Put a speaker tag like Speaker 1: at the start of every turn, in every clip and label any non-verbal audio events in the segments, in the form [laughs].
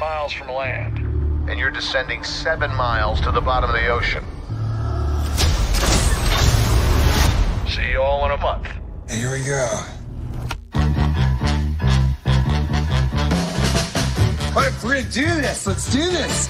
Speaker 1: miles from land.
Speaker 2: and you're descending seven miles to the bottom of the ocean.
Speaker 1: See you all in a month.
Speaker 3: Here we go. What if we're gonna do this? Let's do this.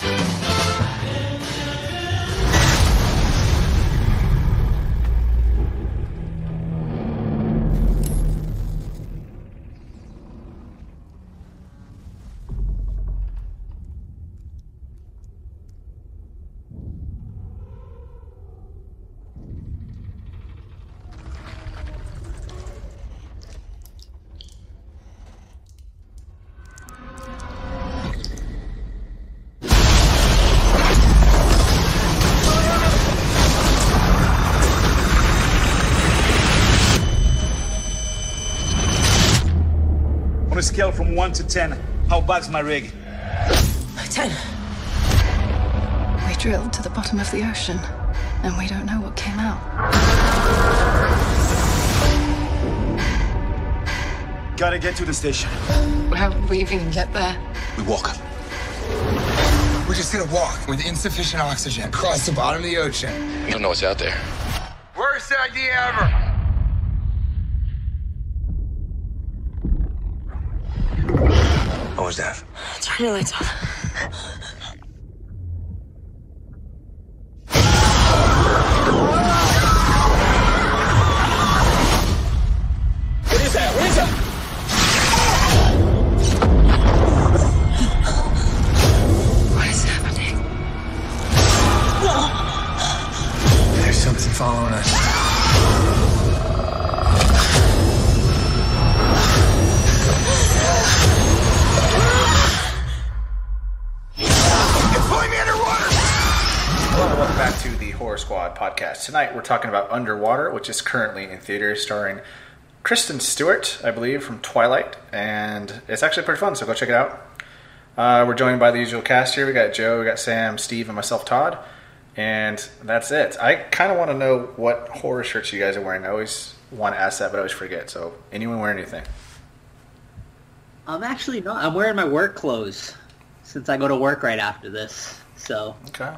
Speaker 4: On a scale from 1 to 10, how bad's my rig?
Speaker 5: Ten. We drilled to the bottom of the ocean, and we don't know what came out.
Speaker 4: Gotta get to the station.
Speaker 5: How did we even get there?
Speaker 4: We walk.
Speaker 3: We're just gonna walk with insufficient oxygen across the bottom of the ocean.
Speaker 6: You don't know what's out there.
Speaker 2: Worst idea ever.
Speaker 4: What was that?
Speaker 5: Turn your lights off. What is happening?
Speaker 3: There's something following us.
Speaker 7: Hello and welcome back to the Horror Squad podcast. Tonight we're talking about Underwater, which is currently in theaters, starring Kristen Stewart, I believe, from Twilight, and it's actually pretty fun. So go check it out. Uh, we're joined by the usual cast here. We got Joe, we got Sam, Steve, and myself, Todd, and that's it. I kind of want to know what horror shirts you guys are wearing. I always want to ask that, but I always forget. So anyone wear anything?
Speaker 8: I'm actually not. I'm wearing my work clothes since I go to work right after this. So
Speaker 7: Okay,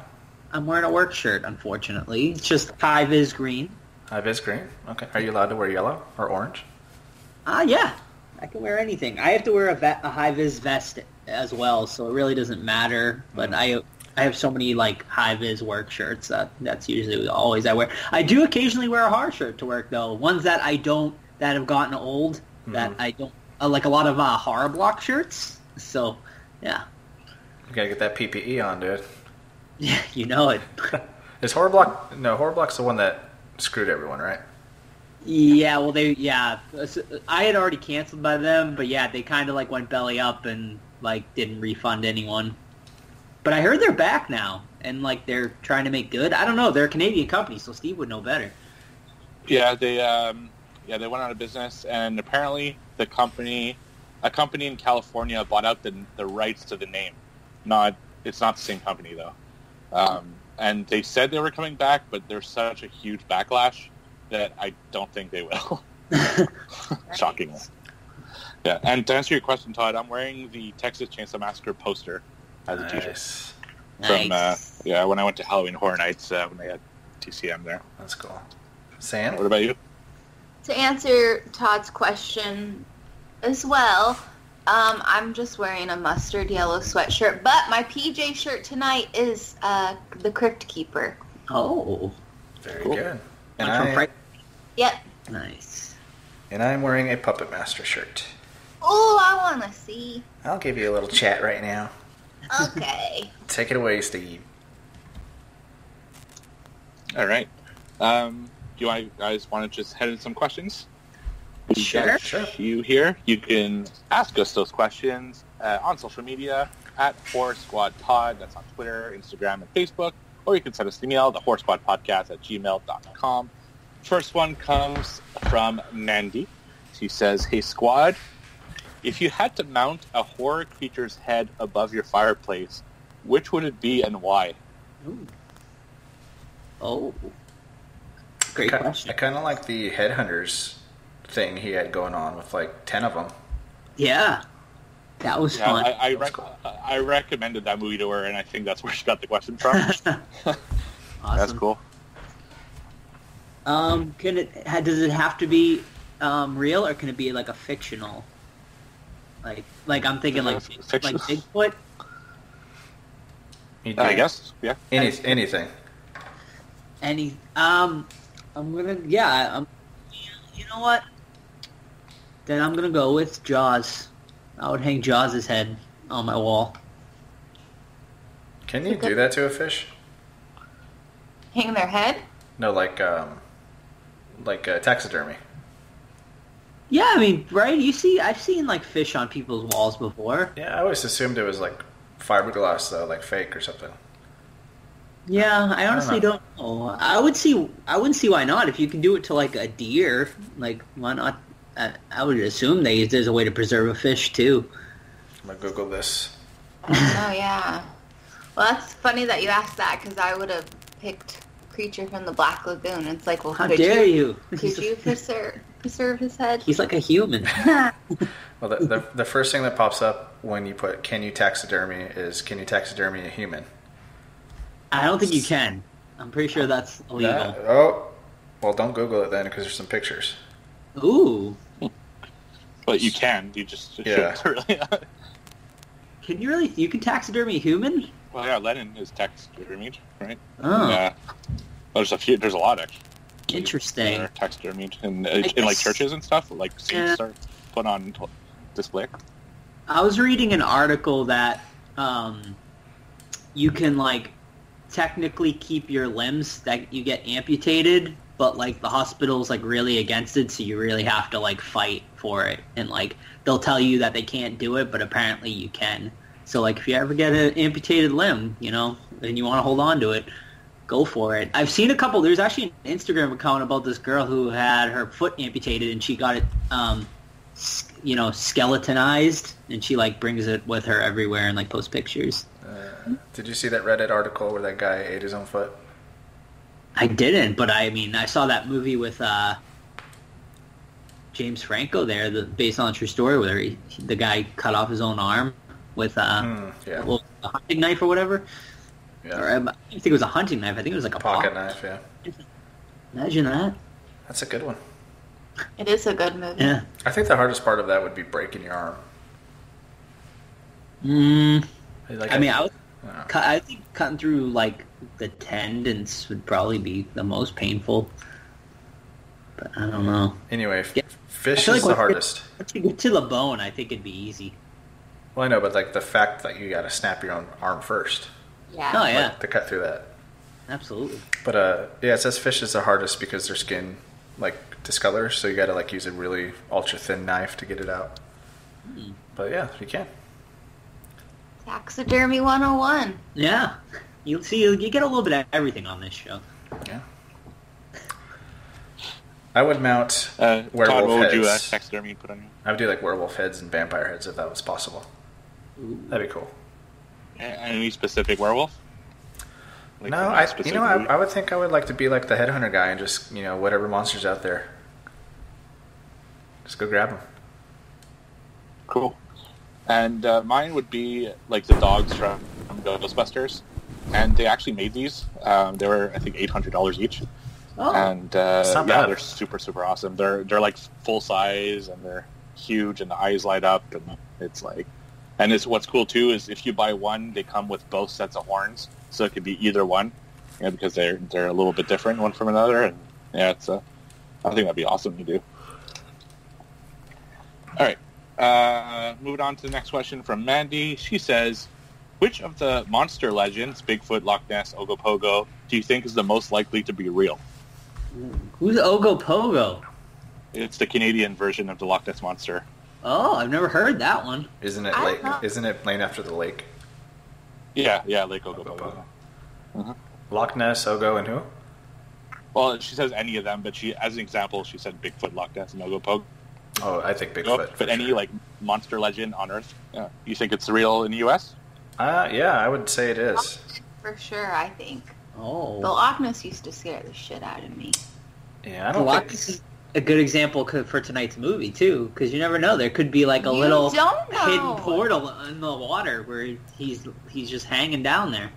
Speaker 8: I'm wearing a work shirt, unfortunately. It's just high vis green.
Speaker 7: I is green. Okay, are you allowed to wear yellow or orange?
Speaker 8: Ah, yeah. I can wear anything. I have to wear a, ve- a high vis vest as well, so it really doesn't matter. But I I have so many like high vis work shirts that that's usually always I wear. I do occasionally wear a hard shirt to work though. Ones that I don't that have gotten old that I don't uh, like a lot of uh, horror block shirts. So yeah, [laughs]
Speaker 7: You gotta get that PPE on, dude.
Speaker 8: yeah, you know it.
Speaker 7: Is horror block? No, horror block's the one that screwed everyone, right?
Speaker 8: Yeah, well, they yeah, I had already canceled by them, but yeah, they kind of like went belly up and like didn't refund anyone. But I heard they're back now, and like they're trying to make good. I don't know, they're a Canadian company, so Steve would know better.
Speaker 9: Yeah, they um, yeah they went out of business, and apparently the company, a company in California, bought out the the rights to the name. Not it's not the same company though, um, and they said they were coming back, but there's such a huge backlash that I don't think they will. [laughs] Shockingly. Yeah, and to answer your question, Todd, I'm wearing the Texas Chainsaw Massacre poster as a t-shirt
Speaker 7: Nice.
Speaker 8: Nice.
Speaker 9: from uh, yeah when I went to Halloween Horror Nights uh, when they had TCM there.
Speaker 7: That's cool.
Speaker 9: What
Speaker 7: Sam?
Speaker 9: about you?
Speaker 10: To answer Todd's question as well, um, I'm just wearing a mustard yellow sweatshirt, but my PJ shirt tonight is uh, the Crypt Keeper.
Speaker 8: oh,
Speaker 7: Very
Speaker 9: Cool.
Speaker 7: good. And
Speaker 8: one from
Speaker 7: I,
Speaker 8: Pri-
Speaker 10: Yep.
Speaker 8: nice.
Speaker 7: and I'm wearing a Puppet Master shirt.
Speaker 10: Oh, I want to see.
Speaker 7: I'll give you a little chat right now.
Speaker 10: Okay.
Speaker 7: Take it away, Steve.
Speaker 9: All right. Um, do you want- guys want to just head in some questions? We
Speaker 8: Sure.
Speaker 9: got You here? You can ask us those questions uh, on social media at Horror Squad Pod. That's on Twitter, Instagram, and Facebook. Or you can send us an email, the Horror Squad Podcast at gmail.com. First one comes from Mandy. She says, Hey, squad, if you had to mount a horror creature's head above your fireplace, which would it be and why?
Speaker 8: Ooh. Oh, great
Speaker 7: Ki- I
Speaker 8: question.
Speaker 7: kind of like the Headhunters thing he had going on with like 10 of them.
Speaker 8: Yeah, That was
Speaker 9: Yeah,
Speaker 8: fun.
Speaker 9: I, I, rec- I recommended that movie to her, and I think that's where she got the
Speaker 8: [laughs]
Speaker 9: question from. That's
Speaker 8: awesome.
Speaker 9: cool.
Speaker 8: Um, can it ha- does it have to be um, real or can it be like a fictional? Like like I'm thinking like
Speaker 9: Fic-
Speaker 8: Big- like
Speaker 9: fictional.
Speaker 8: Bigfoot.
Speaker 9: I guess. Yeah.
Speaker 7: Any, anything.
Speaker 8: Any um, I'm gonna yeah. I'm, you know what? Then I'm gonna go with Jaws. I would hang Jaws' head on my wall.
Speaker 7: Can you do that to a fish?
Speaker 10: Hang their head?
Speaker 7: No, like um, like uh, taxidermy.
Speaker 8: Yeah, I mean, right? You see, I've seen like fish on people's walls before.
Speaker 7: Yeah, I always assumed it was like fiberglass though, like fake or something.
Speaker 8: Yeah, I honestly
Speaker 7: know.
Speaker 8: don't know. I would see. I wouldn't see why not. If you can do it to like a deer, like why not? I, I would assume they there's a way to preserve a fish too.
Speaker 7: I'm gonna Google this.
Speaker 10: Oh yeah. Well, that's funny that you asked that because I would have picked Creature from the Black Lagoon. It's like, well,
Speaker 8: How
Speaker 10: could
Speaker 8: dare you?
Speaker 10: Could
Speaker 8: He's, [laughs]
Speaker 10: you preserve, preserve his head?
Speaker 8: he's like a human.
Speaker 7: Well, the, the, the first thing that pops up when you put "Can you taxidermy?" is "Can you taxidermy a human?"
Speaker 8: I don't think you can. I'm pretty sure that's illegal.
Speaker 7: That- oh, well, don't Google it then because there's some pictures.
Speaker 8: Ooh,
Speaker 9: But you can. You just
Speaker 7: Yeah.
Speaker 9: [laughs] really.
Speaker 8: can you really? You can taxidermy a human?
Speaker 9: well, yeah. Lenin is taxidermied, right?
Speaker 8: Oh,
Speaker 9: Yeah. There's a few. There's a lot actually.
Speaker 8: Interesting.
Speaker 9: that are Taxidermied and uh, in like
Speaker 8: guess-
Speaker 9: churches and stuff. Like saints
Speaker 8: Yeah.
Speaker 9: are put on t- display.
Speaker 8: I was reading an article that um, you can like technically keep your limbs that you get amputated, but like the hospital's like really against it, so you really have to like fight for it, and like they'll tell you that they can't do it, but apparently you can. So like if you ever get an amputated limb, you know, and you want to hold on to it, go for it. I've seen a couple. There's actually an Instagram account about this girl who had her foot amputated and she got it, um, s- you know, skeletonized, and she like brings it with her everywhere and like posts pictures.
Speaker 7: Did you see that Reddit article where that guy ate his own foot?
Speaker 8: I didn't, but I mean, I saw that movie with uh, James Franco there, the, based on a true story, where he, the guy cut off his own arm with uh,
Speaker 7: Hmm, yeah.
Speaker 8: well, a hunting knife or whatever.
Speaker 7: Yeah.
Speaker 8: Or, um, I didn't think it was a hunting knife. I think it was like a
Speaker 7: Pocket knife. Yeah,
Speaker 8: Imagine that.
Speaker 7: that's a good one.
Speaker 10: It is a good movie.
Speaker 8: Yeah.
Speaker 7: I think the hardest part of that would be breaking your arm.
Speaker 8: Mm,
Speaker 7: Like
Speaker 8: I mean, I, would,
Speaker 7: Yeah.
Speaker 8: cut, I think cutting through like the tendons would probably be the most painful. But I don't know.
Speaker 7: anyway, f-
Speaker 8: Yeah. I
Speaker 7: fish
Speaker 8: feel
Speaker 7: is the
Speaker 8: like once you-
Speaker 7: hardest.
Speaker 8: Once you get to the bone, I think it'd be easy.
Speaker 7: Well, I know, but like the fact that you got to snap your own arm first
Speaker 10: Yeah.
Speaker 8: Oh yeah,
Speaker 7: to cut through that.
Speaker 8: absolutely.
Speaker 7: But uh, yeah, it says fish is the hardest because their skin like discolors, so you got to like use a really ultra thin knife to get it out.
Speaker 9: Hmm.
Speaker 7: But yeah, you can.
Speaker 10: Taxidermy 101.
Speaker 8: Yeah, you see, you, you get a little bit of everything on this show.
Speaker 7: Yeah. I would mount
Speaker 9: Uh, Todd,
Speaker 7: werewolf
Speaker 9: what would
Speaker 7: heads.
Speaker 9: you uh, taxidermy put on you?
Speaker 7: I would do like werewolf heads and vampire heads if that was possible. That'd be cool.
Speaker 9: A- Any specific werewolf? Like,
Speaker 7: no,
Speaker 9: any
Speaker 7: I you
Speaker 9: specific
Speaker 7: know I,
Speaker 9: movie?
Speaker 7: I would think I would like to be like the headhunter guy and just you know whatever monsters out there. Just go grab them.
Speaker 9: Cool. And uh, mine would be like the dogs from, from Ghostbusters, and they actually made these. Um, they were I think eight hundred dollars each,
Speaker 8: Oh,
Speaker 9: and uh,
Speaker 7: That's
Speaker 9: yeah,
Speaker 7: not bad.
Speaker 9: they're super super awesome. They're they're like full size and they're huge and the eyes light up and it's like, and it's what's cool too is if you buy one, they come with both sets of horns, so it could be either one, you know, because they're they're a little bit different one from another, and yeah, it's a, I think that'd be awesome to do. All right. Uh, moving on to the next question from Mandy. She says, which of the monster legends, Bigfoot, Loch Ness, Ogopogo, do you think is the most likely to be real?
Speaker 8: who's Ogopogo?
Speaker 9: It's the Canadian version of the Loch Ness Monster.
Speaker 8: Oh, I've never heard that one.
Speaker 7: Isn't it
Speaker 10: I
Speaker 7: lake?
Speaker 10: thought-
Speaker 7: Isn't it plain after the lake?
Speaker 9: Yeah, yeah, Lake Ogopogo.
Speaker 7: Loch Ness, Ogo, and who?
Speaker 9: Well, she says any of them, but she, as an example, she said Bigfoot, Loch Ness, and Ogopogo.
Speaker 7: Oh, I think Bigfoot.
Speaker 9: But
Speaker 7: for
Speaker 9: any
Speaker 7: sure.
Speaker 9: like monster legend on Earth, yeah. you think it's real in the U.S.?
Speaker 7: Uh, yeah, I would say it is.
Speaker 10: For sure, I think. The
Speaker 8: Oh,
Speaker 10: Loch Ness used to scare the shit out of me.
Speaker 7: Yeah, I
Speaker 8: the
Speaker 7: don't
Speaker 8: Loch
Speaker 7: think.
Speaker 8: Ness is a good example co- for tonight's movie too, because you never know. There could be like a
Speaker 10: You
Speaker 8: little
Speaker 10: don't know.
Speaker 8: hidden portal in the water where he's he's just hanging down there.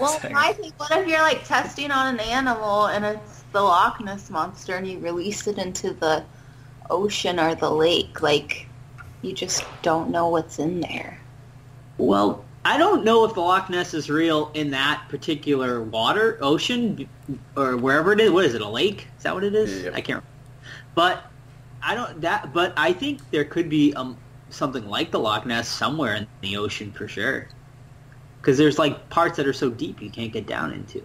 Speaker 10: Well,
Speaker 8: Thing.
Speaker 10: I think what if you're like testing on an animal and it's the Loch Ness monster and you release it into the ocean or the lake? Like, you just don't know what's in there.
Speaker 8: Well, I don't know if the Loch Ness is real in that particular water, ocean, b- or wherever it is. What is it? A lake? Is that what it is? I can't. But I don't that. But I think there could be um something like the Loch Ness somewhere in the ocean for sure. Because there's like parts that are so deep you can't get down into.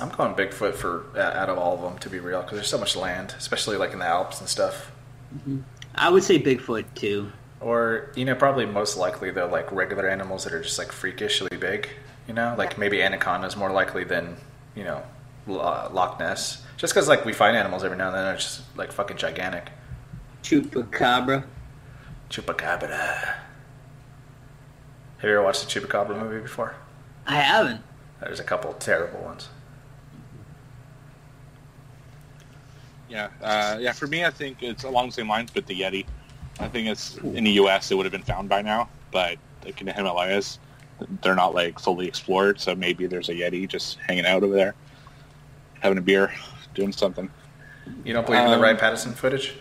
Speaker 7: I'm going Bigfoot for uh, out of all of them to be real because there's so much land, especially like in the Alps and stuff.
Speaker 8: I would say Bigfoot too.
Speaker 7: Or you know, probably most likely though, like regular animals that are just like freakishly big. You know, like maybe anaconda is more likely than you know Lo- Loch Ness, just because like we find animals every now and then that are just like fucking gigantic.
Speaker 8: Chupacabra.
Speaker 7: Chupacabra. Have you ever watched the Chupacabra movie before?
Speaker 8: I haven't.
Speaker 7: There's a couple terrible ones.
Speaker 9: Yeah, uh, yeah. For me, I think it's along the same lines, but the Yeti. I think it's in the U.S. It would have been found by now, but like in the Himalayas, they're not like fully explored. So maybe there's a Yeti just hanging out over there, having a beer, doing something.
Speaker 7: You don't believe in the
Speaker 9: Um,
Speaker 7: Wright Patterson footage?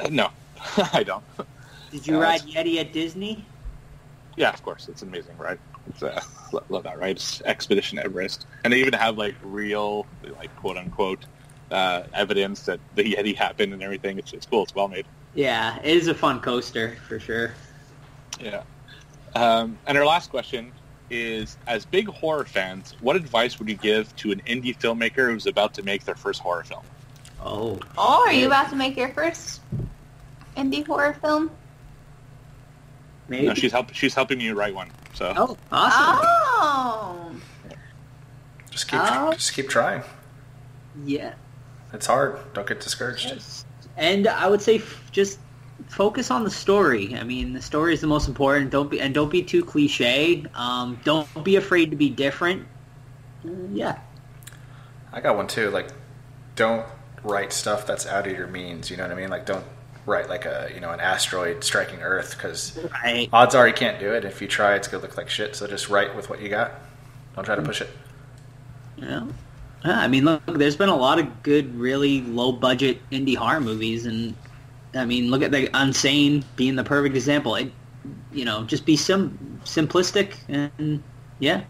Speaker 9: Uh, No, [laughs] I don't.
Speaker 8: Did you
Speaker 9: Uh,
Speaker 8: ride Yeti at Disney?
Speaker 9: Yeah, of course, it's amazing, right? It's, uh, [laughs] lo- love that, right? It's Expedition Everest, and they even have like real, like quote unquote, uh, evidence that the Yeti happened and everything. It's, it's cool. It's well made.
Speaker 8: Yeah, it is a fun coaster for sure.
Speaker 9: Yeah. Um, and our last question is, as big horror fans, what advice would you give to an indie filmmaker who's about to make their first horror film?
Speaker 8: Oh,
Speaker 10: Oh, are you about to make your first indie horror film?
Speaker 8: maybe.
Speaker 9: No, she's help, She's helping you write one. So
Speaker 8: oh, awesome.
Speaker 10: Ah. Oh,
Speaker 7: Just keep,
Speaker 8: Uh,
Speaker 7: just keep trying.
Speaker 8: Yeah.
Speaker 7: It's hard. Don't get discouraged.
Speaker 8: And I would say f- just focus on the story. I mean, the story is the most important. Don't be and don't be too cliche. Um, don't be afraid to be different. Uh, yeah.
Speaker 7: I got one too. Like, don't write stuff that's out of your means. You know what I mean? Like, don't write like a you know an asteroid striking Earth because
Speaker 8: Right.
Speaker 7: odds are you can't do it. If you try, it's gonna look like shit. So just write with what you got. Don't try to push it.
Speaker 8: Yeah. Yeah, I mean, look, there's been a lot of good, really low-budget indie horror movies, and I mean, look at the Unsane being the perfect example. It, you know, just be sim simplistic and yeah,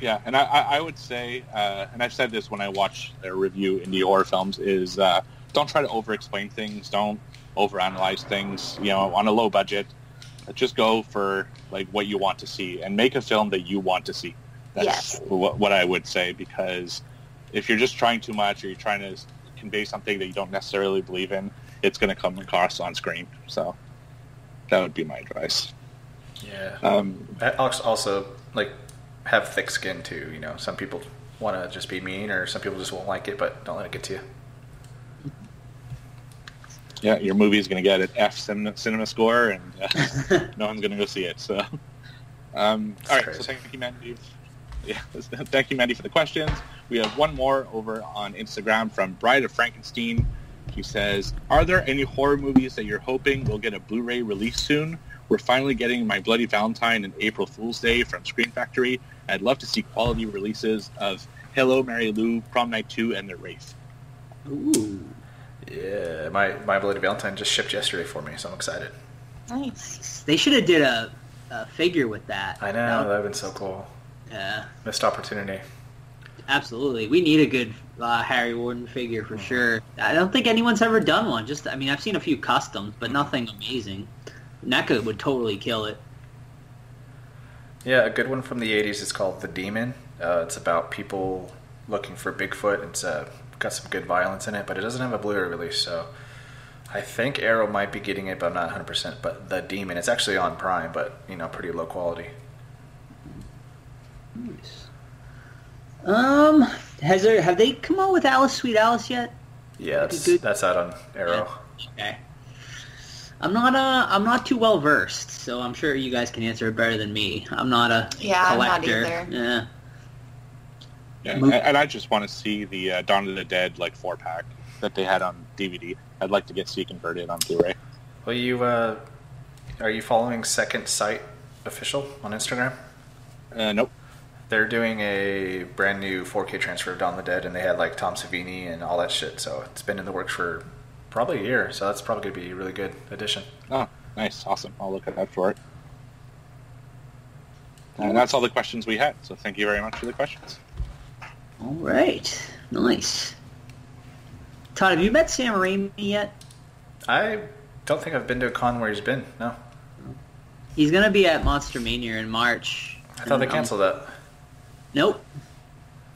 Speaker 9: yeah, and I, I I would say, uh, and I've said this when I watch their review indie horror films, is uh, don't try to over-explain things. Don't over-analyze things. You know, on a low budget, just go for like what you want to see and make a film that you want to see. That's
Speaker 10: Yes.
Speaker 9: what, what I would say because if you're just trying too much or you're trying to convey something that you don't necessarily believe in, it's going to come across on screen. So that would be my advice.
Speaker 7: Yeah.
Speaker 9: Um,
Speaker 7: That als- also like have thick skin too. You know, some people want to just be mean, or some people just won't like it, but don't let it get to you.
Speaker 9: yeah, your movie is going to get an F cinema, cinema score, and uh, no one's going to go see it. So, um, all right. So
Speaker 7: crazy.
Speaker 9: thank you, Mandy. Yeah, [laughs] thank you, Mandy, for the questions. We have one more over on Instagram from Bride of Frankenstein. She says, "Are there any horror movies that you're hoping will get a Blu-ray release soon? We're finally getting My Bloody Valentine and April Fool's Day from Screen Factory. I'd love to see quality releases of Hello, Mary Lou, Prom Night 2, and The Wraith."
Speaker 8: ooh,
Speaker 7: Yeah. My my Bloody Valentine just shipped yesterday for me, so I'm excited.
Speaker 10: nice.
Speaker 8: they should have did a, a figure with that.
Speaker 7: I know that would have been so cool.
Speaker 8: Yeah,
Speaker 7: Missed opportunity.
Speaker 8: absolutely. We need a good uh, Harry Warden figure for sure. I don't think anyone's ever done one. Just, I mean, I've seen a few customs, but nothing amazing. NECA would totally kill it.
Speaker 7: Yeah, a good one from the '80s is called "The Demon." Uh, it's about people looking for Bigfoot. It's uh, got some good violence in it, but it doesn't have a Blu-ray release, so I think Arrow might be getting it, but I'm not 100. percent But "The Demon," it's actually on Prime, but you know, pretty low quality.
Speaker 8: Um, has there have they come out with Alice Sweet Alice yet?
Speaker 7: Yeah, that's
Speaker 8: Good.
Speaker 7: that's out on Arrow.
Speaker 8: Okay. I'm not uh I'm not too well versed, so I'm sure you guys can answer it better than me. I'm not a
Speaker 10: Yeah, I'm not
Speaker 8: collector.
Speaker 10: either.
Speaker 8: Yeah.
Speaker 9: Yeah,
Speaker 8: Mo-
Speaker 9: and, and I just want to see the uh, Dawn of the Dead like four pack that they had on DVD. I'd like to get see converted on Blu-ray.
Speaker 7: Well, you uh, are you following Second Sight official on Instagram?
Speaker 9: Uh, nope.
Speaker 7: They're doing a brand new 4K transfer of Dawn of the Dead, and they had like Tom Savini and all that shit. So it's been in the works for probably a year. So that's probably gonna be a really good addition.
Speaker 9: Oh, nice, awesome. I'll look at that for it. And that's all the questions we had. So thank you very much for the questions.
Speaker 8: All right. Nice. Todd, have you met Sam Raimi yet?
Speaker 7: I don't think I've been to a con where he's been. No,
Speaker 8: He's gonna be at Monster Mania in March.
Speaker 7: I thought they
Speaker 8: Um,
Speaker 7: canceled that.
Speaker 8: Nope.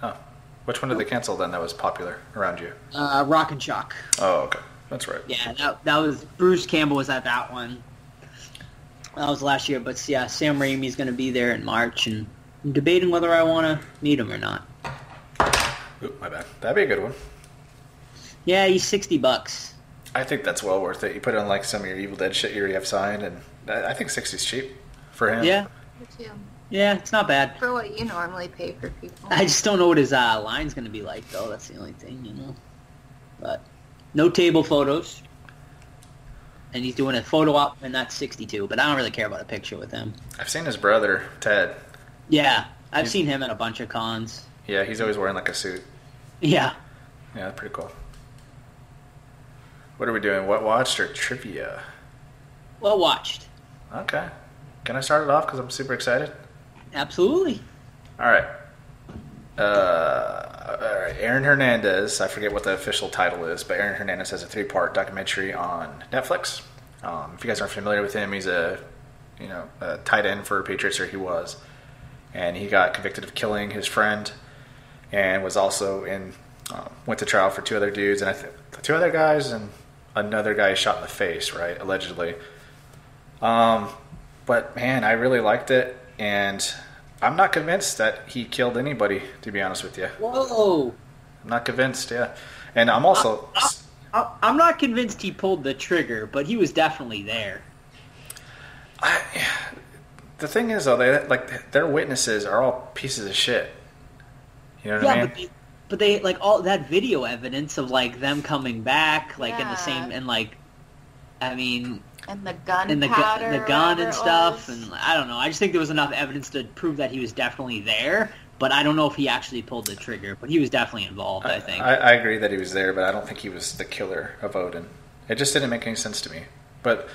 Speaker 7: Oh, which one did they cancel then? That was popular around you.
Speaker 8: Uh, Rock and Shock.
Speaker 7: Oh, okay, that's right.
Speaker 8: Yeah, that, that was Bruce Campbell was at that one. That was last year, but yeah, Sam Raimi's going to be there in March, and I'm debating whether I want to meet him or not.
Speaker 7: Oop, my bad. That'd be a good one.
Speaker 8: Yeah, he's sixty bucks.
Speaker 7: I think that's well worth it. You put on like some of your Evil Dead shit you already have signed, and I I think 60's cheap for him.
Speaker 8: Yeah,
Speaker 10: Me too.
Speaker 8: yeah, it's not bad.
Speaker 10: For what you normally pay for people.
Speaker 8: I just don't know what his uh, line's going to be like, though. That's the only thing, you know. But no table photos, and he's doing a photo op, and that's sixty-two. But I don't really care about a picture with him.
Speaker 7: I've seen his brother Ted.
Speaker 8: Yeah, I've
Speaker 7: He's-
Speaker 8: seen him at a bunch of cons.
Speaker 7: Yeah, he's always wearing like a suit.
Speaker 8: Yeah.
Speaker 7: Yeah, that's pretty cool. What are we doing? What watched or trivia?
Speaker 8: Well watched.
Speaker 7: Okay. Can I start it off because I'm super excited?
Speaker 8: Absolutely.
Speaker 7: All right. Uh, all right. Aaron Hernandez. I forget what the official title is, but Aaron Hernandez has a three-part documentary on Netflix. Um, if you guys aren't familiar with him, he's a you know a tight end for Patriots, or he was, and he got convicted of killing his friend, and was also in um, went to trial for two other dudes, and I think two other guys, and another guy shot in the face, right, allegedly. Um, but man, I really liked it, and I'm not convinced that he killed anybody. To be honest with you,
Speaker 8: Whoa.
Speaker 7: I'm not convinced. Yeah, and I'm also
Speaker 8: I- I'm not convinced he pulled the trigger, but he was definitely there.
Speaker 7: I, the thing is though, they like their witnesses are all pieces of shit. You know what I
Speaker 8: Yeah,
Speaker 7: mean?
Speaker 8: but they, but they like all that video evidence of like them coming back, like in the
Speaker 10: Yeah.
Speaker 8: same and like, I mean,
Speaker 10: and the gun
Speaker 8: and the gun,
Speaker 10: powder,
Speaker 8: the gun
Speaker 10: whatever
Speaker 8: and
Speaker 10: it
Speaker 8: stuff,
Speaker 10: was.
Speaker 8: and I don't know. I just think there was enough evidence to prove that he was definitely there, but I don't know if he actually pulled the trigger. But he was definitely involved. I, think.
Speaker 7: I, I agree that he was there, but I don't think he was the killer of Odin. It just didn't make any sense to me. But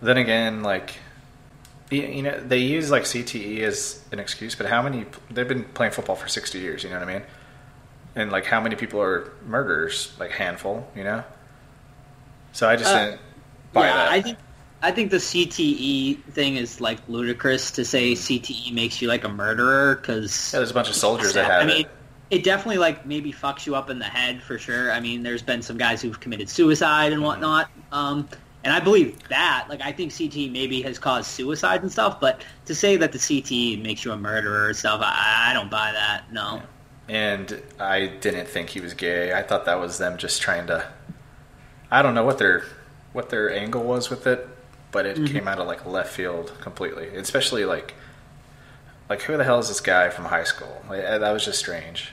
Speaker 7: then again, like you, you know, they use like CTE as an excuse, but how many? They've been playing football for sixty years. You know what I mean? And like, how many people are murderers? Like handful, you know. So I just
Speaker 8: Uh,
Speaker 7: didn't buy
Speaker 8: yeah,
Speaker 7: that.
Speaker 8: I think I think the CTE thing is like ludicrous to say CTE makes you like a murderer because
Speaker 7: yeah, there's a bunch of soldiers that
Speaker 8: Yeah,
Speaker 7: have
Speaker 8: I mean,
Speaker 7: it.
Speaker 8: it definitely like maybe fucks you up in the head for sure. I mean, there's been some guys who've committed suicide
Speaker 7: Mm-hmm.
Speaker 8: and whatnot. Um, and I believe that. Like, I think CTE maybe has caused suicide and stuff. But to say that the CTE makes you a murderer and stuff, I, I don't buy that. No.
Speaker 7: and I didn't think he was gay. I thought that was them just trying to. I don't know what their what their angle was with it, but it came out of like left field completely. Especially like like who the hell is this guy from high school? Like, uh, that was just strange.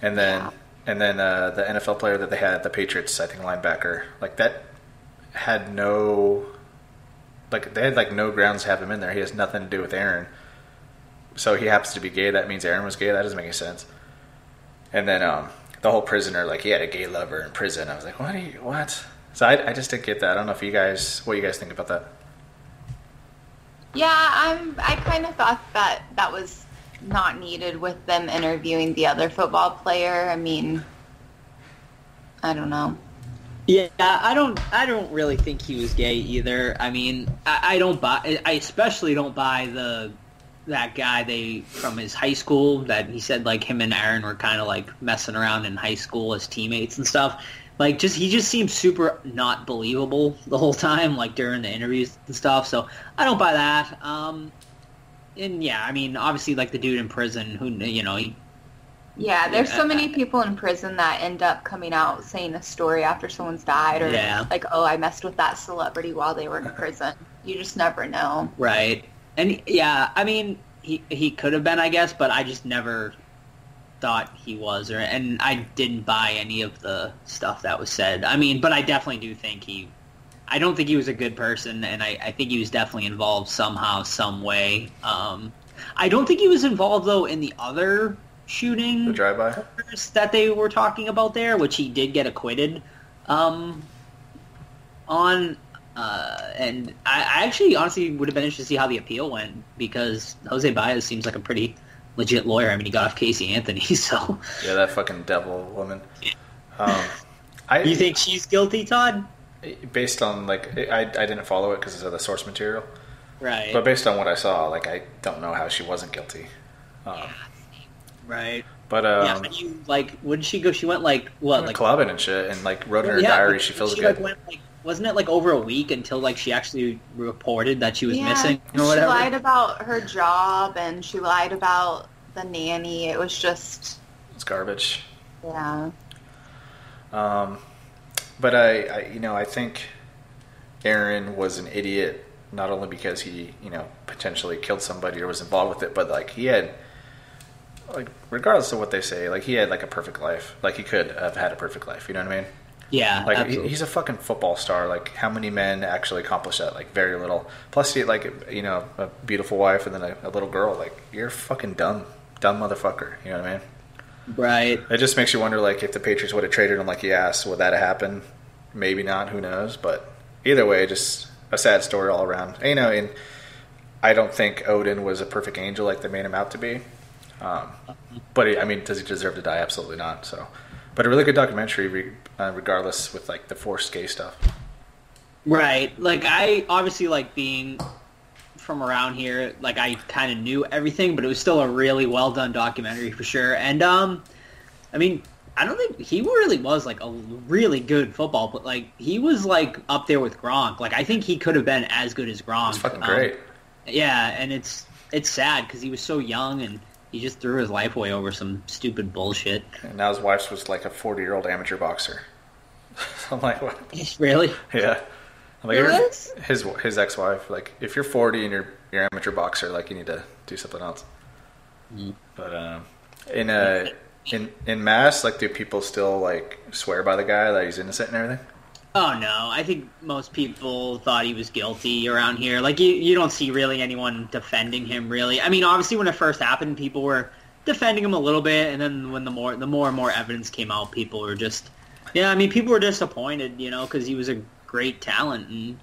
Speaker 7: And then and then uh, the NFL player that they had, the Patriots, I think linebacker, like that had no like they had like no grounds to have him in there. He has nothing to do with Aaron. So he happens to be gay. That means Aaron was gay. That doesn't make any sense. And then um, the whole prisoner, like he had a gay lover in prison. I was like, what? Are you, what? So I, I just didn't get that. I don't know if you guys, what you guys think about that.
Speaker 10: Yeah, I'm. I kind of thought that that was not needed with them interviewing the other football player. I mean, I don't know.
Speaker 8: Yeah, I don't. I don't really think he was gay either. I mean, I, I don't buy. I especially don't buy the that guy they from his high school that he said like him and Aaron were kind of like messing around in high school as teammates and stuff. Like, just he just seems super not believable the whole time, like during the interviews and stuff. So I don't buy that. Um, and yeah, I mean, obviously, like the dude in prison who you know he
Speaker 10: Yeah, there's so
Speaker 8: Yeah.
Speaker 10: many people in prison that end up coming out saying a story after someone's died or
Speaker 8: Yeah.
Speaker 10: like, oh, I messed with that celebrity while they were in prison. You just never know.
Speaker 8: Right. And yeah, I mean, he he could have been, I guess, but I just never thought he was, or and I didn't buy any of the stuff that was said. I mean, but I definitely do think he. I don't think he was a good person, and I, I think he was definitely involved somehow, some way. Um, I don't think he was involved though in the other shooting
Speaker 7: The drive-by.
Speaker 8: murders that they were talking about there, which he did get acquitted um, on. Uh, and I, I actually honestly would have been interested to see how the appeal went because Jose Baez seems like a pretty legit lawyer. I mean, he got off Casey Anthony, [laughs] so
Speaker 7: Yeah, that fucking devil woman. Um, I
Speaker 8: you think she's guilty, Todd?
Speaker 7: based on like I, I didn't follow it because of the source material,
Speaker 8: Right.
Speaker 7: but based on what I saw, like I don't know how she wasn't guilty. Um,
Speaker 8: right.
Speaker 7: but
Speaker 8: yeah,
Speaker 7: um,
Speaker 8: but you like? Would she go? She went like what? Like
Speaker 7: clubbing and shit, and like wrote in her
Speaker 8: Yeah,
Speaker 7: diary,
Speaker 8: but
Speaker 7: she feels
Speaker 8: she,
Speaker 7: good.
Speaker 8: Like, went, like, wasn't it like over a week until like she actually reported that she was
Speaker 10: yeah,
Speaker 8: missing
Speaker 10: she
Speaker 8: or whatever?
Speaker 10: lied about her job and she lied about the nanny. It was just,
Speaker 7: it's garbage.
Speaker 10: yeah.
Speaker 7: Um, but I, I, you know, I think Aaron was an idiot not only because he, you know, potentially killed somebody or was involved with it, but like he had, like regardless of what they say, like he had like a perfect life. Like he could have had a perfect life. You know what I mean?
Speaker 8: yeah,
Speaker 7: Like he,
Speaker 8: absolutely.
Speaker 7: he's a fucking football star. Like how many men actually accomplish that? Like very little. Plus he had like you know a beautiful wife and then a, a little girl. Like you're fucking dumb, dumb motherfucker. You know what I mean?
Speaker 8: right.
Speaker 7: It just makes you wonder, like, if the Patriots would have traded him like he asked, would that have happened? Maybe not. Who knows? But either way, just a sad story all around. And, you know, and I don't think Odin was a perfect angel like they made him out to be. Um, but he, I mean, does he deserve to die? Absolutely not. So, but a really good documentary, re, uh, regardless, with like the forced gay stuff.
Speaker 8: Right. Like I obviously like being from around here, like I kind of knew everything, but it was still a really well done documentary for sure. And um I mean, I don't think he really was like a really good football, but like he was like up there with Gronk. Like I think he could have been as good as Gronk.
Speaker 7: It's fucking
Speaker 8: Um,
Speaker 7: great.
Speaker 8: yeah, and it's it's sad because he was so young and he just threw his life away over some stupid bullshit. [laughs]
Speaker 7: And now his wife's was like a forty-year-old amateur boxer. [laughs] I'm like, what?
Speaker 8: really?
Speaker 7: [laughs] Yeah. I'm Like
Speaker 10: Who
Speaker 7: if-
Speaker 10: is?
Speaker 7: his his ex wife. Like if you're 40 and you're you're an amateur boxer, like you need to do something else. But um, in uh in in mass, like do people still like swear by the guy that he's innocent and everything?
Speaker 8: Oh no, I think most people thought he was guilty around here. Like you, you don't see really anyone defending him really. I mean, obviously when it first happened, people were defending him a little bit, and then when the more the more and more evidence came out, people were just yeah. I mean, people were disappointed, you know, because he was a great talent, and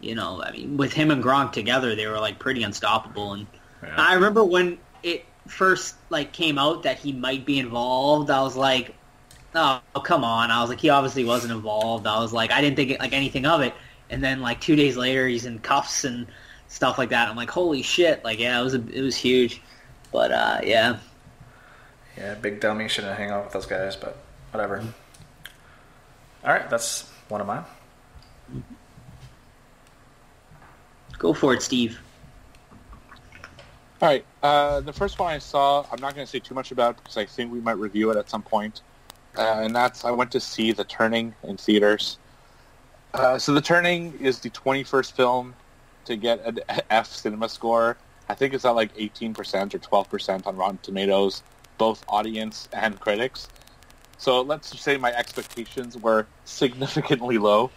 Speaker 8: you know, I mean, with him and Gronk together, they were like pretty unstoppable. And I remember when it first like came out that he might be involved, I was like, oh come on i was like he obviously wasn't involved i was like i didn't think like anything of it and then like two days later he's in cuffs and stuff like that i'm like holy shit like yeah it was a, it was huge but uh yeah
Speaker 7: Yeah, big dummy shouldn't hang out with those guys, but whatever. All right, that's one of mine.
Speaker 8: go for it steve
Speaker 9: All right. Uh, the first one I saw, I'm not going to say too much about because I think we might review it at some point. Uh, and that's I went to see The Turning in theaters. Uh, so The Turning is the 21st film to get an [laughs] F cinema score. I think it's at like 18% or 12% on Rotten Tomatoes, both audience and critics. So let's just say my expectations were significantly low.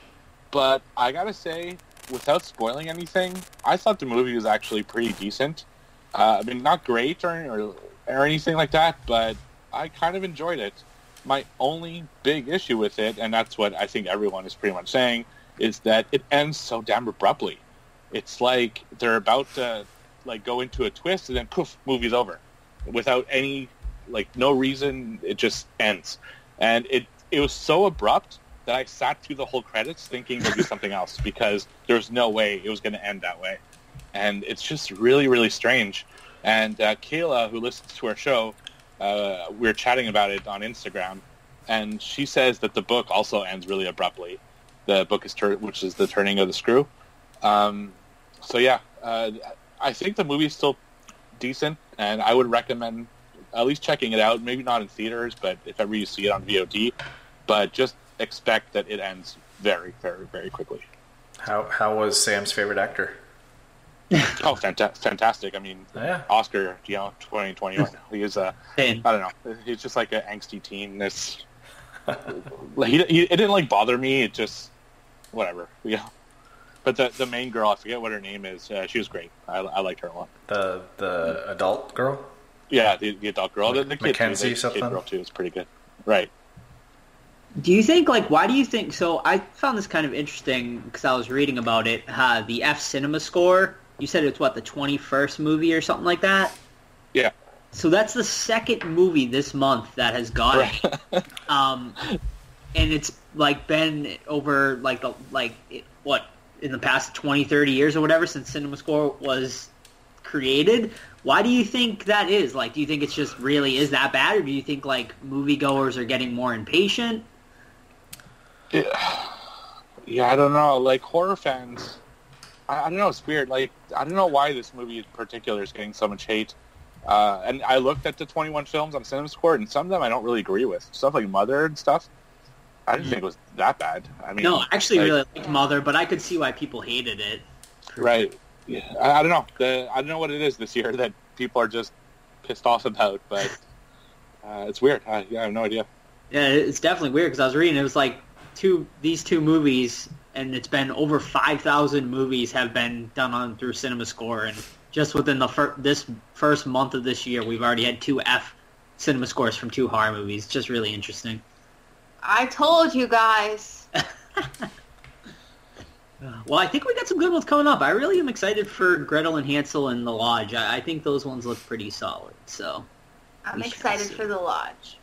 Speaker 9: But I got to say, without spoiling anything, I thought the movie was actually pretty decent. Uh, I mean, not great or, or or anything like that, but I kind of enjoyed it. My only big issue with it, and that's what I think everyone is pretty much saying, is that it ends so damn abruptly. It's like they're about to like go into a twist, and then poof, movie's over, without any like no reason. It just ends, and it it was so abrupt that I sat through the whole credits thinking there'd be something else because there's no way it was going to end that way and it's just really, really strange. And uh, Kayla, who listens to our show, uh, we were chatting about it on Instagram, and she says that the book also ends really abruptly. The book is tur- which is the turning of the screw. Um, so yeah, uh, I think the movie's still decent, and I would recommend at least checking it out. Maybe not in theaters, but if ever you see it on VOD, but just expect that it ends very, very, very quickly.
Speaker 7: How how was Sam's favorite actor?
Speaker 9: Oh, fanta- fantastic! I mean,
Speaker 7: Yeah.
Speaker 9: Oscar, you know, twenty twenty one. He is a, I don't know. He's just like an angsty teen. This, like, he, he, it didn't like bother me. It just, whatever. Yeah. But the the main girl, I forget what her name is. Uh, she was great. I, I liked her a lot.
Speaker 7: The the adult girl.
Speaker 9: Yeah, the, the adult girl, the, the kid,
Speaker 7: Mackenzie
Speaker 9: too, the
Speaker 7: something?
Speaker 9: kid girl too is pretty good. Right.
Speaker 8: Do you think, like, why do you think, so I found this kind of interesting because I was reading about it, uh, the F Cinema score. You said it's, what, the 21st movie or something like that?
Speaker 9: Yeah.
Speaker 8: So that's the second movie this month that has gotten it. um, and it's like been over like the like it, what in the past 20 30 years or whatever since cinema score was created why do you think that is like do you think it's just really is that bad or do you think like moviegoers are getting more impatient
Speaker 9: Yeah, I don't know. Like horror fans, I, I don't know. It's weird. Like I don't know why this movie in particular is getting so much hate. Uh, and I looked at the 21 films on CinemaScore, and some of them I don't really agree with. Stuff like Mother and stuff. I didn't think it was that bad. I mean,
Speaker 8: no I actually
Speaker 9: like-
Speaker 8: really liked mother but i could see why people hated it
Speaker 9: right? Yeah, I, I don't know. The, I don't know what it is this year [laughs] that people are just pissed off about, but uh, it's weird. I, yeah, I have no idea.
Speaker 8: yeah it's definitely weird because i was reading it was like two these two movies and it's been over 5000 movies have been done on through cinema score and just within the fir- this first month of this year, we've already had two F cinema scores from two horror movies. Just really interesting.
Speaker 10: I told you guys.
Speaker 8: Well, I think we got some good ones coming up. I really am excited for Gretel and Hansel and The Lodge. I, I think those ones look pretty solid. So,
Speaker 10: I'm
Speaker 8: [laughs] We shall
Speaker 10: excited
Speaker 8: see.
Speaker 10: for the lodge.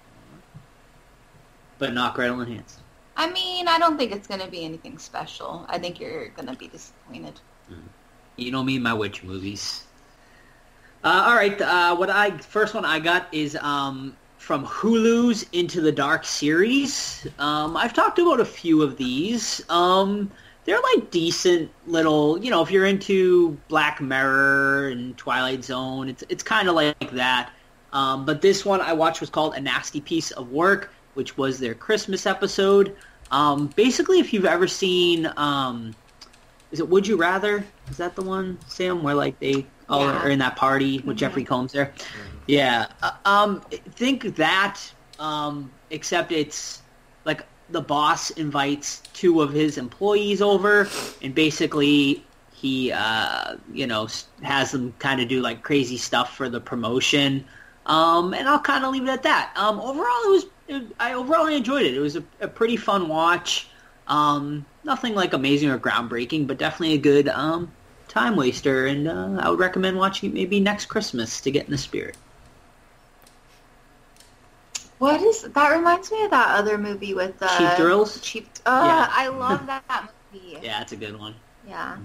Speaker 8: but not Gretel and Hansel.
Speaker 10: I mean, I don't think it's going to be anything special. I think you're going to be disappointed.
Speaker 8: You know me, and my witch movies. Uh, all right, uh, what I first one I got is um, from Hulu's Into the Dark series. Um, I've talked about a few of these. Um, they're like decent little, you know, if you're into Black Mirror and Twilight Zone, it's it's kind of like that. Um, but this one I watched was called A Nasty Piece of Work, which was their Christmas episode. Um, basically, if you've ever seen um, is it Would You Rather? Is that the one, Sam, where like they all
Speaker 10: Yeah.
Speaker 8: are in that party with Jeffrey Combs there? Yeah. Uh, um, think that, um, except it's like the boss invites two of his employees over, and basically he, uh, you know, s- has them kind of do like crazy stuff for the promotion. Um, and I'll kind of leave it at that. Um, overall, it was it, I overall I enjoyed it. It was a, a pretty fun watch. Um, nothing like amazing or groundbreaking, but definitely a good um, time waster. And uh, I would recommend watching it maybe next Christmas to get in the spirit.
Speaker 10: What is that? Reminds me of that other movie with uh,
Speaker 8: Cheap Thrills?
Speaker 10: Cheap. Oh,
Speaker 8: Yeah.
Speaker 10: I love that movie.
Speaker 8: [laughs] Yeah, it's a good one.
Speaker 10: Yeah.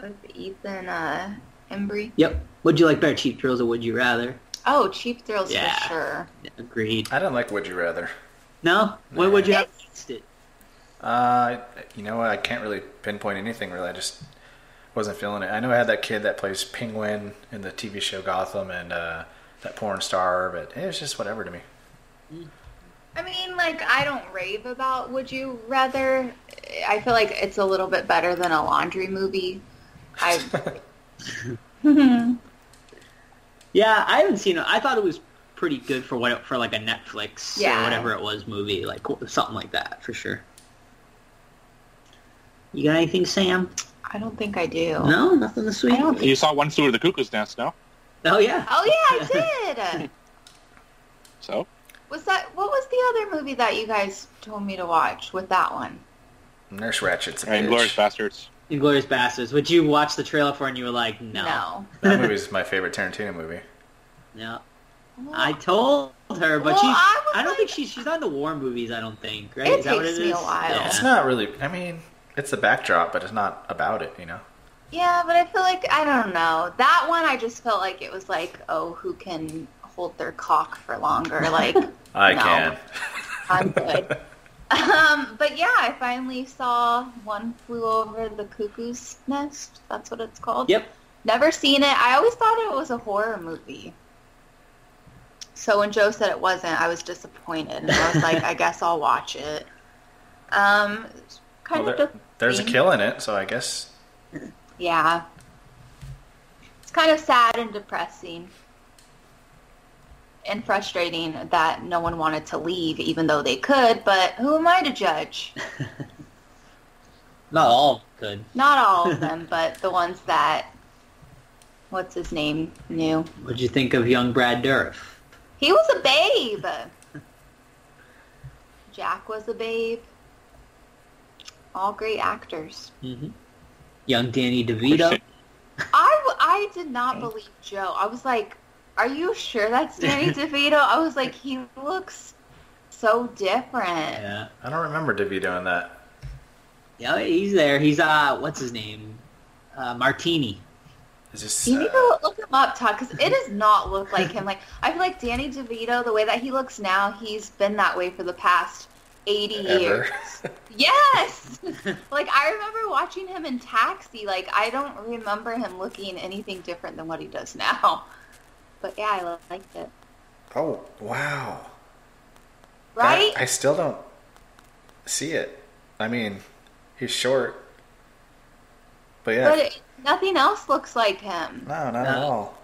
Speaker 10: With Ethan uh, Embry.
Speaker 8: Yep. Would you like better cheap thrills or would you rather?
Speaker 10: Oh, Cheap Thrills
Speaker 8: Yeah.
Speaker 10: for sure.
Speaker 8: Agreed.
Speaker 7: I didn't like Would You Rather.
Speaker 8: No. What would you have against it?
Speaker 7: Uh, you know, what? I can't really pinpoint anything really. I just wasn't feeling it. I know I had that kid that plays Penguin in the TV show Gotham and uh, that porn star, but it was just whatever to me.
Speaker 10: I mean, like, I don't rave about Would You Rather. I feel like it's a little bit better than a laundry movie.
Speaker 8: [laughs]
Speaker 10: I
Speaker 8: Yeah, I haven't seen it. I thought it was pretty good for what for like a Netflix or
Speaker 10: Yeah.
Speaker 8: whatever it was movie, like something like that for sure. You got anything, Sam?
Speaker 10: I don't think I do.
Speaker 8: No, nothing this week.
Speaker 10: I don't
Speaker 9: You saw one through the cuckoo's nest, no?
Speaker 8: Oh yeah.
Speaker 10: Oh
Speaker 8: [laughs]
Speaker 10: yeah, I did.
Speaker 9: So
Speaker 10: Was that what was the other movie that you guys told me to watch with that one?
Speaker 7: Nurse Ratchet's a
Speaker 9: right, Glorious
Speaker 7: bitch.
Speaker 9: Bastards.
Speaker 8: Inglorious Bastards, which you watched the trailer for and you were like, no.
Speaker 10: No.
Speaker 7: That movie's my favorite Tarantino movie.
Speaker 8: No. I told her, but
Speaker 10: Well,
Speaker 8: she's,
Speaker 10: I
Speaker 8: I,
Speaker 10: was
Speaker 8: don't
Speaker 10: like-
Speaker 8: think she's, she's on the war movies, I don't think, right?
Speaker 10: It
Speaker 8: is that what
Speaker 10: takes
Speaker 8: it
Speaker 10: me a
Speaker 8: is?
Speaker 10: while.
Speaker 8: Yeah.
Speaker 7: It's not really. I mean, it's the backdrop, but it's not about it. You know.
Speaker 10: Yeah, but I feel like I don't know. That one I just felt like it was like, oh, who can hold their cock for longer?
Speaker 8: [laughs]
Speaker 10: Like
Speaker 7: I
Speaker 10: No.
Speaker 7: can.
Speaker 10: I'm good. Um, but yeah, I finally saw One Flew Over the Cuckoo's Nest. That's what it's called.
Speaker 8: Yep.
Speaker 10: Never seen it. I always thought it was a horror movie. So when Joe said it wasn't, I was disappointed. And I was like, I [laughs] guess I'll watch it. Um, it's kind
Speaker 7: Well,
Speaker 10: of
Speaker 7: there-
Speaker 10: de-
Speaker 7: [laughs] there's a kill in it, so I guess.
Speaker 10: yeah. It's kind of sad and depressing and frustrating that no one wanted to leave, even though they could. But who am I to judge?
Speaker 8: Not all good.
Speaker 10: Not all of them, but the ones that what's his name knew.
Speaker 8: What'd you think of young Brad Dourif?
Speaker 10: He was a babe. Jack was a babe. All great actors.
Speaker 8: hmm Young Danny DeVito.
Speaker 10: I, w- I did not believe Joe. I was like, are you sure that's Danny DeVito? I was like, he looks so different.
Speaker 8: Yeah.
Speaker 7: I don't remember DeVito in that.
Speaker 8: Yeah, he's there. He's uh, what's his name? Uh, Martini.
Speaker 7: Is this?
Speaker 10: You need to look him up, Todd, because it does not look like him. Like I feel like Danny DeVito, the way that he looks now, he's been that way for the past eighty years.
Speaker 7: Ever.
Speaker 10: Yes. [laughs] like I remember watching him in Taxi. Like I don't remember him looking anything different than what he does now. But yeah, I li- liked it.
Speaker 7: Oh wow! That-
Speaker 10: Right?
Speaker 7: I still don't see it. I mean, he's short, but yeah,
Speaker 10: But it, nothing else looks like him.
Speaker 7: no, not at
Speaker 8: No.
Speaker 7: all.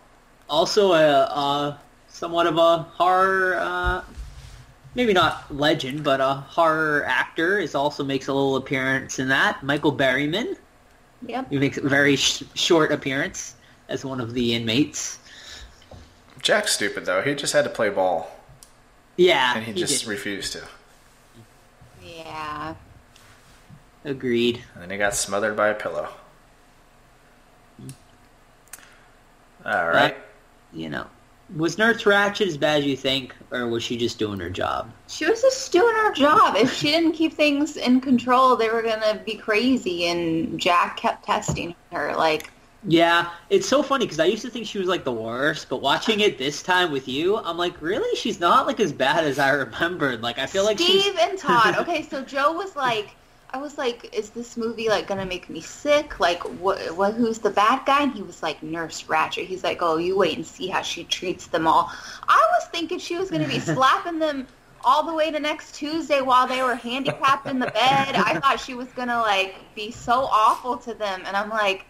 Speaker 8: Also, a, a somewhat of a horror, uh, maybe not legend, but a horror actor is also makes a little appearance in that. Michael Berryman.
Speaker 10: Yep.
Speaker 8: He makes a very sh- short appearance as one of the inmates.
Speaker 7: Jack's stupid though. He just had to play ball,
Speaker 8: Yeah,
Speaker 7: and he,
Speaker 8: Ah, he
Speaker 7: just
Speaker 8: did.
Speaker 7: refused to.
Speaker 10: Yeah.
Speaker 8: agreed.
Speaker 7: And then he got smothered by a pillow.
Speaker 8: Mm.
Speaker 7: All right.
Speaker 8: You know, was Nurse Ratchet as bad as you think, or was she just doing her job?
Speaker 10: She was just doing her job. If she didn't keep things in control, they were gonna be crazy. And Jack kept testing her. Like,
Speaker 8: Yeah, it's so funny because I used to think she was like the worst, but watching it this time with you, I'm like, really? She's not like as bad as I remembered. Like I feel like
Speaker 10: Steve
Speaker 8: she's
Speaker 10: and
Speaker 8: [laughs]
Speaker 10: Todd. Okay, so Joe was like, I was like, is this movie like gonna make me sick? Like, what? what who's the bad guy? And he was like, Nurse Ratchet. He's like, oh, you wait and see how she treats them all. I was thinking she was
Speaker 8: [laughs]
Speaker 10: gonna be slapping them all the way to next Tuesday while they were handicapped in the bed.
Speaker 8: [laughs]
Speaker 10: I thought she was gonna like be so awful to them, and I'm like.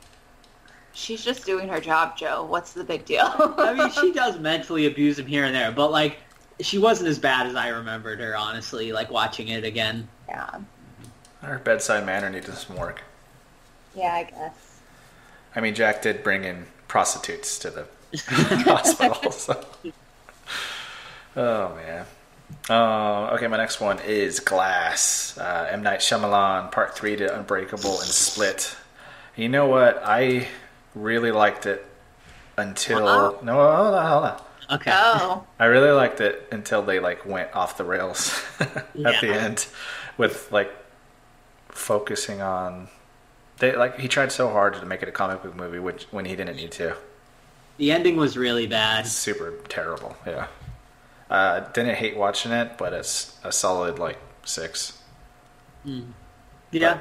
Speaker 10: She's just doing her job, Joe. What's the big deal?
Speaker 8: I mean, she does mentally abuse him here and there, but like she wasn't as bad as I remembered her. Honestly, like watching it again.
Speaker 10: [laughs] yeah,
Speaker 7: Our bedside manner needed some work.
Speaker 10: yeah, I
Speaker 8: [laughs]
Speaker 10: guess.
Speaker 7: I mean, Jack did bring in prostitutes to the hospital. So. Oh man. Oh, okay. My next one is Glass. Uh, M Night Shyamalan, Part Three to Unbreakable and Split. You know what? I really liked it until
Speaker 10: Uh-oh.
Speaker 7: no, hold on, hold on.
Speaker 8: Okay.
Speaker 10: Oh,
Speaker 7: I really liked it until they like went off the rails [laughs] at
Speaker 8: Yeah.
Speaker 7: the end with like focusing on they like he tried so hard to make it a comic book movie which when he didn't need to.
Speaker 8: The ending was really bad.
Speaker 7: Super terrible. Yeah. Uh didn't hate watching it, but it's a solid like 6.
Speaker 8: Yeah.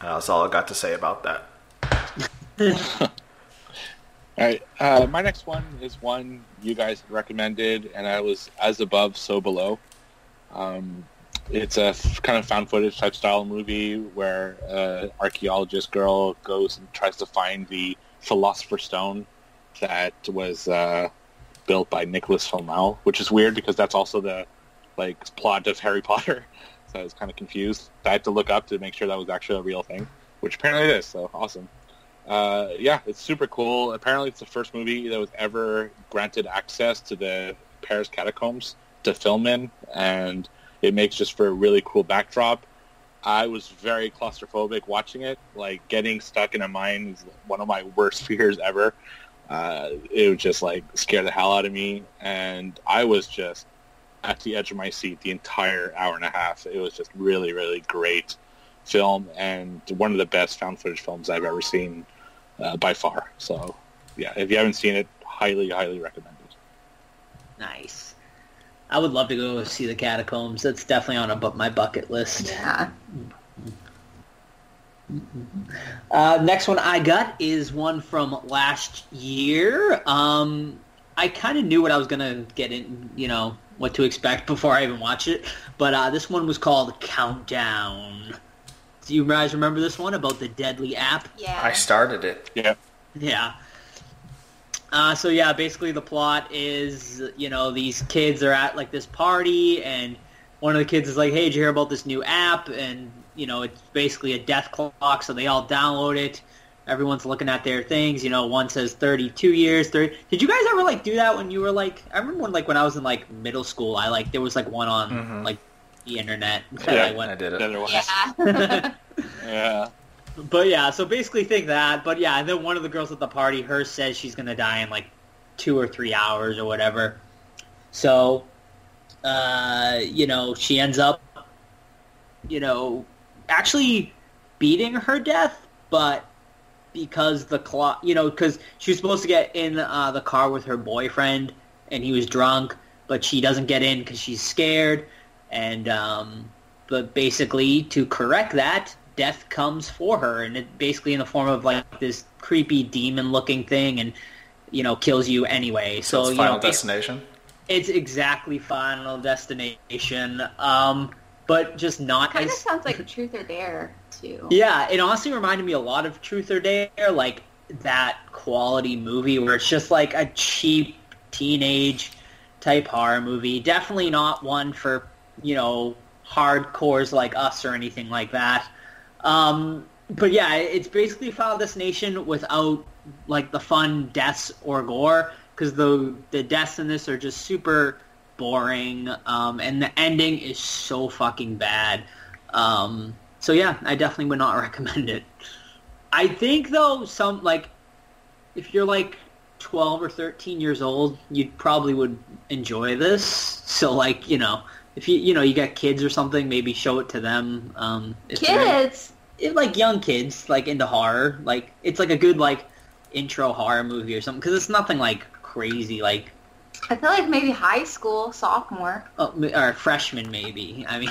Speaker 7: Uh, that's all I got to say about that.
Speaker 9: All right. Uh, my next one is one you guys had recommended, and I was as above, so below. Um, it's a f- kind of found footage type style movie where uh, archaeologist girl goes and tries to find the philosopher's stone that was uh, built by Nicholas Flamel, which is weird because that's also the like plot of Harry [laughs] Potter. So I was kind of confused. I had to look up to make sure that was actually a real thing, which apparently it is. So awesome uh, yeah, it's super cool. Apparently, it's the first movie that was ever granted access to the Paris catacombs to film in, and it makes just for a really cool backdrop. I was very claustrophobic watching it. Like getting stuck in a mine is one of my worst [laughs] fears ever. Uh, it would just like scare the hell out of me, and I was just at the edge of my seat the entire hour and a half. It was just really, really great film and one of the best found footage films I've ever seen uh, by far. So, yeah, if you haven't seen it, highly, highly recommended.
Speaker 8: Nice. I would love to go see the catacombs. That's definitely on a bu- my bucket list.
Speaker 10: yeah.
Speaker 8: Uh, next one I got is one from last year. Um, I kind of knew what I was gonna get in, you know, what to expect before I even watched it. But uh, this one was called Countdown. Do you guys remember this one about the deadly app?
Speaker 10: Yeah.
Speaker 7: I started it.
Speaker 9: Yeah.
Speaker 8: Yeah. Uh, so yeah, basically the plot is you know these kids are at like this party, and one of the kids is like, "Hey, did you hear about this new app?" And you know it's basically a death clock, so they all download it. Everyone's looking at their things. You know, one says thirty-two years. 30... Did you guys ever like do that when you were like? I remember when like when I was in like middle school, I like there was like one on
Speaker 7: Mhm.
Speaker 8: like the internet.
Speaker 9: Yeah,
Speaker 8: I went-
Speaker 7: I did
Speaker 9: The
Speaker 7: it.
Speaker 9: other ones.
Speaker 10: Yeah.
Speaker 8: [laughs]
Speaker 9: Yeah.
Speaker 8: But yeah, so basically think that. But yeah, and then one of the girls at the party, her says she's gonna die in like two or three hours or whatever. So, uh, you know, she ends up, you know, actually beating her death, but because the clock, you know, because she was supposed to get in uh, the car with her boyfriend, and he was drunk, but she doesn't get in because she's scared, and um, but basically to correct that, death comes for her, and it basically in the form of like this creepy demon-looking thing, and you know, kills you anyway. So,
Speaker 7: So,
Speaker 8: you
Speaker 7: it's Final
Speaker 8: know, bas-
Speaker 7: Destination.
Speaker 8: it's exactly Final Destination, um, but just not
Speaker 10: Kind of
Speaker 8: as
Speaker 10: sounds like Truth or Dare too.
Speaker 8: yeah, it honestly reminded me a lot of Truth or Dare, like that quality movie where it's just like a cheap teenage type horror movie. Definitely not one for, you know, hardcores like us or anything like that. Um, but yeah, it's basically Final Destination without like the fun deaths or gore because the the deaths in this are just super boring, um, and the ending is so fucking bad. Um, so yeah, I definitely would not [laughs] recommend it. I think though, some like if you're like 12 or 13 years old, you probably would enjoy this. So like you know, if you you know you got kids or something, maybe show it to them. Um, if they're-
Speaker 10: Kids.
Speaker 8: it, like young kids like into horror like it's like a good like intro horror movie or something because it's nothing like crazy like
Speaker 10: I feel like maybe high school sophomore.
Speaker 8: oh, m- or freshman maybe i mean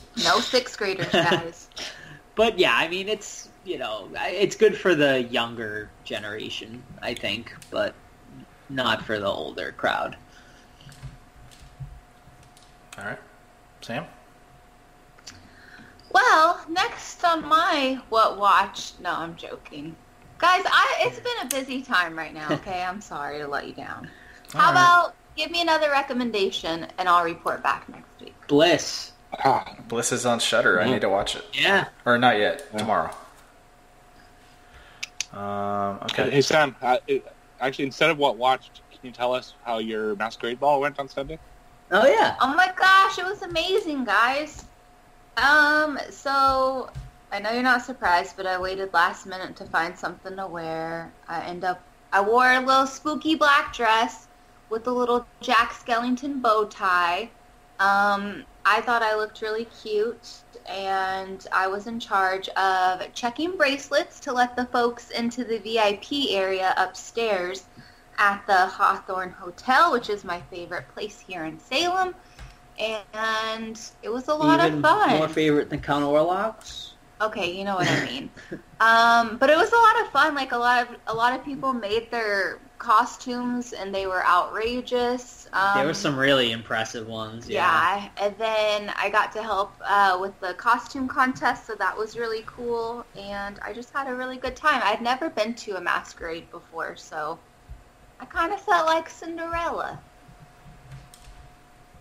Speaker 8: [laughs]
Speaker 10: No sixth graders, guys.
Speaker 8: but yeah i mean it's you know I- it's good for the younger generation i think but not for the older crowd
Speaker 7: All right. Sam?
Speaker 10: Well, next on my what watch? No, I'm joking, guys. I it's been a busy time right now. Okay, I'm sorry to let you down. How
Speaker 7: All right.
Speaker 10: about give me another recommendation and I'll report back next week.
Speaker 8: bliss
Speaker 9: Ah,
Speaker 7: Bliss is on Shutter. I need to watch it.
Speaker 8: yeah
Speaker 7: Or not yet. Tomorrow. Um, okay.
Speaker 9: hey Sam, uh, it- actually, instead of what watched, can you tell us how your masquerade ball went on Sunday?
Speaker 8: oh yeah
Speaker 10: Oh my gosh, it was amazing, guys. Um, so I know you're not surprised, but I waited last minute to find something to wear. I end up I wore a little spooky black dress with a little Jack Skellington bow tie. Um, I thought I looked really cute and I was in charge of checking bracelets to let the folks into the VIP area upstairs at the Hawthorne Hotel, which is my favorite place here in Salem. And it was a lot
Speaker 8: even
Speaker 10: of fun.
Speaker 8: more favorite than count orlocks
Speaker 10: Okay, you know what I mean. um, but it was a lot of fun. Like a lot of a lot of people made their costumes, and they were outrageous. Um,
Speaker 8: there were some really impressive ones yeah,
Speaker 10: yeah. and then I got to help uh, with the costume contest, so that was really cool. And I just had a really good time. I'd never been to a masquerade before, so I kind of felt like Cinderella.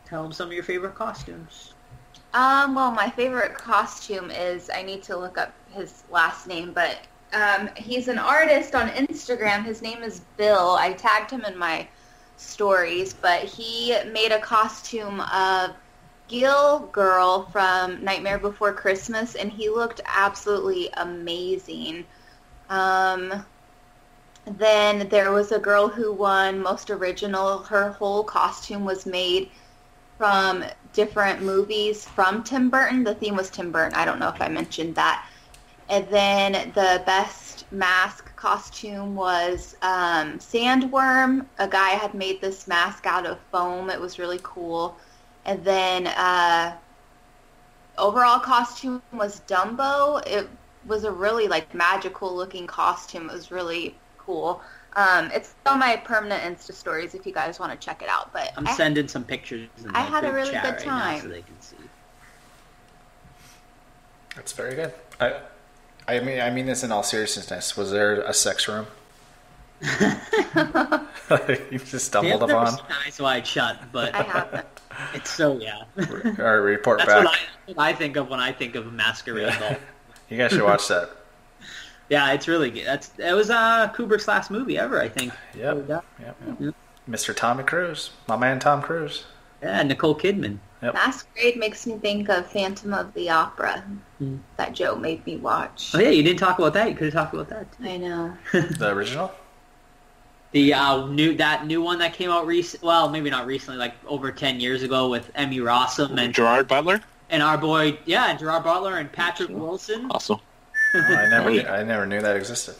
Speaker 8: tell them some of your favorite costumes
Speaker 10: Um, well, my favorite costume is I need to look up his last name, but um, he's an artist on Instagram. His name is Bill. I tagged him in my stories, but he made a costume of Gil Girl from Nightmare Before Christmas, and he looked absolutely amazing. Um, then there was a girl who won Most Original. Her whole costume was made from different movies from Tim Burton. The theme was Tim Burton. I don't know if I mentioned that. And then the best mask costume was um, Sandworm. A guy had made this mask out of foam. It was really cool. And then uh, overall costume was Dumbo. It was a really like magical looking costume. It was really cool. Um, it's on my permanent Insta stories if you guys want to check it out. But
Speaker 8: I'm
Speaker 10: I-
Speaker 8: sending some pictures. In the
Speaker 10: Eh, I had a
Speaker 8: group
Speaker 10: really
Speaker 8: chat
Speaker 10: good
Speaker 8: right now so
Speaker 10: time.
Speaker 8: they can see.
Speaker 7: That's very good. I, I mean, I mean this in all seriousness. Was there a sex room? [laughs] you just
Speaker 8: Yeah,
Speaker 7: stumbled
Speaker 8: I've never
Speaker 7: upon
Speaker 8: seen Eyes Wide Shut, but
Speaker 10: I haven't.
Speaker 8: [laughs] it's so yeah. [laughs]
Speaker 7: or report
Speaker 8: That's
Speaker 7: back.
Speaker 8: what I, what I think of when I think of masquerade
Speaker 7: Yeah.
Speaker 8: ball.
Speaker 7: You guys should watch that.
Speaker 8: Yeah, it's really good. That's it was uh, Kubrick's last movie ever, I think.
Speaker 7: Yep.
Speaker 8: Yeah,
Speaker 7: Yep, yep. Mr. Tommy Cruise, my man Tom Cruise.
Speaker 8: Yeah, Nicole Kidman.
Speaker 10: Masquerade makes me think of Phantom of the Opera that Joe made me watch.
Speaker 8: Hmm. Oh yeah, you didn't talk about that. You could have talked about that. Too.
Speaker 10: I know.
Speaker 7: The original?
Speaker 8: The uh, new that new one that came out recent. Well, maybe not recently, like over ten years ago with Emmy Rossum and
Speaker 9: Gerard Butler.
Speaker 8: and our boy, yeah, and Gerard Butler and Patrick Wilson.
Speaker 9: Also,
Speaker 7: Oh, I never,
Speaker 9: Oh, yeah.
Speaker 7: I never knew that existed.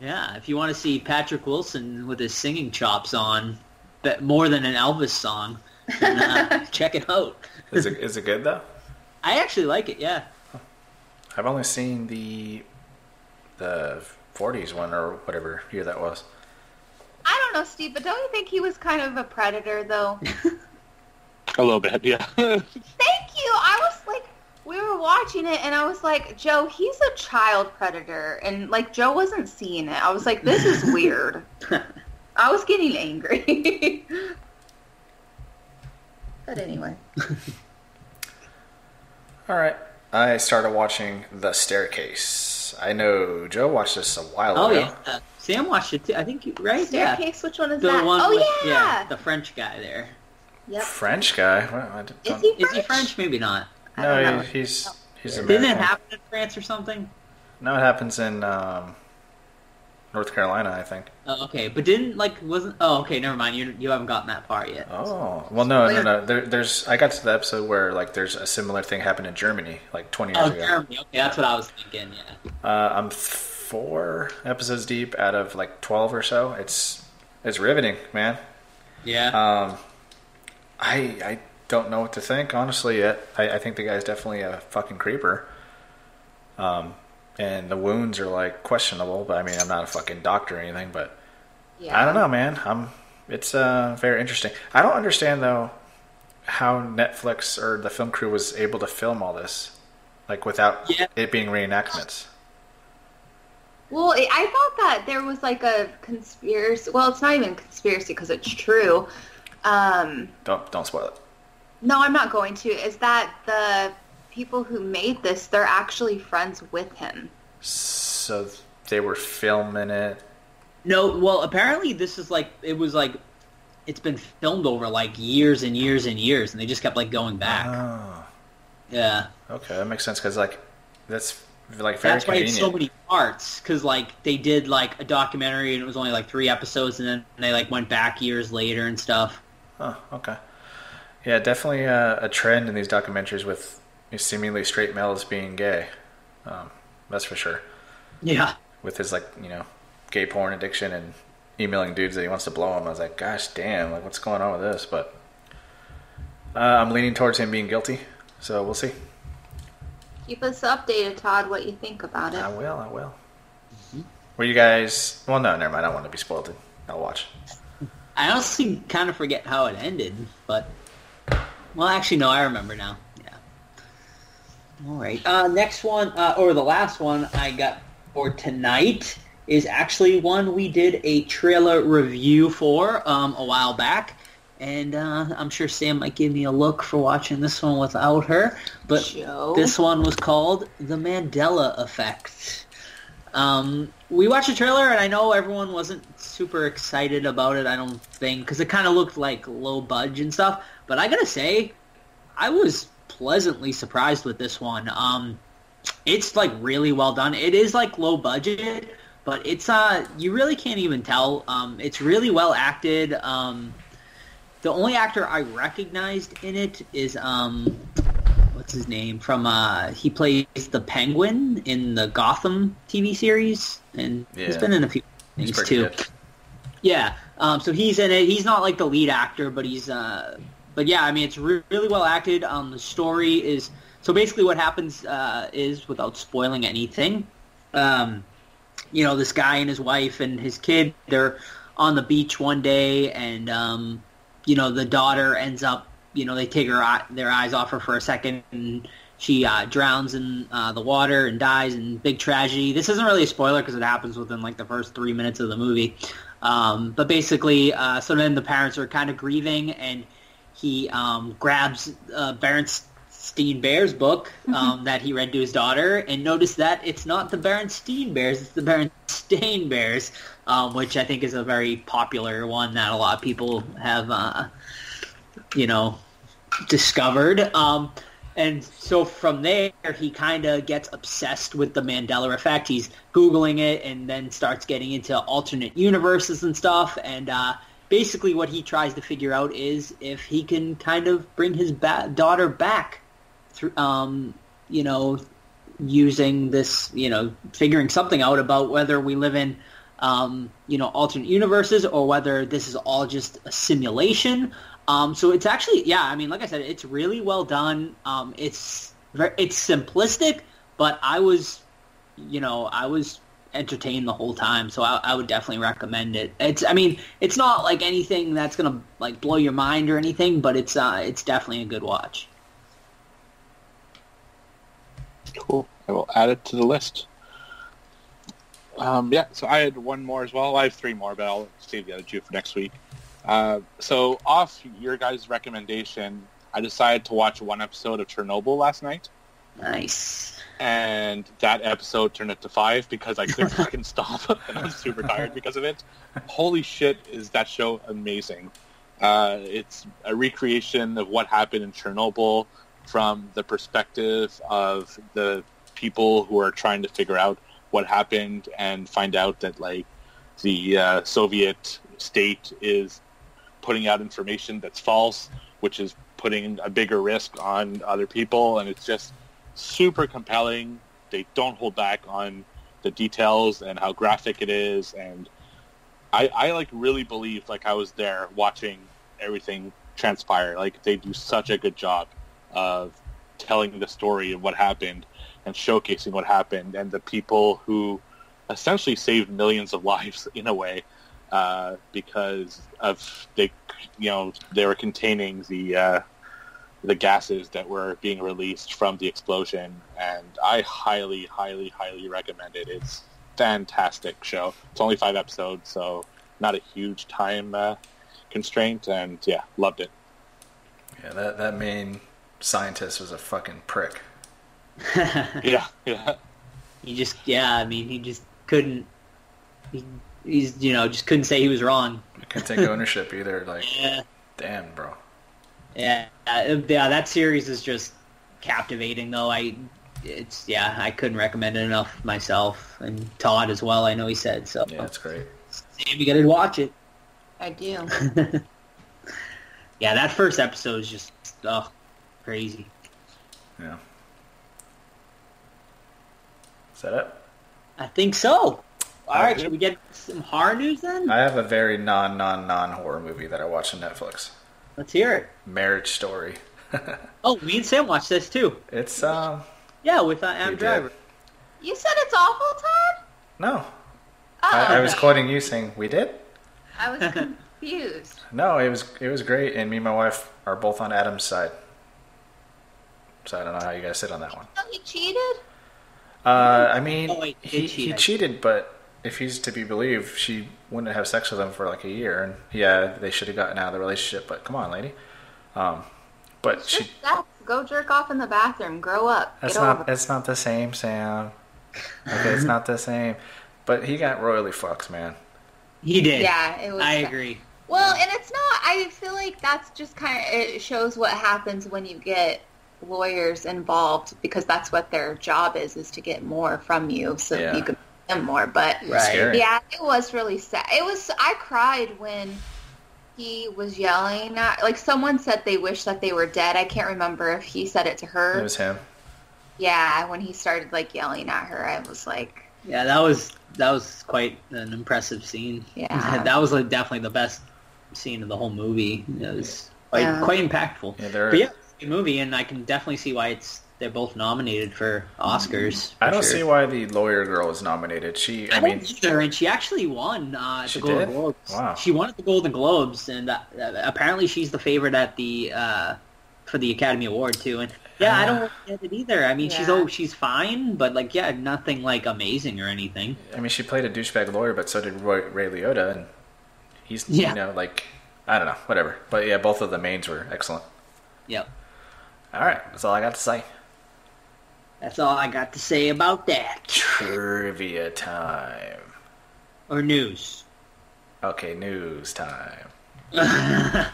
Speaker 8: Yeah, if you want to see Patrick Wilson with his singing chops on, but more than an Elvis song,
Speaker 10: [laughs]
Speaker 8: then, uh, check it out.
Speaker 7: Is it, is it good though?
Speaker 8: I actually like it.
Speaker 10: [laughs]
Speaker 8: Yeah,
Speaker 7: I've only seen the the 40s one or whatever year that was.
Speaker 10: I don't know, Steve, but don't you think he was kind of a predator, though?
Speaker 9: a little bit. Yeah.
Speaker 10: [laughs]
Speaker 9: [laughs]
Speaker 10: Thank you. I was like, we were watching it, and I was like, Joe, he's a child predator, and like Joe wasn't seeing it. I was like, this
Speaker 8: [laughs]
Speaker 10: is weird.
Speaker 8: Oh,
Speaker 10: I was getting angry. [laughs] but anyway,
Speaker 7: All right. I started watching The Staircase. I know Joe watched this a while
Speaker 8: Oh
Speaker 7: ago.
Speaker 8: yeah, Uh, Sam watched it too. I think you right. Yeah,
Speaker 10: staircase. Which one is
Speaker 8: the
Speaker 10: that?
Speaker 8: one
Speaker 10: oh
Speaker 8: with
Speaker 10: yeah.
Speaker 8: the French guy there.
Speaker 10: Yep.
Speaker 7: French guy. Well, I don't-
Speaker 10: Is he French?
Speaker 8: Is he French? Maybe not.
Speaker 10: I don't
Speaker 7: No,
Speaker 10: know.
Speaker 7: he, he's he's
Speaker 8: Didn't
Speaker 7: American.
Speaker 8: it happen in France or something?
Speaker 7: No, it happens in um, North Carolina, I think.
Speaker 8: Oh, okay, but didn't like wasn't? Oh, okay, never mind. You you haven't gotten that far yet.
Speaker 7: Oh, well, no,
Speaker 8: Oh,
Speaker 7: no,
Speaker 8: yeah.
Speaker 7: no. There, there's. I got to the episode where like there's a similar thing happened in Germany like 20 years
Speaker 8: Oh,
Speaker 7: ago.
Speaker 8: Germany. Okay, that's what I was thinking. Yeah.
Speaker 7: Uh, I'm four episodes deep out of like 12 or so. It's it's riveting, man.
Speaker 8: Yeah.
Speaker 7: Um, I I don't know what to think honestly yet. I, I think the guy's definitely a fucking creeper. Um, and the wounds are like questionable, but I mean I'm not a fucking doctor or anything, but
Speaker 10: Yeah.
Speaker 7: I don't know, man. I'm. It's uh very interesting. I don't understand though how Netflix or the film crew was able to film all this, like without
Speaker 8: Yeah.
Speaker 7: it being reenactments.
Speaker 10: Well, it, I thought that there was like a conspiracy. Well, it's not even conspiracy because it's true. Um,
Speaker 7: Don't don't spoil it.
Speaker 10: no, I'm not going to. Is that the people who made this? They're actually friends with him.
Speaker 7: So they were filming it.
Speaker 8: No. Well, apparently this is like it was like it's been filmed over like years and years and years, and they just kept like going back.
Speaker 7: Oh,
Speaker 8: yeah.
Speaker 7: okay, that makes sense because like that's like very
Speaker 8: That's why
Speaker 7: convenient.
Speaker 8: it's so many parts because like they did like a documentary and it was only like three episodes, and then they like went back years later and stuff.
Speaker 7: Oh, okay. Yeah, definitely uh, a trend in these documentaries with seemingly straight males being gay. Um, that's for sure.
Speaker 8: Yeah.
Speaker 7: With his like you know gay porn addiction and emailing dudes that he wants to blow him. I was like, gosh damn, like what's going on with this? But uh, I'm leaning towards him being guilty. So we'll see.
Speaker 10: Keep us updated, Todd. What you think about
Speaker 7: I
Speaker 10: it?
Speaker 7: will. I will. Were you guys? Well, no, never mind. I don't want to be spoiled. I'll watch.
Speaker 8: I honestly kind of forget how it ended, but well, actually, no, I remember now. Yeah. All right. Uh, next one, uh, or the last one I got for tonight is actually one we did a trailer review for um, a while back, and uh, I'm sure Sam might give me a look for watching this one without her. But
Speaker 10: Joe?
Speaker 8: this one was called The Mandela Effect. Um, we watched the trailer, and I know everyone wasn't super excited about it. I don't think because it kind of looked like low budge and stuff. But I gotta say, I was pleasantly surprised with this one. Um, it's like really well done. It is like low budget, but it's uh you really can't even tell. Um, it's really well acted. Um, the only actor I recognized in it is um what's his name from uh he plays the Penguin in the Gotham TV series, and he's
Speaker 7: Yeah.
Speaker 8: been in a few
Speaker 7: He's
Speaker 8: things
Speaker 7: pretty
Speaker 8: too.
Speaker 7: good.
Speaker 8: Yeah. Um, so he's in it. He's not like the lead actor, but he's uh, but yeah, I mean, it's re- really well acted. Um, the story is so basically what happens uh, is without spoiling anything, um, you know, this guy and his wife and his kid they're on the beach one day, and um, you know, the daughter ends up, you know, they take her eye, their eyes off her for a second, and she uh, drowns in uh, the water and dies in big tragedy. This isn't really a spoiler because it happens within like the first three minutes of the movie. Um, but basically, uh, so then the parents are kind of grieving, and he um, grabs uh, Berenstein Bear's book um, that he read to his daughter, and notice that it's not the Berenstein Bears, it's the Berenstain Bears, um, which I think is a very popular one that a lot of people have, uh, you know, discovered. Um, and so from there, he kind of gets obsessed with the Mandela effect. He's Googling it and then starts getting into alternate universes and stuff. And uh, basically what he tries to figure out is if he can kind of bring his ba- daughter back through, um, you know, using this, you know, figuring something out about whether we live in, um, you know, alternate universes or whether this is all just a simulation. Um, so it's actually, yeah, I mean, like I said, it's really well done. Um, it's ver- it's simplistic, but I was, you know, I was entertained the whole time. So I, I would definitely recommend it. It's, I mean, it's not like anything that's gonna like blow your mind or anything, but it's uh, it's definitely a good watch.
Speaker 9: Cool. I will add it to the list. Um, yeah, so I had one more as well. I have three more, but I'll save the other two for next week. Uh, so off your guys' recommendation, I decided to watch one episode of Chernobyl last night,
Speaker 8: Nice.
Speaker 9: and that episode turned it to five because I couldn't fucking stop, [laughs] and I'm super tired because of it. Holy shit, is that show amazing! Uh, it's a recreation of what happened in Chernobyl from the perspective of the people who are trying to figure out what happened and find out that like the uh, Soviet state is putting out information that's false, which is putting a bigger risk on other people, and it's just super compelling. They don't hold back on the details and how graphic it is, and I, I like really believe like I was there watching everything transpire. Like they do such a good job of telling the story of what happened and showcasing what happened and the people who essentially saved millions of [laughs] lives in a way uh, because of they you know they were containing the uh, the gases that were being released from the explosion and I highly highly highly recommend it it's fantastic show it's only five episodes so not a huge time uh, constraint and yeah loved it
Speaker 7: Yeah, that, that main scientist was a fucking prick.
Speaker 9: yeah yeah
Speaker 8: He just, yeah, I mean, he just couldn't. He, he's, you know, just couldn't say he was wrong.
Speaker 7: I couldn't take ownership either. Like,
Speaker 8: Yeah.
Speaker 7: damn, bro.
Speaker 8: Yeah, uh, yeah, that series is just captivating, though. I, it's yeah, I couldn't recommend it enough myself, and Todd as well. I know he said so.
Speaker 7: Yeah, it's great.
Speaker 8: Sam, you gotta watch it.
Speaker 10: I do.
Speaker 8: Yeah, that first episode is just oh, crazy.
Speaker 7: Yeah. Is that it?
Speaker 8: I think so. All right,
Speaker 7: Uh,
Speaker 8: should we get some horror news then?
Speaker 7: I have a very non non non horror movie that I watch on Netflix.
Speaker 8: Let's hear it.
Speaker 7: Marriage Story. [laughs]
Speaker 8: Oh, me and Sam watched this too.
Speaker 7: It's um
Speaker 8: Yeah, with uh, Adam
Speaker 7: did.
Speaker 8: Driver.
Speaker 10: You said it's awful, Todd?
Speaker 7: no.
Speaker 10: Oh,
Speaker 7: I, I was quoting you saying we did.
Speaker 10: I
Speaker 7: [laughs]
Speaker 10: was confused.
Speaker 7: No, it was it was great, and me and my wife are both on Adam's side. So I don't know how you guys sit on that one.
Speaker 10: Oh, he cheated?
Speaker 7: Uh, I mean,
Speaker 8: Oh, wait, he
Speaker 7: he,
Speaker 8: did cheat,
Speaker 7: he
Speaker 8: I-
Speaker 7: cheated, but if he's to be believed, she wouldn't have sex with him for like a year, and yeah, they should have gotten out of the relationship. But come on, lady. Um, but she
Speaker 10: Just sex. Go jerk off in the bathroom. Grow up.
Speaker 7: That's
Speaker 10: Get
Speaker 7: not.
Speaker 10: over it.
Speaker 7: It's not the same, Sam. Okay, it's not the same. But he got royally fucked, man.
Speaker 8: He did.
Speaker 10: Yeah, it was.
Speaker 8: I
Speaker 10: bad.
Speaker 8: agree.
Speaker 10: Well, and it's not. I feel like that's just kind of it shows what happens when you get lawyers involved because that's what their job is is to get more from you so
Speaker 7: Yeah.
Speaker 10: you can pay them more. But
Speaker 8: Right.
Speaker 7: Scary.
Speaker 10: yeah, it was really sad. It was. I cried when he was yelling at. Like someone said, they wish that they were dead. I can't remember if he said it to her.
Speaker 7: It was him.
Speaker 10: yeah, when he started like yelling at her, I was like,
Speaker 8: Yeah, that was that was quite an impressive scene.
Speaker 10: Yeah.
Speaker 8: [laughs] that was like definitely the best scene of the whole movie. It was like
Speaker 10: Yeah.
Speaker 8: quite impactful.
Speaker 7: Yeah, they're-
Speaker 8: but yeah, it's a good movie, and I can definitely see why it's they're both nominated for Oscars.
Speaker 10: Mm-hmm.
Speaker 7: I don't see why the lawyer girl was nominated. She, I,
Speaker 8: I
Speaker 7: mean,
Speaker 8: mean, either, and she actually won uh, at
Speaker 7: She
Speaker 8: the Golden
Speaker 7: did?
Speaker 8: Globes.
Speaker 7: Wow.
Speaker 8: She won at the Golden Globes, and uh, apparently she's the favorite at the uh, for the Academy Award too. And yeah,
Speaker 7: Ah.
Speaker 8: I don't get it either. I mean, she's
Speaker 10: Yeah.
Speaker 8: oh, she's fine, but like, yeah, nothing like amazing or anything.
Speaker 7: I mean, she played a douchebag lawyer, but so did Roy, Ray Liotta, and he's,
Speaker 8: Yeah.
Speaker 7: you know, like, I don't know, whatever. But yeah, both of the mains were excellent.
Speaker 8: Yep,
Speaker 7: All right, that's all I got to say.
Speaker 8: that's all I got to say about that.
Speaker 7: Trivia time.
Speaker 8: Or news. [laughs]
Speaker 7: Okay, news time.
Speaker 8: Alrighty.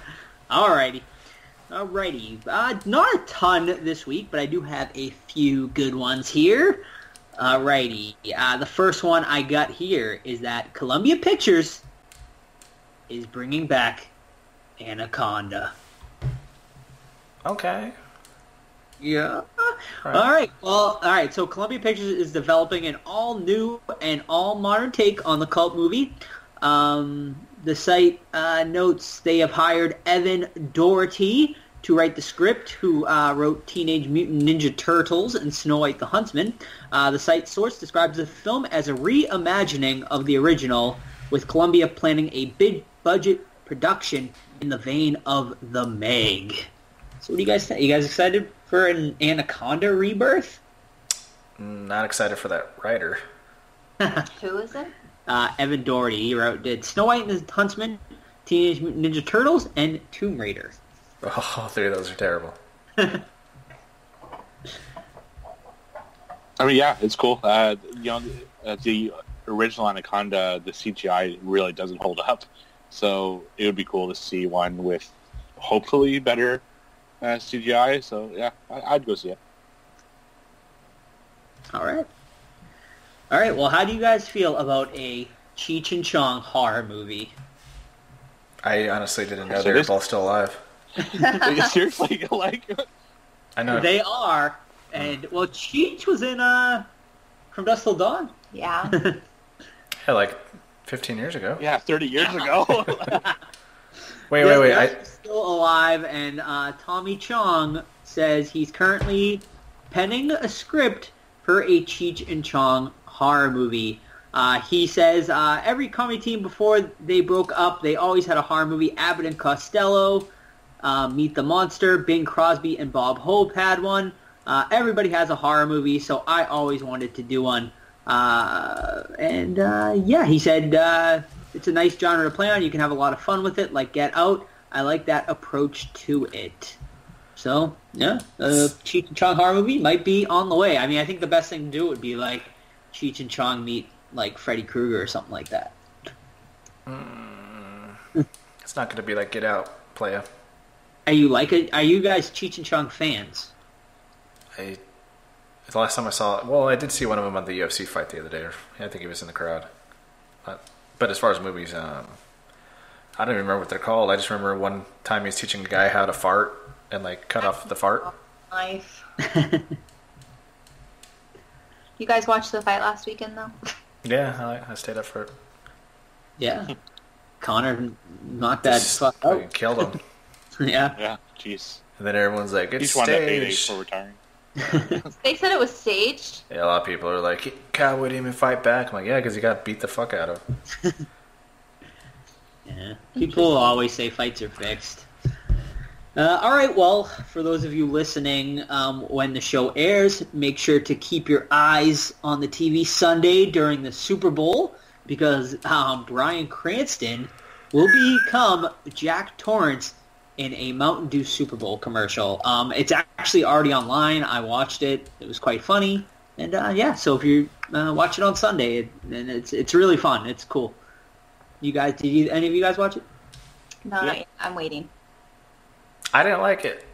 Speaker 8: Alrighty. Uh, not a ton this week, but I do have a few good ones here. Alrighty. Uh, the first one I got here is that Columbia Pictures is bringing back Anaconda.
Speaker 7: Okay.
Speaker 8: Yeah.
Speaker 7: Right.
Speaker 8: All right. Well, all right. So Columbia Pictures is developing an all new and all modern take on the cult movie. Um, the site uh, notes they have hired Evan Doherty to write the script, who uh, wrote Teenage Mutant Ninja Turtles and Snow White the Huntsman. Uh, the site source describes the film as a reimagining of the original, with Columbia planning a big budget production in the vein of The Meg. So what do you guys think? You guys excited for an Anaconda rebirth?
Speaker 7: Not excited for that writer. [laughs]
Speaker 10: Who is it?
Speaker 8: Uh, Evan Doherty, he wrote, did Snow White and the Huntsman, Teenage Mutant Ninja Turtles, and Tomb Raider.
Speaker 7: Oh, all three of those are terrible.
Speaker 9: I mean, yeah, it's cool. Uh, you know, uh, the original Anaconda, the CGI really doesn't hold up, so it would be cool to see one with hopefully better uh, CGI. So yeah, I, I'd go see it.
Speaker 8: All right. All right, well, how do you guys feel about a Cheech and Chong horror movie?
Speaker 7: I honestly didn't know
Speaker 9: So
Speaker 7: they were
Speaker 9: this-
Speaker 7: both still alive.
Speaker 9: Seriously, [laughs] like
Speaker 7: I know.
Speaker 8: They are, and, well, Cheech was in, uh, From Dusk Till Dawn.
Speaker 10: Yeah.
Speaker 7: yeah, like 15 years ago.
Speaker 9: yeah, thirty years ago.
Speaker 7: Wait, wait, wait.
Speaker 8: Yeah,
Speaker 7: I,
Speaker 8: he's still alive, and uh, Tommy Chong says he's currently penning a script for a Cheech and Chong horror movie. Uh, he says uh, every comedy team before they broke up, they always had a horror movie. Abbott and Costello, uh, Meet the Monster, Bing Crosby, and Bob Hope had one. Uh, everybody has a horror movie, so I always wanted to do one. Uh, and uh, yeah, he said uh, it's a nice genre to play on. You can have a lot of fun with it, like Get Out. I like that approach to it. So yeah, uh, Cheech and Chong horror movie might be on the way. I mean, I think the best thing to do would be like Cheech and Chong meet like Freddy Krueger or something like that.
Speaker 7: it's not going to be like Get Out, playa.
Speaker 8: Are you like a, Are you guys Cheech and Chong fans?
Speaker 7: I the last time I saw well, I did see one of them on the UFC fight the other day. I think he was in the crowd. But, but as far as movies, um, I don't even remember what they're called. I just remember one time he was teaching a guy how to fart and like cut off the fart.
Speaker 10: [laughs] Life. you guys watched the fight last weekend, though?
Speaker 7: Yeah, I, I stayed up for it.
Speaker 8: Yeah, Connor knocked that fuck
Speaker 7: Fucking
Speaker 8: out.
Speaker 7: killed him.
Speaker 8: [laughs] Yeah,
Speaker 9: yeah, jeez.
Speaker 7: And then everyone's like, "It's
Speaker 9: Each one that payday
Speaker 7: staged."
Speaker 9: for retiring.
Speaker 10: They said it was staged.
Speaker 7: Yeah, a lot of people are like, "God, would not even fight back?" I'm like, "Yeah, because he got beat the fuck out of."
Speaker 8: yeah. People always say fights are fixed. Uh, all right, well, for those of you listening, um, when the show airs, make sure to keep your eyes on the TV Sunday during the Super Bowl because um, Brian Cranston will become Jack Torrance in a Mountain Dew Super Bowl commercial. Um, it's actually already online. I watched it. It was quite funny. And uh, yeah, so if you uh, watch it on Sunday, it, and it's it's really fun. It's cool. You guys, did you, any of you guys watch it?
Speaker 10: No, not yet. I'm waiting.
Speaker 7: I didn't like it.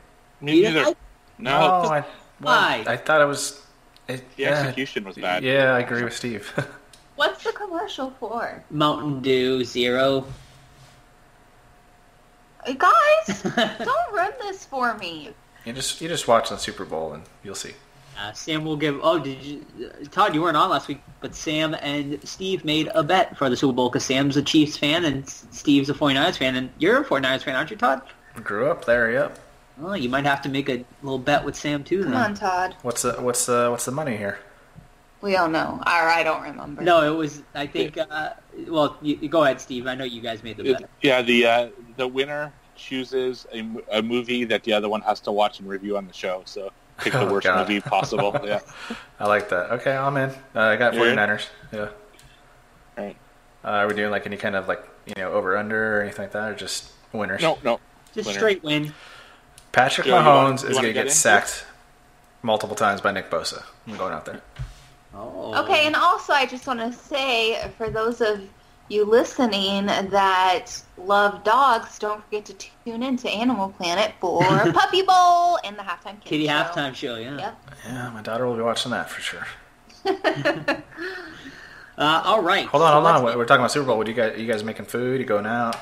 Speaker 9: Me
Speaker 8: Yeah,
Speaker 9: neither.
Speaker 8: I-
Speaker 9: No,
Speaker 7: Oh, I, well,
Speaker 8: Why?
Speaker 7: I thought it was. It,
Speaker 9: the execution was bad.
Speaker 7: Yeah, I agree with Steve. [laughs]
Speaker 10: What's the commercial for?
Speaker 8: Mountain Dew Zero.
Speaker 10: Uh, [laughs] Guys, don't run this for me.
Speaker 7: you just you just watch the Super Bowl and you'll see.
Speaker 8: Uh, Sam will give. Oh, did you, uh, Todd? You weren't on last week, but Sam and Steve made a bet for the Super Bowl because Sam's a Chiefs fan and S- Steve's a 49ers fan, and you're a 49ers fan, aren't you, Todd?
Speaker 7: Grew up there, yep.
Speaker 8: Well, you might have to make a little bet with Sam too.
Speaker 10: Come
Speaker 8: then.
Speaker 10: on, Todd.
Speaker 7: What's the what's the what's the money here?
Speaker 10: We all know. Or I don't remember.
Speaker 8: No, it was. I think. Uh, well, you, you go ahead, Steve. I know you guys made the bet.
Speaker 9: Yeah, the uh, the winner chooses a, m- a movie that the other one has to watch and review on the show. So pick the
Speaker 7: Oh,
Speaker 9: worst
Speaker 7: God.
Speaker 8: [laughs]
Speaker 9: movie possible. Yeah.
Speaker 7: I like that. Okay, I'm in. Uh, I got
Speaker 9: You're in?
Speaker 7: 49ers. Yeah.
Speaker 9: Alright.
Speaker 7: Uh, are we doing like any kind of like you know over under or anything like that, or just winners?
Speaker 9: No, no.
Speaker 8: Just
Speaker 9: Winner.
Speaker 8: straight win.
Speaker 7: Patrick
Speaker 9: Joe, you wanna-
Speaker 7: Mahomes
Speaker 9: you
Speaker 7: is going
Speaker 9: wanna
Speaker 7: to
Speaker 9: get
Speaker 7: get
Speaker 9: in?
Speaker 7: sacked multiple times by Nick Bosa. I'm going out there.
Speaker 8: Oh.
Speaker 10: Okay, and also I just want to say for those of you listening that love dogs, don't forget to tune in to Animal Planet [laughs] for Puppy Bowl and the halftime kids
Speaker 8: Kitty
Speaker 10: show.
Speaker 8: halftime show. Yeah.
Speaker 10: Yep.
Speaker 7: Yeah, my daughter will be watching that for sure.
Speaker 8: Uh, all right.
Speaker 7: Hold on, hold on.
Speaker 8: So
Speaker 7: We're
Speaker 8: let's-
Speaker 7: we're talking about Super Bowl. What do you guys? You guys making food? You going out?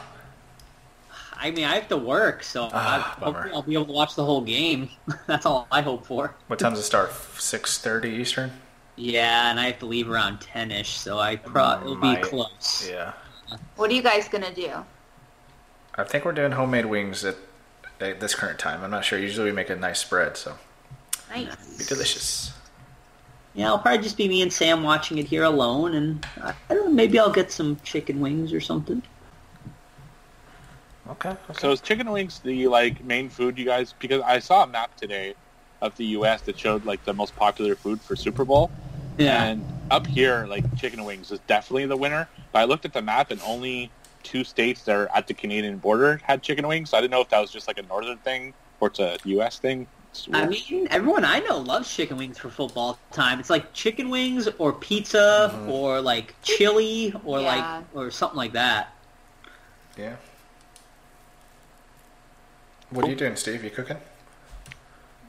Speaker 8: I mean, I have to work, so I,
Speaker 7: Ah, bummer.
Speaker 8: hopefully I'll be able to watch the whole game. [laughs] That's all I hope for.
Speaker 7: What time does it start? Six thirty Eastern.
Speaker 8: Yeah, and I have to leave around ten-ish, so I pro it'll be
Speaker 7: Might.
Speaker 8: close.
Speaker 7: Yeah,
Speaker 10: What are you guys gonna do?
Speaker 7: I think we're doing homemade wings at, at this current time. I'm not sure. Usually we make a nice spread, so be
Speaker 10: Nice.
Speaker 7: delicious.
Speaker 8: Yeah, it'll probably just be me and Sam watching it here alone, and I I don't know, maybe I'll get some chicken wings or something.
Speaker 7: Okay. okay.
Speaker 9: So is chicken wings the like main food you guys? Because I saw a map today of the U.S. that showed like the most popular food for Super Bowl,
Speaker 8: Yeah,
Speaker 9: and up here like chicken wings is definitely the winner. But I looked at the map and only two states that are at the Canadian border had chicken wings. So I didn't know if that was just like a northern thing or it's a U.S. thing. It's
Speaker 8: I
Speaker 9: weird.
Speaker 8: mean, everyone I know loves chicken wings for football time. It's like chicken wings or pizza or like chili or
Speaker 10: Yeah.
Speaker 8: like or something like that.
Speaker 7: Yeah. What are you doing, Steve? You cooking?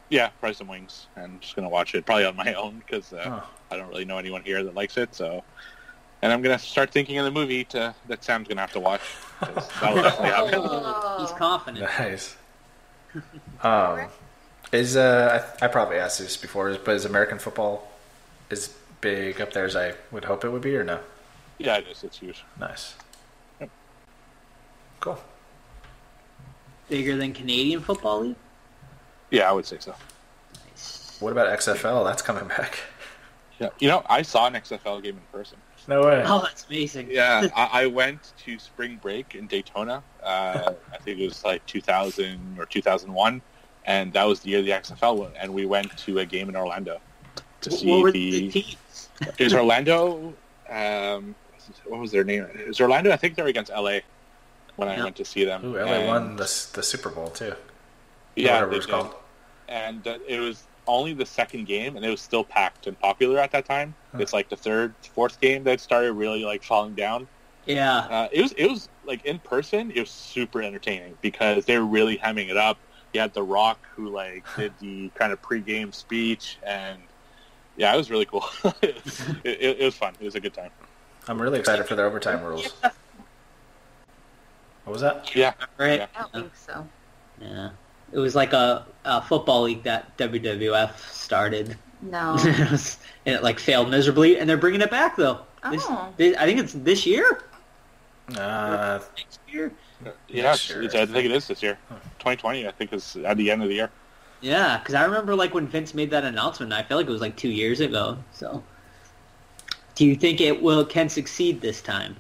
Speaker 9: yeah, probably some wings. And I'm just gonna watch it probably on my [laughs] own because uh,
Speaker 7: Oh.
Speaker 9: I don't really know anyone here that likes it. So, and I'm gonna start thinking of the movie to, that Sam's gonna have to watch. 'cause That'll definitely happen.
Speaker 10: [laughs]
Speaker 8: Oh, he's
Speaker 7: [laughs]
Speaker 8: confident.
Speaker 7: [laughs] Nice. Um, is uh, I, I probably asked this before, but is American football as big up there as I would hope it would be, or no?
Speaker 9: Yeah, it is. It's huge.
Speaker 7: Nice. Cool.
Speaker 8: Bigger than Canadian Football League.
Speaker 9: Yeah, I would say so.
Speaker 7: What about XFL? That's coming back.
Speaker 9: Yeah. You know, I saw an XFL game in person.
Speaker 7: No way.
Speaker 8: Oh, that's amazing. [laughs]
Speaker 9: Yeah, I, I went to spring break in Daytona. Uh, I think it was like 2000 or 2001, and that was the year the XFL won. And we went to a game in Orlando to
Speaker 8: What
Speaker 9: see
Speaker 8: were
Speaker 9: the.
Speaker 8: the teams?
Speaker 9: it was Orlando. Um, what was their name? It was Orlando. I think they were against LA when I
Speaker 8: Yeah.
Speaker 9: went to see them.
Speaker 7: Ooh, LA
Speaker 9: And-
Speaker 7: won the s- the Super Bowl too.
Speaker 9: Yeah,
Speaker 7: whatever
Speaker 9: they
Speaker 7: it was
Speaker 9: did.
Speaker 7: called.
Speaker 9: and uh, it was only the second game, and it was still packed and popular at that time.
Speaker 7: Huh.
Speaker 9: It's like the third, fourth game that started really like falling down.
Speaker 8: Yeah.
Speaker 9: Uh, it was, it was like in person, it was super entertaining because they were really hemming it up. You had The Rock who [laughs] like did the kind of pregame speech, and yeah, it was really cool. [laughs] it, it, it was fun. It was a good time.
Speaker 7: I'm really excited for the overtime rules. What was that?
Speaker 9: Yeah,
Speaker 8: Right.
Speaker 9: Yeah.
Speaker 10: I don't think so.
Speaker 8: Yeah. It was like a, a football league that WWF started.
Speaker 10: [laughs] No.
Speaker 8: [laughs] It was- and it like failed miserably, and they're bringing it back though. This-
Speaker 10: Oh.
Speaker 8: thi- I think it's this year.
Speaker 7: Uh,
Speaker 8: Next year.
Speaker 9: yeah.
Speaker 7: Sure.
Speaker 9: it's- I think it is this year. 2020, I think, is at the end of the year.
Speaker 8: Yeah, because I remember like when Vince made that announcement. I feel like it was like two years ago. So, do you think it will can succeed this time?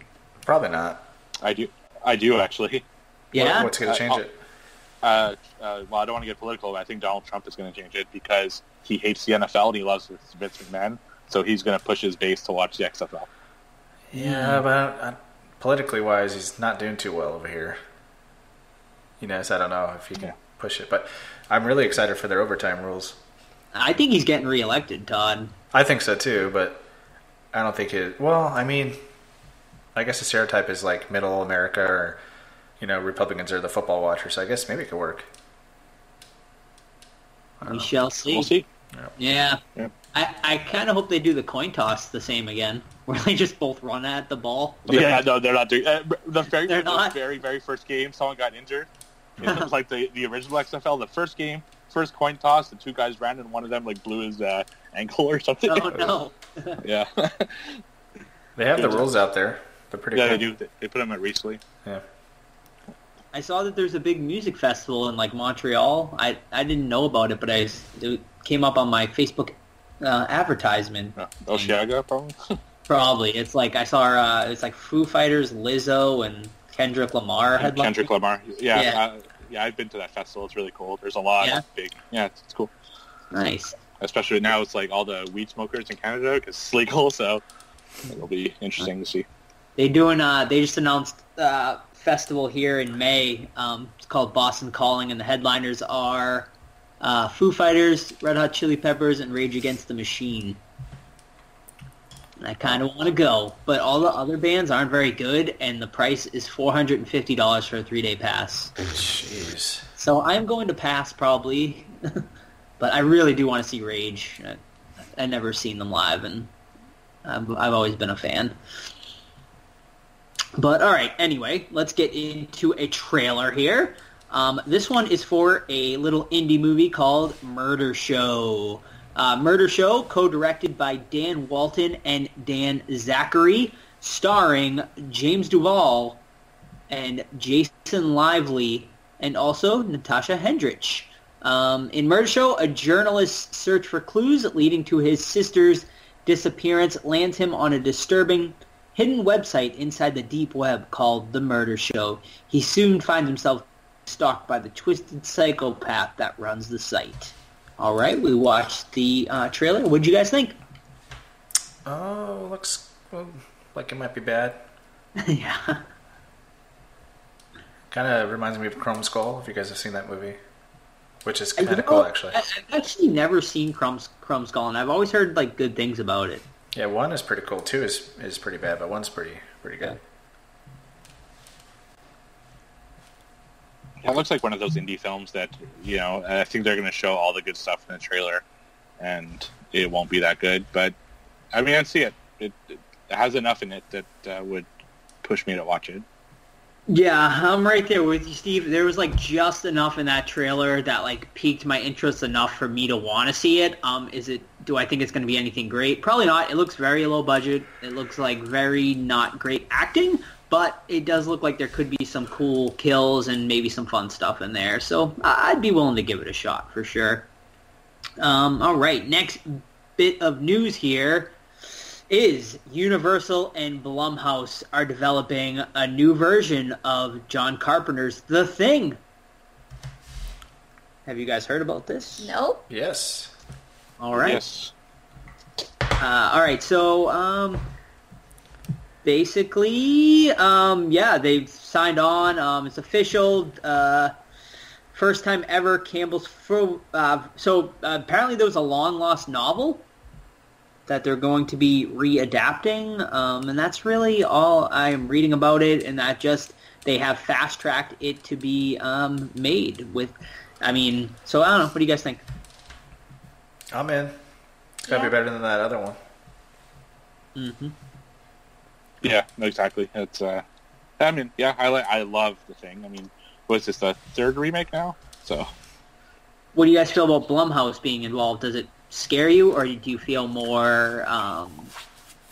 Speaker 7: probably not.
Speaker 9: I do, I do actually. [laughs]
Speaker 8: Yeah.
Speaker 7: What- what's going to change
Speaker 9: Uh,
Speaker 7: it?
Speaker 9: uh, uh, well, I don't want to get political, but I think Donald Trump is going to change it because he hates the NFL and he loves Vince McMahon, so he's going to push his base to watch the XFL.
Speaker 7: Yeah,
Speaker 9: hmm.
Speaker 7: but I, don't- I, politically wise, he's not doing too well over here. You know, so I don't know if he can
Speaker 9: Yeah.
Speaker 7: push it, but I'm really excited for their overtime rules.
Speaker 8: I think he's getting reelected, Todd.
Speaker 7: I think so too, but I don't think it. Well, I mean, I guess the stereotype is like middle America or, you know, Republicans are the football watchers, so I guess maybe it could work.
Speaker 8: We shall see.
Speaker 9: We'll see.
Speaker 8: Yeah.
Speaker 9: Yeah.
Speaker 8: I, I kind of hope they do the coin toss the same again, [laughs] where they just both run at the ball.
Speaker 9: Yeah, no, they're not doing. Uh, the very,
Speaker 8: They're
Speaker 9: the
Speaker 8: not.
Speaker 9: very, very first game, someone
Speaker 8: [laughs]
Speaker 9: got injured. It was like the the original XFL, the first game, first coin toss, the two guys ran and one of them like blew his uh, ankle or something.
Speaker 8: Oh no!
Speaker 9: [laughs] Yeah,
Speaker 7: They have the rules out there. They're pretty
Speaker 9: yeah, they
Speaker 7: good.
Speaker 9: do. They put them at Reesley.
Speaker 7: Yeah.
Speaker 8: I saw that there's a big music festival in like Montreal. I I didn't know about it, but I it came up on my Facebook uh, advertisement.
Speaker 9: Oshiaga, Oh, probably.
Speaker 8: Probably it's like I saw uh, it's like Foo Fighters, Lizzo, and Kendrick Lamar
Speaker 9: And
Speaker 8: headline.
Speaker 9: Kendrick Lamar. Yeah,
Speaker 8: Yeah.
Speaker 9: yeah. Uh, yeah, I've been to that festival. It's really cool. There's a lot
Speaker 8: Yeah?
Speaker 9: of big. Yeah, it's, it's cool.
Speaker 8: Nice.
Speaker 9: Especially now, it's like all the weed smokers in Canada because it's legal. So it'll be interesting to see.
Speaker 8: They doing uh they just announced uh festival here in May. Um it's called Boston Calling and the headliners are uh Foo Fighters, Red Hot Chili Peppers and Rage Against the Machine. And I kind of want to go, but all the other bands aren't very good and the price is $450 for a 3-day pass.
Speaker 7: Jeez.
Speaker 8: So I'm going to pass probably, [laughs] but I really do want to see Rage. I, I've never seen them live, and I've, I've always been a fan. But all right, anyway, let's get into a trailer here. Um, this one is for a little indie movie called Murder Show. Uh, Murder Show, co-directed by Dan Walton and Dan Zachary, starring James Duvall, and Jason Lively, and also Natasha Hendrich. Um, in Murder Show, a journalist's search for clues leading to his sister's disappearance lands him on a disturbing hidden website inside the deep web called The Murder Show. He soon finds himself stalked by the twisted psychopath that runs the site. All right, we watched the uh, trailer. What'd you guys think? [laughs]
Speaker 7: Oh, looks well, like it might be bad.
Speaker 8: yeah.
Speaker 7: Kind of reminds me of Chrome Skull, if you guys have seen that movie. Which is
Speaker 8: I
Speaker 7: kind of
Speaker 8: don't-
Speaker 7: cool, actually.
Speaker 8: I, I've actually never seen Crumb, Crumb Skull, and I've always heard like good things about it.
Speaker 7: Yeah, one is pretty cool. Two is is pretty bad, but one's pretty pretty good.
Speaker 9: That looks like one of those indie films that you know. I think they're going to show all the good stuff in the trailer, and it won't be that good. But I mean, I'd see it. It, it has enough in it that uh, would push me to watch it.
Speaker 8: Yeah, I'm right there with you, Steve. There was like just enough in that trailer that like piqued my interest enough for me to want to see it. Um, is it? Do I think it's going to be anything great? Probably not. It looks very low budget. It looks like very not great acting, but it does look like there could be some cool kills and maybe some fun stuff in there. So I- I'd be willing to give it a shot for sure. Um, all right, next bit of news here is Universal and Blumhouse are developing a new version of John Carpenter's The Thing. Have you guys heard about this?
Speaker 10: Nope.
Speaker 7: Yes.
Speaker 8: All right.
Speaker 9: Yes.
Speaker 8: Uh, all right. So, um, basically, um, yeah, they've signed on. Um, it's official. Uh, first time ever. Campbell's. Fro- uh, so uh, apparently, there was a long lost novel that they're going to be readapting, um, and that's really all I'm reading about it. And that just they have fast tracked it to be um, made with. I mean, so I don't know. What do you guys think?
Speaker 7: I'm in. It's gotta
Speaker 10: Yeah.
Speaker 7: be better than that other one.
Speaker 8: Mm-hmm.
Speaker 9: Yeah. No, exactly. It's. Uh, I mean, yeah. I like. I love the thing. I mean, was this the third remake now? So
Speaker 8: What do you guys feel about Blumhouse being involved? Does it scare you, or do you feel more, um,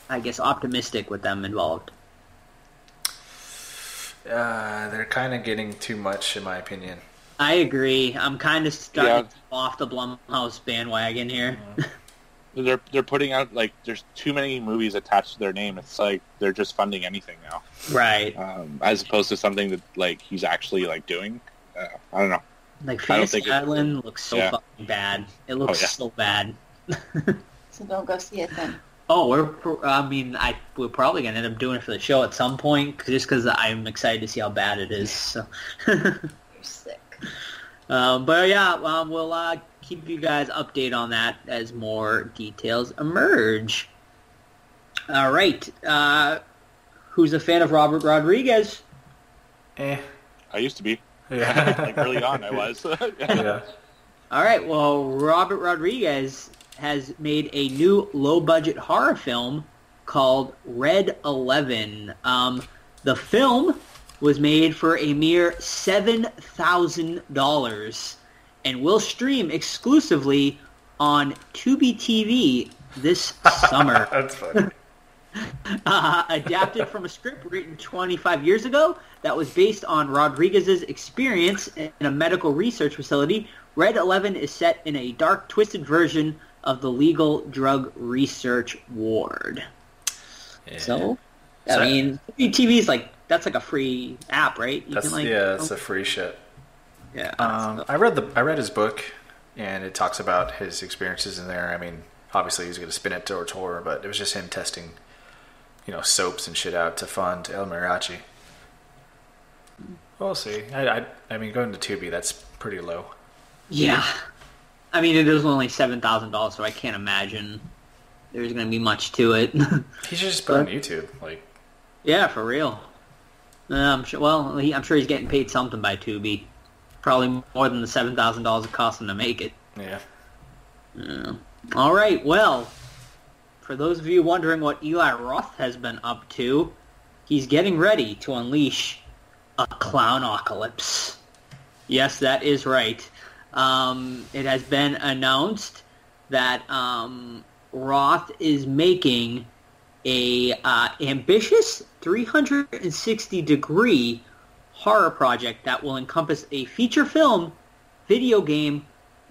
Speaker 8: I guess, optimistic with them involved?
Speaker 7: Uh, they're kind of getting too much, in my opinion.
Speaker 8: I agree. I'm kind of starting
Speaker 9: Yeah.
Speaker 8: to fall off the Blumhouse bandwagon here.
Speaker 9: they're they're putting out like there's too many movies attached to their name. It's like they're just funding anything now,
Speaker 8: [laughs] right.
Speaker 9: um, as opposed to something that like he's actually like doing. Uh, I don't know.
Speaker 8: Like
Speaker 9: I don't
Speaker 8: Fantasy
Speaker 9: think it-
Speaker 8: Island looks so
Speaker 9: Yeah. Oh,
Speaker 8: fucking bad. It looks
Speaker 9: yeah.
Speaker 8: so bad.
Speaker 10: So don't go see it then.
Speaker 8: Oh, we're. pr- I mean, I we're probably gonna end up doing it for the show at some point, just because I'm excited to see how bad it is. So. [laughs]
Speaker 10: You're sick.
Speaker 8: Um, but yeah, um, we'll uh, keep you guys updated on that as more details emerge. All right. Uh, who's a fan of Robert Rodriguez?
Speaker 9: [laughs]
Speaker 7: Eh.
Speaker 9: I used to be
Speaker 7: Yeah.
Speaker 9: like early on. I was.
Speaker 7: [laughs]
Speaker 9: [laughs]
Speaker 7: yeah.
Speaker 8: All right. Well, Robert Rodriguez has made a new low-budget horror film called Red Eleven. Um, the film was made for a mere seven thousand dollars and will stream exclusively on Tubi TV this summer.
Speaker 7: That's funny.
Speaker 8: uh, [laughs] adapted from a script written 25 years ago that was based on Rodriguez's experience in a medical research facility. Red 11 is set in a dark, twisted version of the legal drug research ward.
Speaker 7: So-
Speaker 8: So, I mean, TV is like that's like a free app, right? You
Speaker 7: That's
Speaker 8: like, oh,
Speaker 7: yeah, it's a free shit.
Speaker 8: yeah.
Speaker 7: Um, I read the I read his book, and it talks about his experiences in there. I mean, obviously he's going to spin it towards horror, but it was just him testing, you know, soaps and shit out to fund El Mariachi. We'll see. I I, I mean, going to Tubi, that's pretty low.
Speaker 8: Yeah. I mean, it is only $7,000, so I can't imagine there's going to be much to it. [laughs]
Speaker 7: He should just put it on YouTube. Like,
Speaker 8: yeah, for real. Uh, I'm sure, well, he, I'm sure he's getting paid something by Tubi. Probably more than the $7,000 it cost him to make it.
Speaker 7: yeah,
Speaker 8: All right, well, for those of you wondering what Eli Roth has been up to, he's getting ready to unleash a clown apocalypse. Yes, that is right. Um, it has been announced that um, Roth is making a uh, ambitious 360 degree horror project that will encompass a feature film, video game,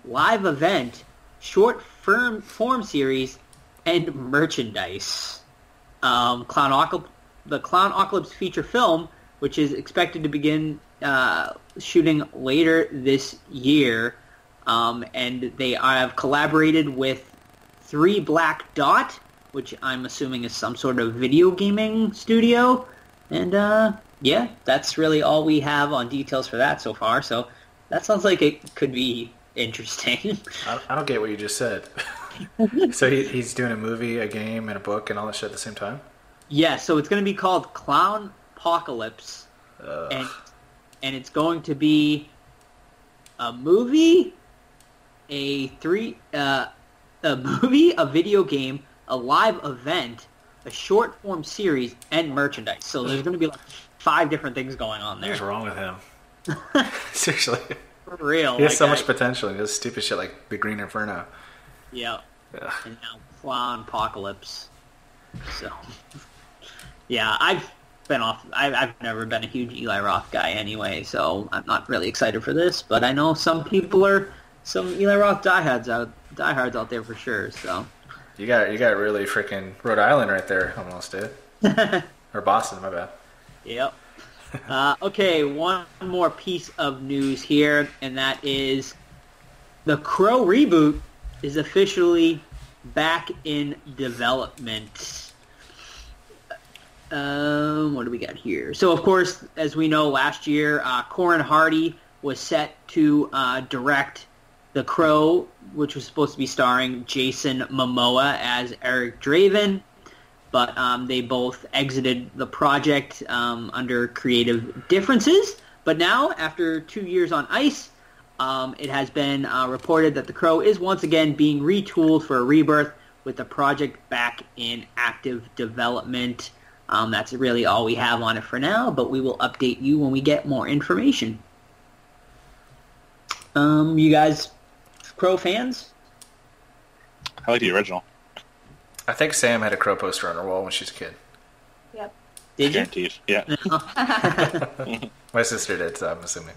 Speaker 8: live event, short firm form series, and merchandise. Um, Clown Ocul- the Clown Apocalypse feature film, which is expected to begin uh, shooting later this year, um, and they have collaborated with Three Black Dot, which I'm assuming is some sort of video gaming studio. And uh, yeah, that's really all we have on details for that so far. So that sounds like it could be interesting. [laughs]
Speaker 7: I, don't- I don't get what you just said. so he, he's doing a movie, a game, and a book, and all that shit at the same time.
Speaker 8: yeah, so it's going to be called Clown Apocalypse, and and it's going to be a movie, a three uh, a [laughs] movie, a video game, a live event, a short form series, and merchandise. So there's going to be like five different things going on there.
Speaker 7: What's wrong with him? [laughs] Seriously,
Speaker 8: For real,
Speaker 7: he has
Speaker 8: like,
Speaker 7: so
Speaker 8: I-
Speaker 7: much potential. and He does stupid shit like the Green Inferno.
Speaker 8: Yeah.
Speaker 7: Ugh.
Speaker 8: And now Clown Apocalypse. So, [laughs] yeah, I've been off. I've, I've never been a huge Eli Roth guy anyway, so I'm not really excited for this. But I know some people are some Eli Roth diehards out diehards out there for sure. So,
Speaker 7: You got you got really freaking Rhode Island right there, almost dude. or Boston, my bad.
Speaker 8: yep. Uh, okay, one more piece of news here, and that is the Crow reboot is officially back in development. Um, what do we got here? So, of course, as we know, last year, uh, Corin Hardy was set to uh, direct The Crow, which was supposed to be starring Jason Momoa as Eric Draven, but um, they both exited the project um, under creative differences. But now, after two years on ice, um, it has been uh, reported that The Crow is once again being retooled for a rebirth with the project back in active development. Um, that's really all we have on it for now, but we will update you when we get more information. Um, you guys, Crow fans?
Speaker 9: I like the original.
Speaker 7: I think Sam had a crow poster on her wall when she was a kid.
Speaker 10: Yep.
Speaker 8: Did you?
Speaker 9: Guaranteed. Yeah.
Speaker 7: My sister did, so I'm assuming.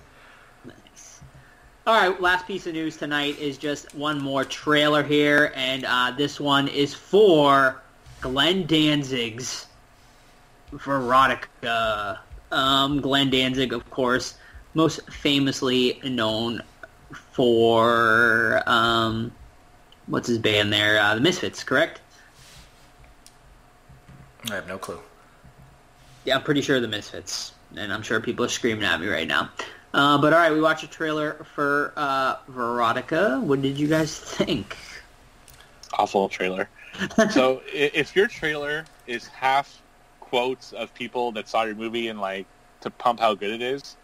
Speaker 8: All right, last piece of news tonight is just one more trailer here, and uh, this one is for Glenn Danzig's Veronica. Um, Glenn Danzig, of course, most famously known for um, what's his band there, uh, the Misfits, correct?
Speaker 7: I have no clue.
Speaker 8: Yeah, I'm pretty sure the Misfits, and I'm sure people are screaming at me right now. Uh, but all right, we watched a trailer for uh, Veronica. What did you guys think?
Speaker 9: awful trailer. so i- if your trailer is half quotes of people that saw your movie and like to pump how good it is,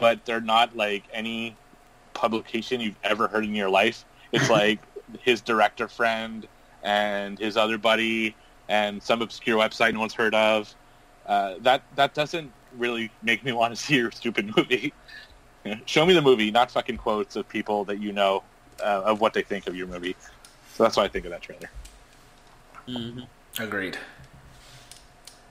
Speaker 9: but they're not like any publication you've ever heard in your life, it's like his director friend and his other buddy and some obscure website no one's heard of. Uh, that that doesn't really make me want to see your stupid movie. [laughs] Show me the movie, not fucking quotes of people that you know uh, of what they think of your movie. So that's what I think of that trailer.
Speaker 7: Agreed.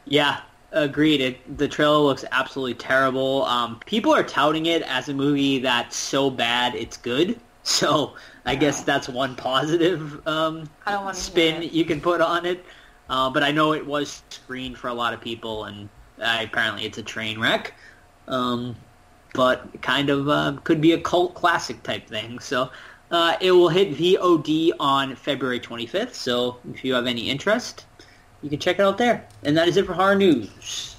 Speaker 8: Yeah, agreed. It, the trailer looks absolutely terrible. Um, people are touting it as a movie that's so bad it's good. So I guess that's one positive um,
Speaker 10: I don't want to
Speaker 8: spin
Speaker 10: Hear it.
Speaker 8: you can put on it. Uh, but I know it was screened for a lot of people, and uh, apparently it's a train wreck. Um, but kind of uh, could be a cult classic type thing. So uh, it will hit VOD on February 25th. So if you have any interest, you can check it out there. And that is it for horror news.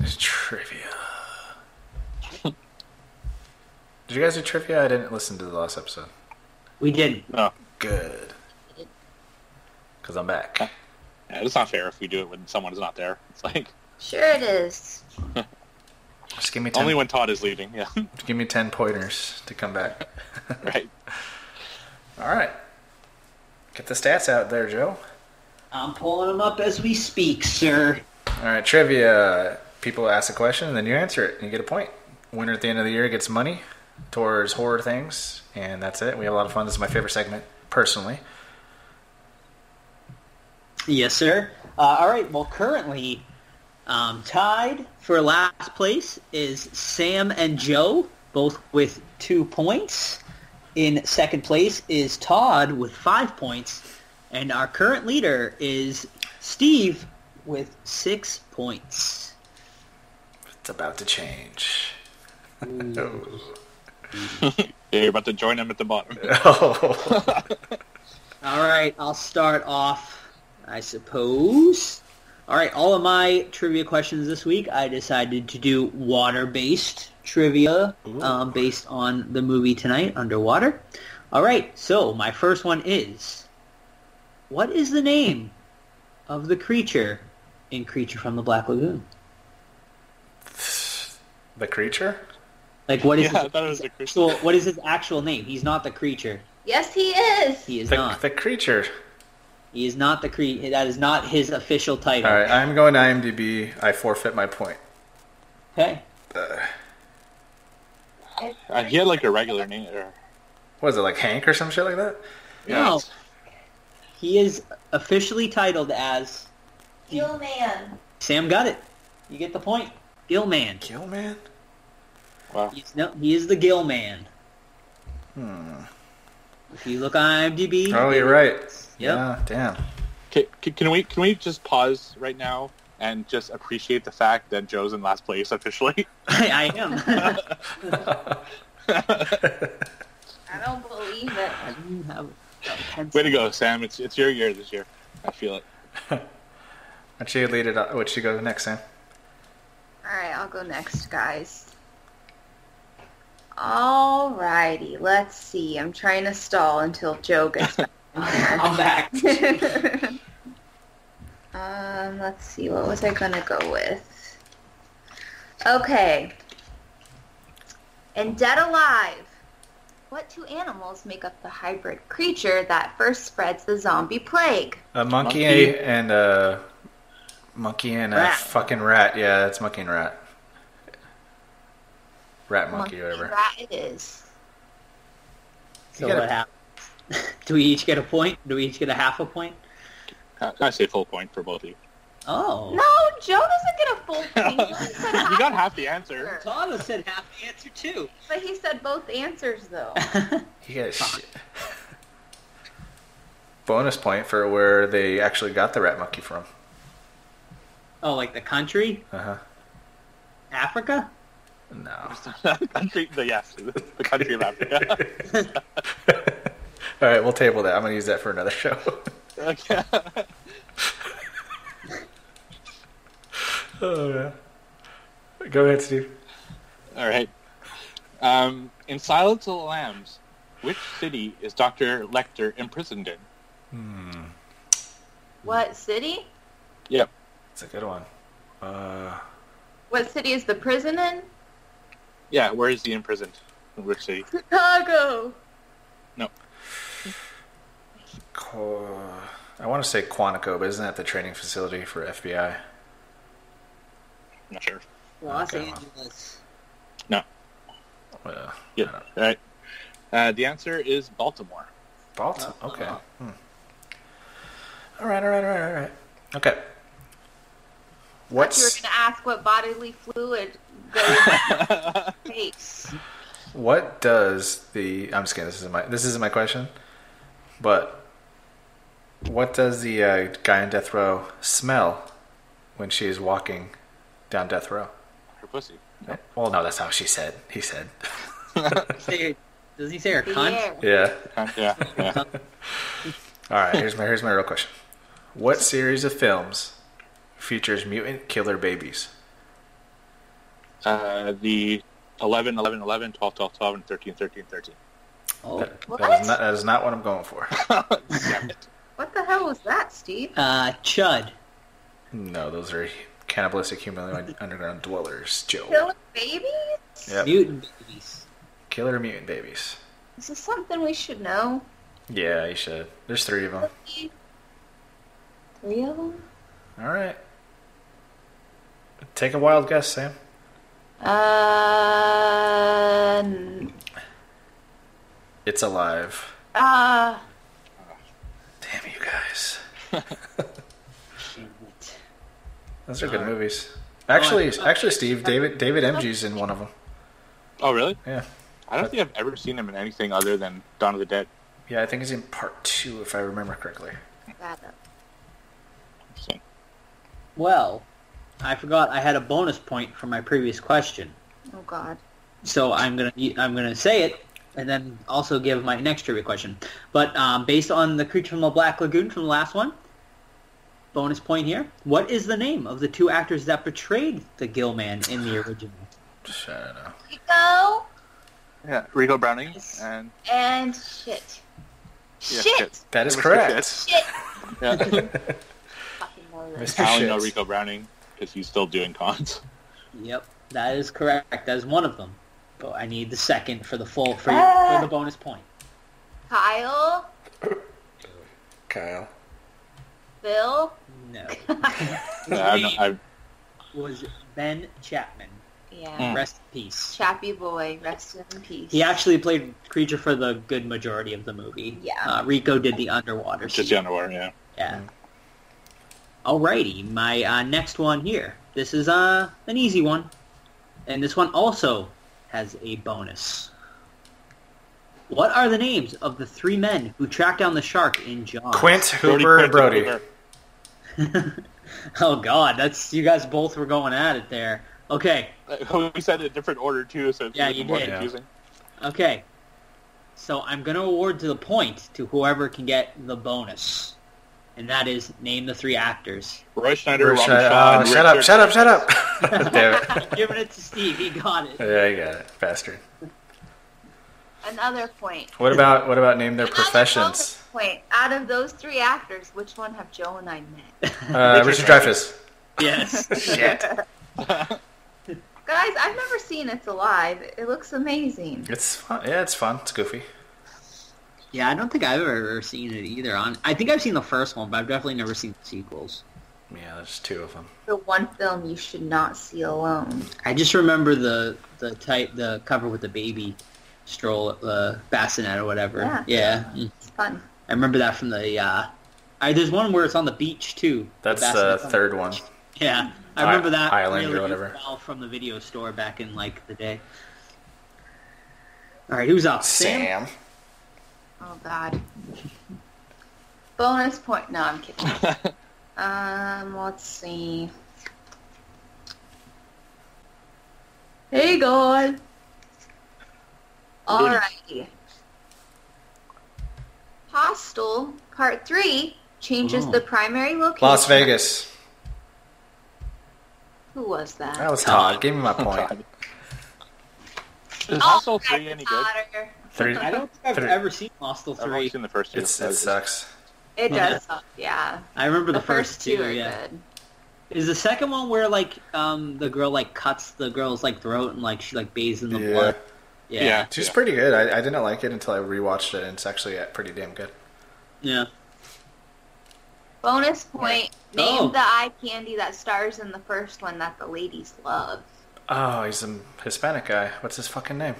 Speaker 7: Trivia. Did you guys do trivia? I didn't listen to the last episode.
Speaker 8: We did.
Speaker 7: Good. Because I'm back.
Speaker 9: Yeah, it's not fair if we do it when someone's not there. It's like
Speaker 10: Sure it is.
Speaker 7: Just give me 10,
Speaker 9: only when Todd is leaving. Yeah, [laughs]
Speaker 7: give me 10 pointers to come back. [laughs]
Speaker 9: right.
Speaker 7: All right. Get the stats out there, Joe.
Speaker 8: I'm pulling them up as we speak, sir.
Speaker 7: All right, trivia. People ask a question, and then you answer it, and you get a point. Winner at the end of the year gets money towards horror things, and that's it. We have a lot of fun. This is my favorite segment, personally.
Speaker 8: Yes, sir. Uh, all right. Well, currently um, tied for last place is Sam and Joe, both with two points. In second place is Todd with five points, and our current leader is Steve with six points.
Speaker 7: It's about to change.
Speaker 9: Yeah, you're about to join him at the bottom.
Speaker 7: [laughs]
Speaker 9: [laughs]
Speaker 7: Oh.
Speaker 8: All right, I'll start off, I suppose. All right, all of my trivia questions this week, I decided to do water-based trivia um, based on the movie tonight, Underwater. All right, so my first one is, what is the name of the creature in Creature from the Black Lagoon?
Speaker 7: the creature?
Speaker 8: Like, what is
Speaker 9: Yeah, I
Speaker 8: his
Speaker 9: thought it was the creature.
Speaker 8: actual, what is his actual name? He's not the creature.
Speaker 10: Yes, he is.
Speaker 8: He is
Speaker 7: The,
Speaker 8: not.
Speaker 7: the creature.
Speaker 8: He is not the cre. That is not his official title.
Speaker 7: All right, I'm going to IMDb. I forfeit my point.
Speaker 8: Okay.
Speaker 9: Uh, he had like a regular name. Or,
Speaker 7: What is it, like Hank or some shit like that?
Speaker 8: No.
Speaker 9: it's-
Speaker 8: He is officially titled as
Speaker 10: Steel man.
Speaker 8: Sam got it. You get the point. Gill Man.
Speaker 7: Kill Man?
Speaker 9: Wow.
Speaker 8: He's no he is the Gill Man. Hmm. If you look on IMDb
Speaker 7: Oh, you're right.
Speaker 8: Yep.
Speaker 7: Yeah, damn.
Speaker 9: Can, can we can we just pause right now and just appreciate the fact that Joe's in last place [laughs] officially?
Speaker 8: [laughs] I, I
Speaker 7: [laughs]
Speaker 8: am.
Speaker 10: I don't believe it.
Speaker 8: I do have a pencil.
Speaker 9: Way to go, Sam! It's it's your year this year. I feel it.
Speaker 7: Why don't you lead it up? What should you go next, Sam?
Speaker 10: All right, I'll go next, guys. Alrighty, let's see. I'm trying to stall until Joe gets back.
Speaker 8: [laughs] I'm back.
Speaker 10: [laughs] um, let's see. What was I gonna go with? Okay. In Dead Alive, what two animals make up the hybrid creature that first spreads the zombie plague?
Speaker 7: A monkey,
Speaker 9: Monkey.
Speaker 7: and a monkey and a
Speaker 8: Rat.
Speaker 7: fucking rat. Yeah, it's monkey and rat. Rat monkey, or whatever.
Speaker 10: rat it is.
Speaker 8: So
Speaker 7: You gotta-
Speaker 8: what happens? [laughs] do we each get a point? Do we each get a half a point?
Speaker 9: I, I say full point for both of you.
Speaker 8: Oh.
Speaker 10: No, Joe doesn't get a full point. He only said
Speaker 9: You got
Speaker 10: half,
Speaker 9: half the answer. [laughs]
Speaker 8: Tana said half the answer too.
Speaker 10: but he said both answers though.
Speaker 7: You guys. Shit. Bonus point for where they actually got the rat monkey from.
Speaker 8: Oh, like the country?
Speaker 7: Uh huh.
Speaker 8: Africa?
Speaker 7: No.
Speaker 9: country, the yes, the country of Africa. [laughs]
Speaker 7: [laughs] All right, we'll table that. I'm gonna use that for another [laughs] show.
Speaker 9: okay. [laughs]
Speaker 7: oh yeah. Go ahead, Steve.
Speaker 9: All right. Um, in Silence of the Lambs, which city is Doctor Lecter imprisoned in?
Speaker 10: what city?
Speaker 9: Yep.
Speaker 7: It's a good one. Uh,
Speaker 10: What city is the prison in?
Speaker 9: Yeah, where is he imprisoned? In which city?
Speaker 10: Chicago.
Speaker 9: No.
Speaker 7: Qu- I want to say Quantico, but isn't that the training facility for FBI?
Speaker 9: Not sure.
Speaker 8: Los
Speaker 7: Okay.
Speaker 8: Angeles.
Speaker 9: No.
Speaker 7: Well,
Speaker 9: Yeah. All right. Uh, the answer is Baltimore.
Speaker 7: Baltimore. Okay. Hmm. All right, all right, all right, all right. Okay.
Speaker 10: If you were
Speaker 7: What's
Speaker 10: going to ask what bodily fluid goes
Speaker 8: [laughs]
Speaker 10: in space.
Speaker 7: what does the I'm just kidding. This isn't my this isn't my question, but what does the uh, guy on death row smell when she is walking down death row?
Speaker 9: Her pussy.
Speaker 7: Well, no, that's how she said. He said. [laughs]
Speaker 8: Say- Does he say her
Speaker 10: The
Speaker 8: cunt?
Speaker 10: air.
Speaker 7: Yeah.
Speaker 9: Yeah. [laughs] yeah.
Speaker 7: All right. Here's my here's my real question. What series of films features mutant killer babies?
Speaker 9: uh, the 11, 11, 11, 12, 12, 12, and 13, 13, [laughs] 13.
Speaker 8: Oh.
Speaker 7: That,
Speaker 10: What?
Speaker 7: that is not that is not what I'm going for.
Speaker 10: What the hell was that, Steve?
Speaker 8: Uh, chud.
Speaker 7: No, those are cannibalistic humanoid underground dwellers, Joe.
Speaker 10: Killing babies?
Speaker 7: Yep.
Speaker 8: Mutant babies.
Speaker 7: Killer mutant babies.
Speaker 10: Is this something we should know?
Speaker 7: Yeah, you should. There's three of them.
Speaker 10: Real?
Speaker 7: All right. Take a wild guess, Sam.
Speaker 10: Uh, n-
Speaker 7: It's alive.
Speaker 10: uh,
Speaker 7: Damn you guys.
Speaker 8: Damn it.
Speaker 7: Those are good movies. Actually, actually, Steve, David, David MG's in one of them.
Speaker 9: Oh, really?
Speaker 7: Yeah,
Speaker 9: I don't think I've ever seen him in anything other than Dawn of the Dead.
Speaker 7: yeah. I think he's in part two, if I remember correctly.
Speaker 10: that up.
Speaker 9: So,
Speaker 8: Well, I forgot I had a bonus point for my previous question,
Speaker 10: Oh God.
Speaker 8: so I'm gonna I'm gonna say it and then also give my next trivia question. But um, based on the creature from the Black Lagoon from the last one, bonus point here. What is the name of the two actors that portrayed the Gill Man in the original?
Speaker 7: Just, I don't know.
Speaker 10: Rico
Speaker 9: yeah, Rico Browning
Speaker 10: Yes.
Speaker 9: and
Speaker 10: and shit.
Speaker 9: yeah,
Speaker 10: shit.
Speaker 7: That is
Speaker 9: Mr.
Speaker 7: correct.
Speaker 10: Shit.
Speaker 9: [laughs] Shit. Yeah.
Speaker 10: Fucking know this.
Speaker 7: Mr.
Speaker 9: I only know
Speaker 7: Shit.
Speaker 9: Rico Browning because he's still doing cons. [laughs]
Speaker 8: Yep, that is correct. That is one of them. But I need the second for the full for,
Speaker 10: Ah!
Speaker 8: for the bonus point.
Speaker 10: Kyle,
Speaker 7: Kyle.
Speaker 10: Bill.
Speaker 8: No,
Speaker 9: Yeah, I don't know, I-
Speaker 8: was Ben Chapman. Mm.
Speaker 10: Yeah.
Speaker 8: Rest in peace.
Speaker 10: Chappy boy, rest in peace.
Speaker 8: He actually played Creature for the good majority of the movie.
Speaker 10: Yeah.
Speaker 8: Uh, Rico did the underwater
Speaker 9: just
Speaker 8: scene.
Speaker 9: the underwear, yeah.
Speaker 8: Yeah. Alrighty, my uh, next one here. This is uh, an easy one. And this one also has a bonus. What are the names of the three men who tracked down the shark in Jaws?
Speaker 7: Quint, Hooper, and
Speaker 9: Brody.
Speaker 7: Brody.
Speaker 9: Hooper.
Speaker 8: [laughs] Oh god, that's you guys both were going at it there. Okay,
Speaker 9: Uh, [laughs] We said a different order too, so it's
Speaker 8: Yeah,
Speaker 9: even
Speaker 8: you
Speaker 9: more
Speaker 8: did.
Speaker 9: confusing.
Speaker 8: okay. So I'm gonna award to the point to whoever can get the bonus, and that is name the three actors. [laughs]
Speaker 9: Roy Schneider,
Speaker 7: Shut,
Speaker 9: Robin Shaw,
Speaker 7: oh,
Speaker 9: and
Speaker 7: shut up!
Speaker 9: Richard-
Speaker 7: Shut up! Shut up! [laughs] Damn
Speaker 8: [laughs]
Speaker 7: it!
Speaker 8: Giving it to Steve, he got it.
Speaker 7: [laughs] Yeah, you got it, bastard.
Speaker 10: Another point.
Speaker 7: What about what about name their
Speaker 10: Another
Speaker 7: professions?
Speaker 10: bonus Point. Out of those three actors, which one have Joe and I
Speaker 7: [laughs]
Speaker 10: met?
Speaker 7: Uh, Richard
Speaker 9: Richard
Speaker 7: Dreyfuss.
Speaker 8: Yes.
Speaker 7: Shit. [laughs]
Speaker 10: Guys, I've never seen It's Alive. It looks amazing.
Speaker 7: It's fun. Yeah, it's fun. It's goofy.
Speaker 8: yeah, I don't think I've ever, ever seen it either. On I think I've seen the first one, but I've definitely never seen the sequels.
Speaker 7: Yeah, there's two of them.
Speaker 10: The one film you should not see alone.
Speaker 8: I just remember the the type the cover with the baby stroll uh, bassinet or whatever.
Speaker 10: Yeah.
Speaker 8: yeah. Mm.
Speaker 10: It's fun.
Speaker 8: I remember that from the. Uh, I, there's one where it's on the beach too.
Speaker 7: That's uh, the
Speaker 8: bassinet.
Speaker 7: third one.
Speaker 8: Yeah, I
Speaker 7: I-
Speaker 8: remember that
Speaker 7: Island or
Speaker 8: really
Speaker 7: whatever.
Speaker 8: well from the video store back in like the day. All right, who's up?
Speaker 10: Oh God. Bonus point. No, I'm kidding.
Speaker 9: [laughs]
Speaker 10: um, let's see. Hey, God. Alrighty. Hostel Part Three changes
Speaker 8: Oh.
Speaker 10: the primary location.
Speaker 7: Mm. Las Vegas.
Speaker 10: Who was that?
Speaker 7: That was Todd. Give me my point.
Speaker 9: Is
Speaker 10: Oh,
Speaker 9: Hostel 3
Speaker 10: Harry
Speaker 9: any good?
Speaker 10: Potter. [laughs]
Speaker 7: Three.
Speaker 8: I don't think I've
Speaker 7: Three.
Speaker 8: ever seen Hostel
Speaker 9: I've only
Speaker 8: three.
Speaker 9: seen the first two.
Speaker 7: It's, it sucks.
Speaker 10: It
Speaker 8: Yeah.
Speaker 10: does. suck, Yeah.
Speaker 8: I remember the,
Speaker 10: first two are
Speaker 8: Yeah,
Speaker 10: good.
Speaker 8: is the second one where like um the girl like cuts the girl's like throat and like she like bathes in the
Speaker 7: Yeah.
Speaker 8: blood?
Speaker 9: yeah.
Speaker 8: Yeah,
Speaker 7: She's pretty good. I, I didn't like it until I rewatched it, and it's actually uh, pretty damn good.
Speaker 8: yeah.
Speaker 10: Bonus point. Name
Speaker 8: Oh.
Speaker 10: the eye candy that stars in the first one that the ladies love.
Speaker 7: Oh, he's a Hispanic guy. What's his fucking name?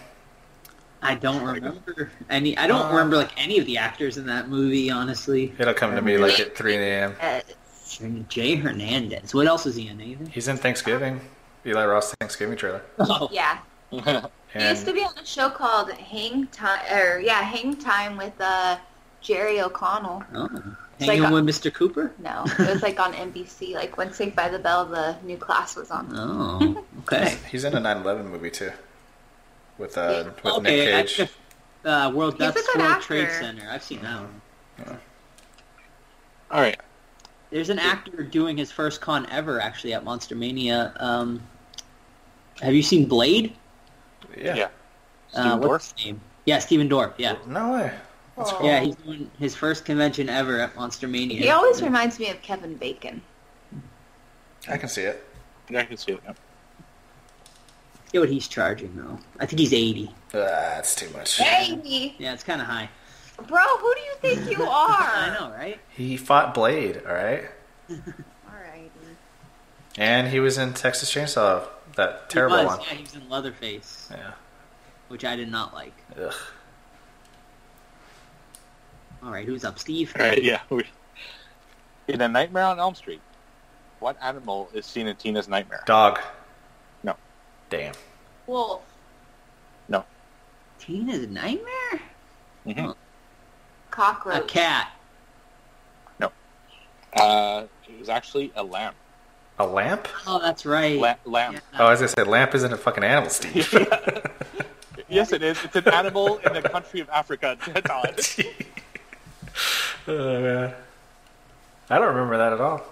Speaker 8: I don't remember any. I
Speaker 7: uh,
Speaker 8: don't remember like any of the actors in that movie, honestly.
Speaker 7: It'll come to me like at 3 a.m.
Speaker 10: Yes.
Speaker 8: Jay Hernandez. What else is he
Speaker 7: [laughs]
Speaker 8: in? Anything? Oh.
Speaker 7: He's in Thanksgiving. Eli Ross Thanksgiving trailer.
Speaker 10: Yeah. He used to
Speaker 7: And
Speaker 10: be on a show called Hang Time, or yeah, Hang Time with uh, Jerry O'Connell.
Speaker 8: Oh.
Speaker 10: It's
Speaker 8: Hanging
Speaker 10: like-
Speaker 8: with Mr. Cooper?
Speaker 10: No, it was like on NBC. Like when Saved by the Bell, the new class was on.
Speaker 8: Oh,
Speaker 7: [laughs]
Speaker 8: okay.
Speaker 7: he's in a 9/11 movie too, with uh with Nick
Speaker 8: okay,
Speaker 7: Cage.
Speaker 8: I- uh, World
Speaker 10: He's a
Speaker 8: Death
Speaker 10: good
Speaker 8: World
Speaker 10: actor.
Speaker 8: Trade Center. I've seen that one.
Speaker 9: [laughs] All right.
Speaker 8: There's an actor doing his first con ever, actually, at Monster Mania. Um, have you seen Blade?
Speaker 7: Yeah.
Speaker 9: Yeah.
Speaker 8: Uh, what's his name? Yeah, Steven Dorff. Yeah,
Speaker 7: No way.
Speaker 10: Oh.
Speaker 8: yeah, he's doing his first convention ever at Monster Mania.
Speaker 10: He always reminds me of Kevin Bacon.
Speaker 7: I can see it.
Speaker 9: Yeah, I can see it. Yep.
Speaker 8: Yeah, what he's charging though. I think he's 80.
Speaker 7: Ah, That's too much.
Speaker 10: Hey,
Speaker 8: Yeah, it's kind of high.
Speaker 10: bro, who do you think you are?
Speaker 8: I know, right?
Speaker 7: He fought Blade, all right,
Speaker 10: Alrighty.
Speaker 7: and he was in Texas Chainsaw, that terrible
Speaker 8: he was,
Speaker 7: one.
Speaker 8: Yeah, he was in Leatherface,
Speaker 7: Yeah.
Speaker 8: which I did not like.
Speaker 7: Ugh.
Speaker 8: All right, who's up, Steve?
Speaker 9: All right. Yeah. We- In a Nightmare on Elm Street, what animal is seen in Tina's nightmare?
Speaker 7: Dog.
Speaker 9: No.
Speaker 7: Damn.
Speaker 10: Wolf.
Speaker 8: Tina's nightmare.
Speaker 9: Mm-hmm.
Speaker 10: Cockroach.
Speaker 8: A cat.
Speaker 9: Uh, it was actually a lamb.
Speaker 7: A lamp?
Speaker 8: Oh, that's right.
Speaker 9: La- lamb.
Speaker 7: Oh, as I said, lamp isn't a fucking animal, Steve.
Speaker 9: Yes, it is. It's an animal in the country of Africa. [laughs] That's all it is.
Speaker 7: [laughs] oh man. I don't remember that at all.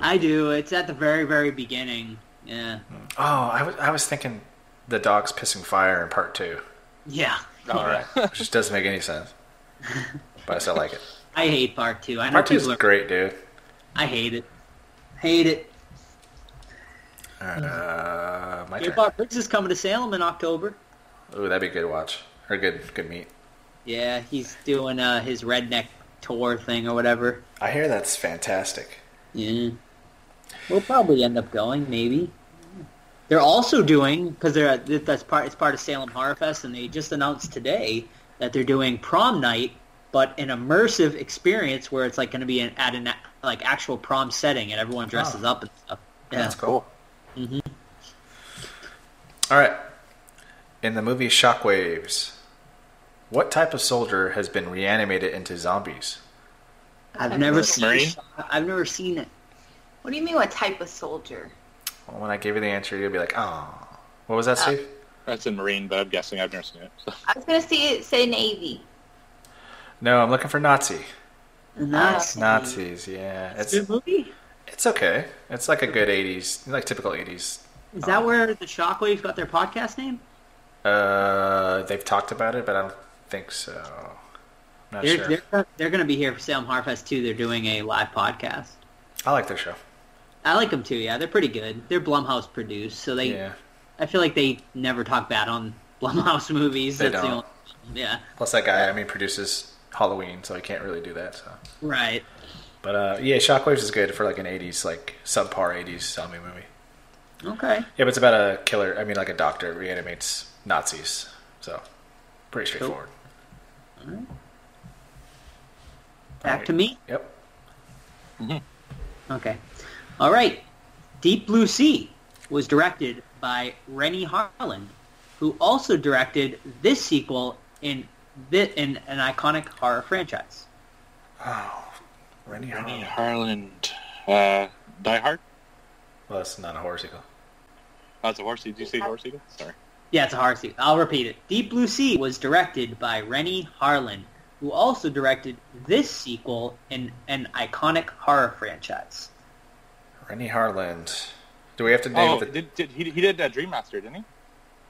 Speaker 8: I do. It's at the very, very beginning. Yeah.
Speaker 7: Oh, I was I was thinking the dog's pissing fire in part two.
Speaker 8: Yeah.
Speaker 7: All right, which just doesn't make any sense. But I still like it.
Speaker 8: I hate part two. I know
Speaker 7: Part two is
Speaker 8: people are.
Speaker 7: great, dude.
Speaker 8: I hate it. Hate it.
Speaker 7: All right, uh, my turn.
Speaker 8: J-Bob Briggs is coming to Salem in October.
Speaker 7: Ooh, that'd be a good watch or good good meet.
Speaker 8: Yeah, he's doing uh, his redneck tour thing or whatever.
Speaker 7: I hear that's fantastic.
Speaker 8: Yeah. We'll probably end up going, maybe. They're also doing because they're that's part it's part of Salem Horror Fest, and they just announced today that they're doing prom night, but an immersive experience where it's like going to be an, at an like actual prom setting, and everyone dresses up and stuff. Yeah.
Speaker 7: That's cool. Mm-hmm. right. In the movie Shockwaves, what type of soldier has been reanimated into zombies?
Speaker 8: I've never
Speaker 9: That's
Speaker 8: seen.
Speaker 9: Marine?
Speaker 8: I've never seen it.
Speaker 10: What do you mean, what type of soldier?
Speaker 7: Well, when I give you the answer, you'll be like, "Oh, what was that, Steve?"
Speaker 9: That's in Marine, but I'm guessing I've never seen it. So.
Speaker 10: I was gonna say say Navy.
Speaker 7: No, I'm looking for Nazi.
Speaker 8: That's
Speaker 7: Nazis, yeah. It's
Speaker 8: good movie.
Speaker 7: it's okay. It's like a good '80s, like typical '80s.
Speaker 8: Is that where the Shockwaves got their podcast name?
Speaker 7: Uh, they've talked about it, but I don't think so. I'm not
Speaker 8: They're
Speaker 7: sure.
Speaker 8: they're they're going to be here for Salem Horror Fest too. They're doing a live podcast.
Speaker 7: I like their show.
Speaker 8: I like them too. Yeah, they're pretty good. They're Blumhouse produced, so they.
Speaker 7: Yeah.
Speaker 8: I feel like they never talk bad on [laughs] Blumhouse movies.
Speaker 7: They
Speaker 8: That's the
Speaker 7: don't.
Speaker 8: only. Yeah.
Speaker 7: Plus, that guy, I mean, produces Halloween, so he can't really do that. So.
Speaker 8: Right.
Speaker 7: But uh, yeah, Shockwaves is good for like an '80s, like subpar '80s zombie movie.
Speaker 8: Okay.
Speaker 7: Yeah, but it's about a killer. I mean, like a doctor reanimates Nazis, so pretty straightforward.
Speaker 8: Back to me.
Speaker 7: Yep.
Speaker 8: Okay. All right. Deep Blue Sea was directed by Rennie Harlan, who also directed this sequel in thi in an iconic horror franchise.
Speaker 7: Rennie
Speaker 9: Rennie
Speaker 7: Harlan.
Speaker 9: Harland. Uh, Die Hard?
Speaker 7: Well, that's not a horror sequel.
Speaker 9: Oh, it's a horse. Did you say horse eagle? Sorry.
Speaker 8: Yeah, it's a horror sequel. I'll repeat it. Deep Blue Sea was directed by Rennie Harlan, who also directed this sequel in an iconic horror franchise.
Speaker 7: Rennie Harland. Do we have to name
Speaker 9: Oh,
Speaker 7: the?
Speaker 9: did, did, he, he did uh, Dream Master, didn't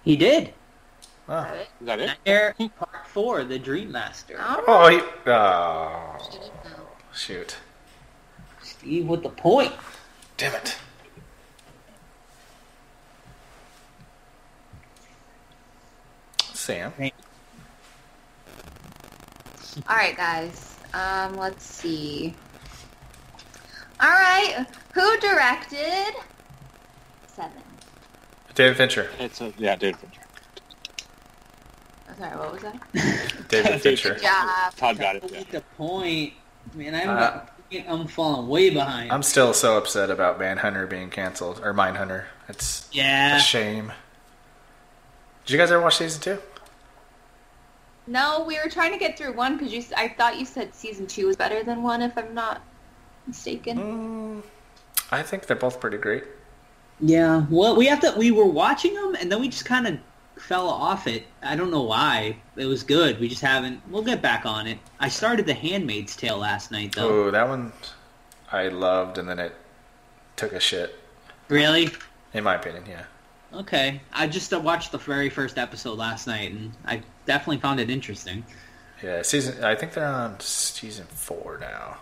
Speaker 9: he?
Speaker 8: He did.
Speaker 7: Oh,
Speaker 9: Is that it?
Speaker 8: Nightmare Part 4, The Dream Master.
Speaker 7: oh, he... oh shoot!
Speaker 8: Steve with the point.
Speaker 7: Damn it! Sam.
Speaker 10: All right, guys. Um, let's see. All right, who directed Seven?
Speaker 7: David Fincher.
Speaker 9: It's a, yeah, David Fincher.
Speaker 10: I'm Oh, sorry,
Speaker 9: [laughs]
Speaker 10: what was that?
Speaker 7: David
Speaker 9: David
Speaker 7: Fincher.
Speaker 10: Good job.
Speaker 9: Todd got it.
Speaker 8: Steve
Speaker 9: Yeah.
Speaker 8: with the point. Man, I haven't
Speaker 7: Uh,
Speaker 8: got I'm falling way behind.
Speaker 7: I'm still so upset about Manhunter being canceled or Mindhunter. It's
Speaker 8: Yeah.
Speaker 7: a shame. Did you guys ever watch season two?
Speaker 10: No, we were trying to get through one because you. s- I thought you said season two was better than one, if I'm not mistaken.
Speaker 9: Mm.
Speaker 7: I think they're both pretty great.
Speaker 8: Yeah. Well, we have to. We were watching them, and then we just kind of fell off it. I don't know why. It was good. We just haven't. We'll get back on it. I started The Handmaid's Tale last night, though.
Speaker 7: Oh, that one I loved, and then it took a shit.
Speaker 8: Really?
Speaker 7: In my opinion, yeah.
Speaker 8: Okay. I just uh, watched the very first episode last night, and I definitely found it interesting.
Speaker 7: Yeah, season. I think they're on season four now,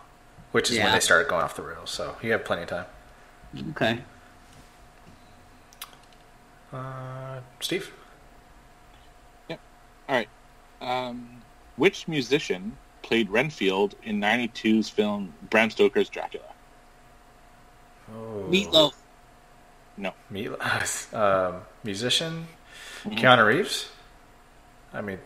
Speaker 7: which is when
Speaker 8: Yeah.
Speaker 7: they started going off the rails. So you have plenty of time,
Speaker 8: Okay.
Speaker 7: uh, Steve.
Speaker 9: All right. Um, which musician played Renfield in '92's film Bram Stoker's Dracula?
Speaker 7: Oh.
Speaker 8: Meatloaf.
Speaker 7: Meatloaf. [laughs] um, musician. Keanu Reeves. I mean,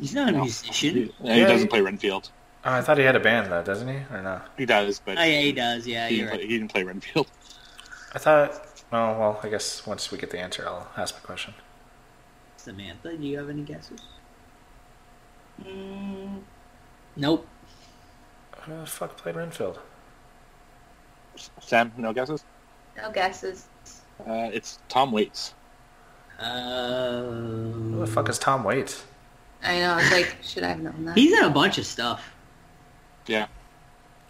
Speaker 8: He's not a musician.
Speaker 9: He
Speaker 7: Yeah,
Speaker 9: doesn't
Speaker 7: he-
Speaker 9: play Renfield.
Speaker 7: oh, I thought he had a band though, doesn't he? Or no?
Speaker 9: He does, but
Speaker 8: Oh, yeah, he does. Yeah,
Speaker 9: he,
Speaker 8: you're
Speaker 9: didn't play,
Speaker 8: right.
Speaker 9: he didn't play Renfield.
Speaker 7: I thought. Oh well, I guess once we get the answer, I'll ask my question.
Speaker 8: Samantha, do you have any guesses?
Speaker 10: Mm,
Speaker 8: Nope.
Speaker 7: Who the fuck played Renfield?
Speaker 9: Sam, no guesses.
Speaker 10: no guesses.
Speaker 9: Uh, it's Tom Waits.
Speaker 7: Who
Speaker 8: Uh,
Speaker 7: the fuck is Tom Waits?
Speaker 10: I know. I was like, [laughs] should I have known that?
Speaker 8: he's in a bunch of stuff.
Speaker 9: Yeah.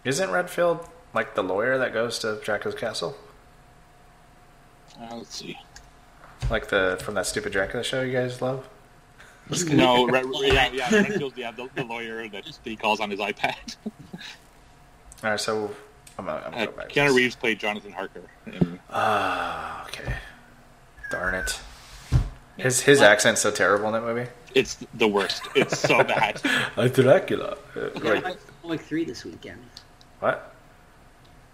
Speaker 7: Isn't Renfield like the lawyer that goes to Dracula's castle?
Speaker 9: Uh, let's see.
Speaker 7: Like the from that stupid Dracula show you guys love?
Speaker 9: [laughs] No, Re- Re- yeah, yeah, Renfield's yeah, the, the lawyer that he calls on his iPad.
Speaker 7: All right, so I'm gonna, I'm
Speaker 9: Uh,
Speaker 7: gonna go back. to
Speaker 9: Keanu
Speaker 7: this.
Speaker 9: Reeves played Jonathan Harker. In,
Speaker 7: Ah, okay. Darn it. His his accent's so terrible in that movie.
Speaker 9: it's the worst. It's so bad.
Speaker 7: [laughs]
Speaker 9: [laughs]
Speaker 7: A Dracula. Uh,
Speaker 8: We gotta
Speaker 7: wait,
Speaker 8: watch John Wick 3 this weekend.
Speaker 7: what?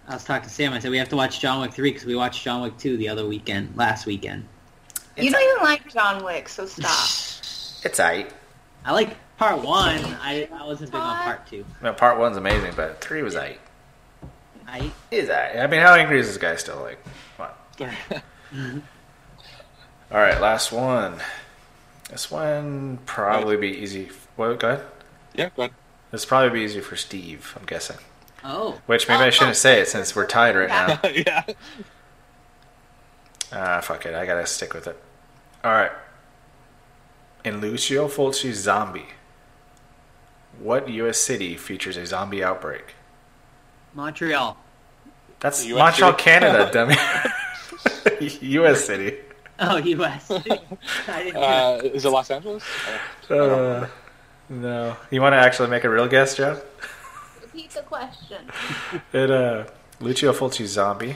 Speaker 8: I was talking to Sam. I said we have to watch John Wick 3 because we watched John Wick 2 the other weekend, last weekend.
Speaker 10: you don't even like John Wick, so stop.
Speaker 7: It's aight.
Speaker 8: I like part 1. I, I wasn't big on part 2.
Speaker 7: No, part one's amazing, but three was aight.
Speaker 8: I,
Speaker 7: Is aight. I mean, how angry is this guy still? Like, what? All right, last one. This one probably be easy. Well, go ahead.
Speaker 9: yeah, go ahead.
Speaker 7: This probably be easy for Steve. I'm guessing.
Speaker 8: oh,
Speaker 7: Which maybe I shouldn't say it since we're tied right
Speaker 8: [laughs]
Speaker 7: now.
Speaker 9: yeah.
Speaker 7: Ah, fuck it. I gotta stick with it. All right. In Lucio Fulci's Zombie, what U.S. city features a zombie outbreak?
Speaker 8: Montreal.
Speaker 7: That's
Speaker 9: US
Speaker 7: Montreal,
Speaker 9: city.
Speaker 7: Canada, dummy. [laughs] U.S. city.
Speaker 8: Oh, U.S. [laughs] I didn't
Speaker 9: [laughs] Uh, is it Los Angeles?
Speaker 7: Uh, no. You want to actually make a real guess, Joe?
Speaker 10: [laughs] Repeat the question.
Speaker 7: It uh, Lucio Fulci's Zombie.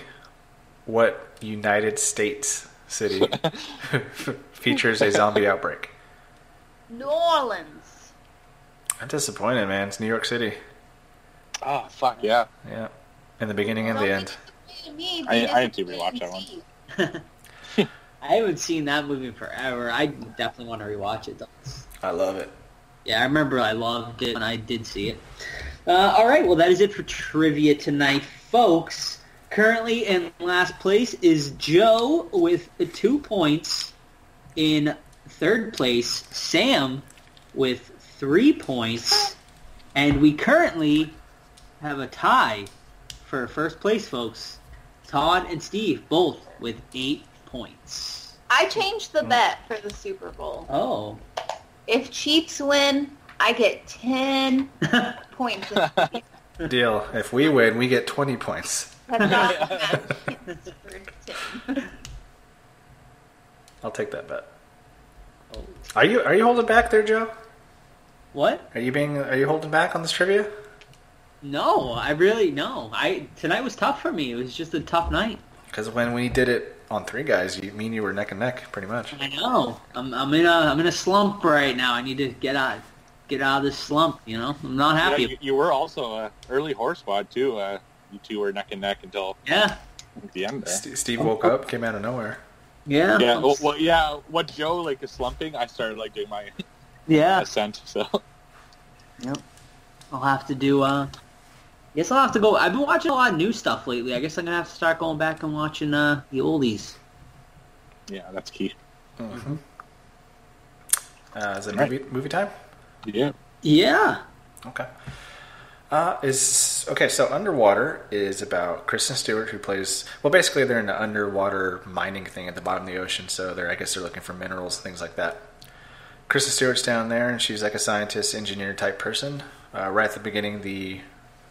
Speaker 7: What United States city [laughs] features a zombie outbreak?
Speaker 10: New Orleans.
Speaker 7: I'm disappointed, man. It's New York City.
Speaker 9: Oh, fuck yeah.
Speaker 7: Yeah. In the beginning and the end.
Speaker 10: Me,
Speaker 9: I- I need to
Speaker 10: Venus
Speaker 9: rewatch that
Speaker 10: and
Speaker 9: one.
Speaker 10: Steve.
Speaker 8: I haven't seen that movie in forever. I definitely want to rewatch it, though.
Speaker 7: I love it.
Speaker 8: Yeah, I remember I loved it when I did see it. Uh, all right, well, that is it for trivia tonight, folks. Currently in last place is Joe with two points. In third place, Sam with three points. And we currently have a tie for first place, folks. Todd and Steve both with eight points.
Speaker 10: I changed the bet for the Super Bowl.
Speaker 8: Oh,
Speaker 10: If Chiefs win, I get 10 points.
Speaker 9: [laughs]
Speaker 7: Deal. If we win, we get 20 points.
Speaker 10: That's not a match. It's for 10.
Speaker 7: I'll take that bet.
Speaker 8: Oh.
Speaker 7: Are you are you holding back there, Joe?
Speaker 8: [laughs] what?
Speaker 7: Are you being are you holding back on this trivia?
Speaker 8: No, I really no. I tonight was tough for me. It was just a tough night.
Speaker 7: Because when we did it on three guys, you mean you were neck and neck, pretty much.
Speaker 8: I know. I'm I'm in a I'm in a slump right now. I need to get out get out of this slump. You know, I'm not
Speaker 9: Yeah,
Speaker 8: happy.
Speaker 9: you, you were also uh, early horse squad, too. Uh, you two were neck and neck until
Speaker 8: Yeah,
Speaker 9: the end there.
Speaker 7: St- Steve woke up, came out of nowhere.
Speaker 8: yeah,
Speaker 9: Yeah,
Speaker 8: I'm-
Speaker 9: well, well, yeah. What Joe like is slumping, I started like doing my
Speaker 8: yeah.
Speaker 9: ascent. So
Speaker 8: I'll have to do uh, Guess I'll have to go. I've been watching a lot of new stuff lately. I guess I'm gonna have to start going back and watching uh, the oldies.
Speaker 9: [laughs] Yeah, that's key.
Speaker 7: Mm-hmm. Uh, is it movie, movie time?
Speaker 9: Yeah.
Speaker 8: Yeah.
Speaker 7: Okay. Uh, is okay. So underwater is about Kristen Stewart, who plays well. Basically, they're in an underwater mining thing at the bottom of the ocean. So they're, I guess, they're looking for minerals, things like that. Kristen Stewart's down there, and she's like a scientist, engineer type person. Uh, right at the beginning, the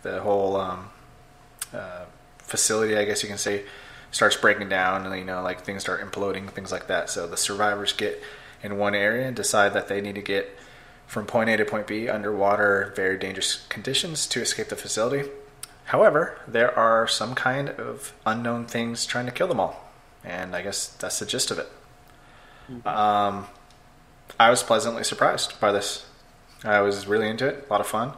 Speaker 7: the whole um, uh, facility, I guess you can say, starts breaking down, and you know, like things start imploding, things like that. So the survivors get in one area and decide that they need to get from point A to point B underwater, very dangerous conditions to escape the facility. However, there are some kind of unknown things trying to kill them all, and I guess that's the gist of it. Um, I was pleasantly surprised by this. I was really into it, a lot of fun.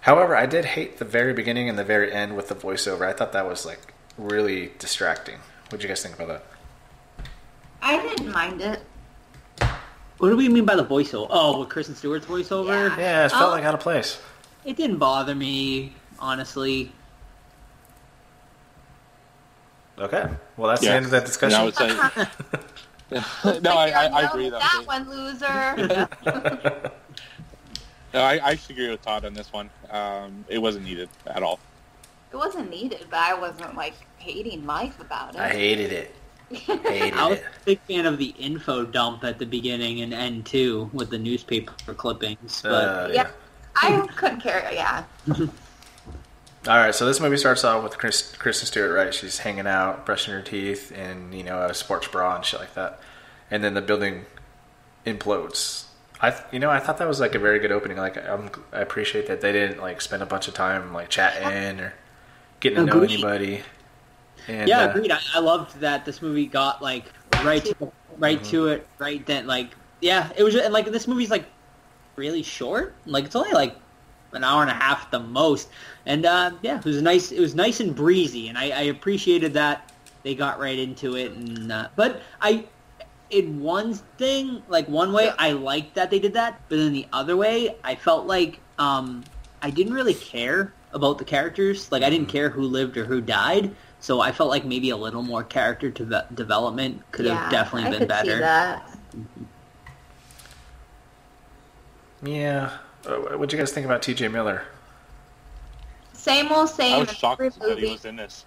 Speaker 7: However, I did hate the very beginning and the very end with the voiceover. I thought that was like really distracting. What do you guys think about that?
Speaker 10: I didn't mind it.
Speaker 8: What do we mean by the voiceover? Oh, with Kristen Stewart's voiceover?
Speaker 10: Yeah.
Speaker 7: Yeah, it felt
Speaker 10: Oh.
Speaker 7: like out of place.
Speaker 8: It didn't bother me, honestly.
Speaker 7: Okay, well that's
Speaker 9: Yeah.
Speaker 7: the end of that discussion.
Speaker 9: No,
Speaker 10: [laughs]
Speaker 9: it's a, [laughs] no, I, I, I agree though.
Speaker 10: That one,
Speaker 9: [laughs]
Speaker 10: loser.
Speaker 7: [laughs]
Speaker 9: No, I, I actually agree with Todd on this one. Um, it wasn't needed at all.
Speaker 10: it wasn't needed, but I wasn't like hating life about it.
Speaker 7: I hated it. Hated
Speaker 8: [laughs] I was
Speaker 7: it.
Speaker 8: a big fan of the info dump at the beginning and end too, with the newspaper clippings. But
Speaker 7: Uh,
Speaker 10: yeah. I couldn't care. Yeah.
Speaker 7: All right, so this movie starts off with Chris, Kristen Stewart, right? She's hanging out, brushing her teeth, in you know a sports bra and shit like that, and then the building implodes. I, th- you know, I thought that was like a very good opening. Like, I'm, I appreciate that they didn't like spend a bunch of time like chatting or getting to know
Speaker 8: Agreed.
Speaker 7: anybody. And,
Speaker 8: yeah,
Speaker 7: uh,
Speaker 8: agreed. I, I loved that this movie got like right to, right
Speaker 7: Mm-hmm.
Speaker 8: to it, right then. Like, yeah, it was and like this movie's like really short. Like it's only like an hour and a half at the most. And uh, yeah, it was nice. It was nice and breezy, and I, I appreciated that they got right into it. And uh, but I, in one thing, like one way, I liked that they did that, but then the other way, I felt like um, I didn't really care about the characters. Like I didn't
Speaker 10: Mm-hmm.
Speaker 8: care who lived or who died. So I felt like maybe a little more character deve- development could
Speaker 10: Yeah,
Speaker 8: have definitely
Speaker 10: I
Speaker 8: been
Speaker 10: could
Speaker 8: better.
Speaker 10: See that.
Speaker 7: yeah. Uh, What'd you guys think about T.J. Miller?
Speaker 10: Same old
Speaker 9: I
Speaker 10: same.
Speaker 9: was shocked
Speaker 10: every
Speaker 9: that he
Speaker 10: movie.
Speaker 9: was in this.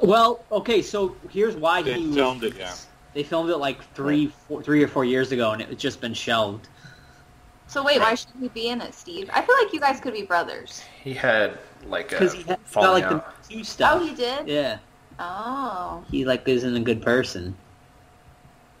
Speaker 8: Well, okay, so here's why
Speaker 9: They
Speaker 8: he
Speaker 9: filmed
Speaker 8: was,
Speaker 9: it, yeah.
Speaker 8: They filmed it like three, four, three or four years ago, and it had just been shelved.
Speaker 10: So wait, why should he be in it, Steve? I feel like you guys could be brothers.
Speaker 7: He had like a
Speaker 8: Because he had, got
Speaker 7: falling
Speaker 8: like
Speaker 7: out.
Speaker 8: the two stuff.
Speaker 10: Oh, he did.
Speaker 8: yeah,
Speaker 10: Oh,
Speaker 8: he like isn't a good person.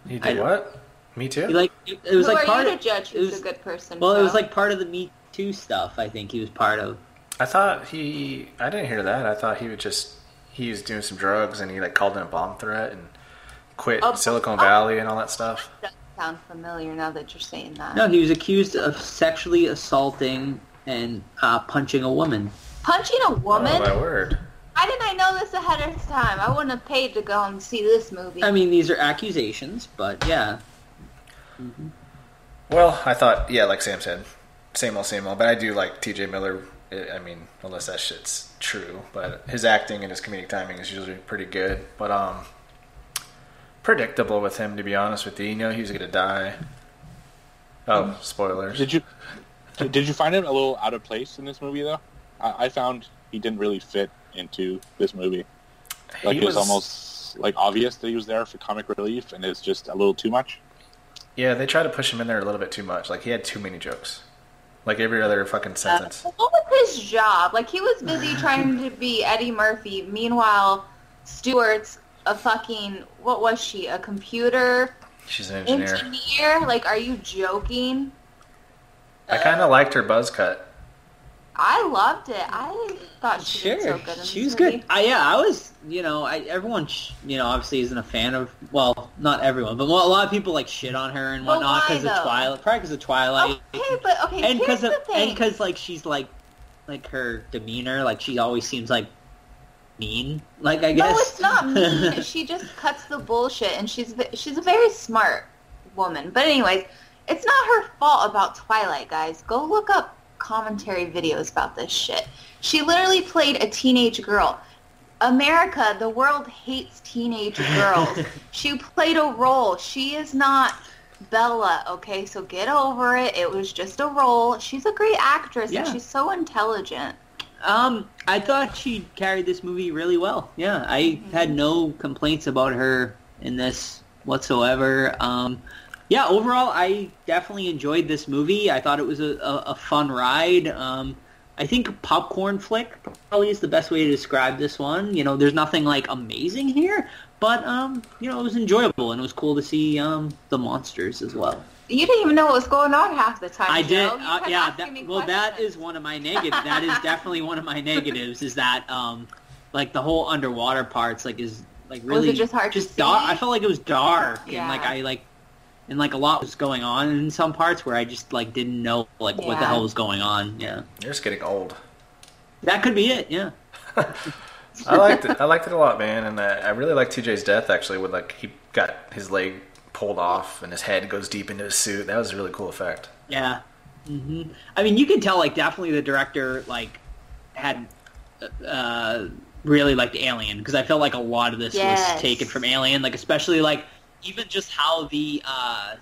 Speaker 7: He did
Speaker 8: I-
Speaker 7: what? Me too.
Speaker 8: He like it, it was
Speaker 10: who
Speaker 8: like
Speaker 10: are
Speaker 8: part.
Speaker 10: you to
Speaker 8: Of,
Speaker 10: judge
Speaker 8: it
Speaker 10: who's
Speaker 8: was-
Speaker 10: a good person?
Speaker 8: well, it was
Speaker 10: Phil?
Speaker 8: like part of the Me Too stuff. I think he was part of.
Speaker 7: I thought he. I didn't hear that. I thought he would just. He was doing some drugs and he like called in a bomb threat and quit
Speaker 10: Oh,
Speaker 7: Silicon
Speaker 10: oh.
Speaker 7: Valley and all that stuff.
Speaker 10: Doesn't sound familiar now that you're saying that.
Speaker 8: No, he was accused of sexually assaulting and uh, punching a woman.
Speaker 10: Punching a
Speaker 7: Oh
Speaker 10: woman?
Speaker 7: my word!
Speaker 10: Why didn't I know this ahead of time? I wouldn't have paid to go and see this movie.
Speaker 8: I mean, these are accusations, but yeah,
Speaker 7: Well, I thought yeah, like Sam said, same old, same old. But I do like T.J. Miller. I I mean, unless that shit's true, but his acting and his comedic timing is usually pretty good. But um, predictable with him to be honest with you. You know he was gonna die. Oh, spoilers!
Speaker 9: Did you did did you find him a little out of place in this movie though? I, I found he didn't really fit into this movie. Like
Speaker 7: He
Speaker 9: it was,
Speaker 7: was-
Speaker 9: almost like obvious that he was there for comic relief, and it's just a little too much.
Speaker 7: Yeah, they try to push him in there a little bit too much. Like he had too many jokes. Like every other fucking
Speaker 10: Uh,
Speaker 7: sentence.
Speaker 10: what was his job? Like he was busy trying to be Eddie Murphy. Meanwhile, Stewart's a fucking what was she? A computer
Speaker 7: She's an engineer.
Speaker 10: engineer? Like, are you joking?
Speaker 7: I kind of liked her buzz cut.
Speaker 10: I loved it. I thought she
Speaker 8: sure,
Speaker 10: did so good. In
Speaker 8: she
Speaker 10: this
Speaker 8: was
Speaker 10: movie.
Speaker 8: good. I, yeah, I was. You know, I, everyone, sh- you know, obviously isn't a fan of. Well, not everyone, but a lot of people like shit on her and
Speaker 10: But why,
Speaker 8: whatnot because of
Speaker 10: though?
Speaker 8: Twilight, probably because of Twilight,
Speaker 10: Okay, but okay.
Speaker 8: and
Speaker 10: here's
Speaker 8: because of
Speaker 10: the
Speaker 8: and
Speaker 10: thing.
Speaker 8: because like she's like, like her demeanor, like she always seems like mean. Like I guess
Speaker 10: No, it's not
Speaker 8: [laughs]
Speaker 10: mean. she just cuts the bullshit, and she's ve- she's a very smart woman. But anyways, it's not her fault about Twilight, guys. Go look up commentary videos about this shit. She literally played a teenage girl. America, the world hates teenage
Speaker 8: [laughs]
Speaker 10: girls. she played a role. She is not Bella, okay? So get over it. It was just a role. She's a great actress and
Speaker 8: Yeah.
Speaker 10: she's so intelligent.
Speaker 8: Um, I thought she carried this movie really well. Yeah, I had no complaints about her in this whatsoever. Um, yeah, overall, I definitely enjoyed this movie. I thought it was a, a, a fun ride. Um, I think popcorn flick probably is the best way to describe this one. You know, there's nothing like amazing here, but um, you know, it was enjoyable and it was cool to see um the monsters as well.
Speaker 10: You didn't even know what was going on half the time.
Speaker 8: I
Speaker 10: Joe.
Speaker 8: did.
Speaker 10: You
Speaker 8: Uh,
Speaker 10: kept
Speaker 8: yeah.
Speaker 10: asking
Speaker 8: That,
Speaker 10: me
Speaker 8: well, that is one of my negatives. that is definitely one of my negatives. Is that um, like the whole underwater parts like is like
Speaker 10: Was it
Speaker 8: really
Speaker 10: just hard to
Speaker 8: dark.
Speaker 10: see?
Speaker 8: I felt like it was dark and like
Speaker 10: Yeah.
Speaker 8: I like and like a lot was going on in some parts where I just like didn't know like what the
Speaker 10: Yeah.
Speaker 8: hell was going on. Yeah,
Speaker 7: You're just getting old.
Speaker 8: that could be it. Yeah.
Speaker 7: I liked it. I liked it a lot, man, and uh, I really liked TJ's death actually. When like he got his leg pulled off and his head goes deep into his suit, that was a really cool effect.
Speaker 8: Yeah. hmm I mean, you can tell, like, definitely the director, like, had uh, really liked Alien, because I felt like a lot of this
Speaker 10: Yes.
Speaker 8: was taken from Alien, like, especially, like, even just how the, uh,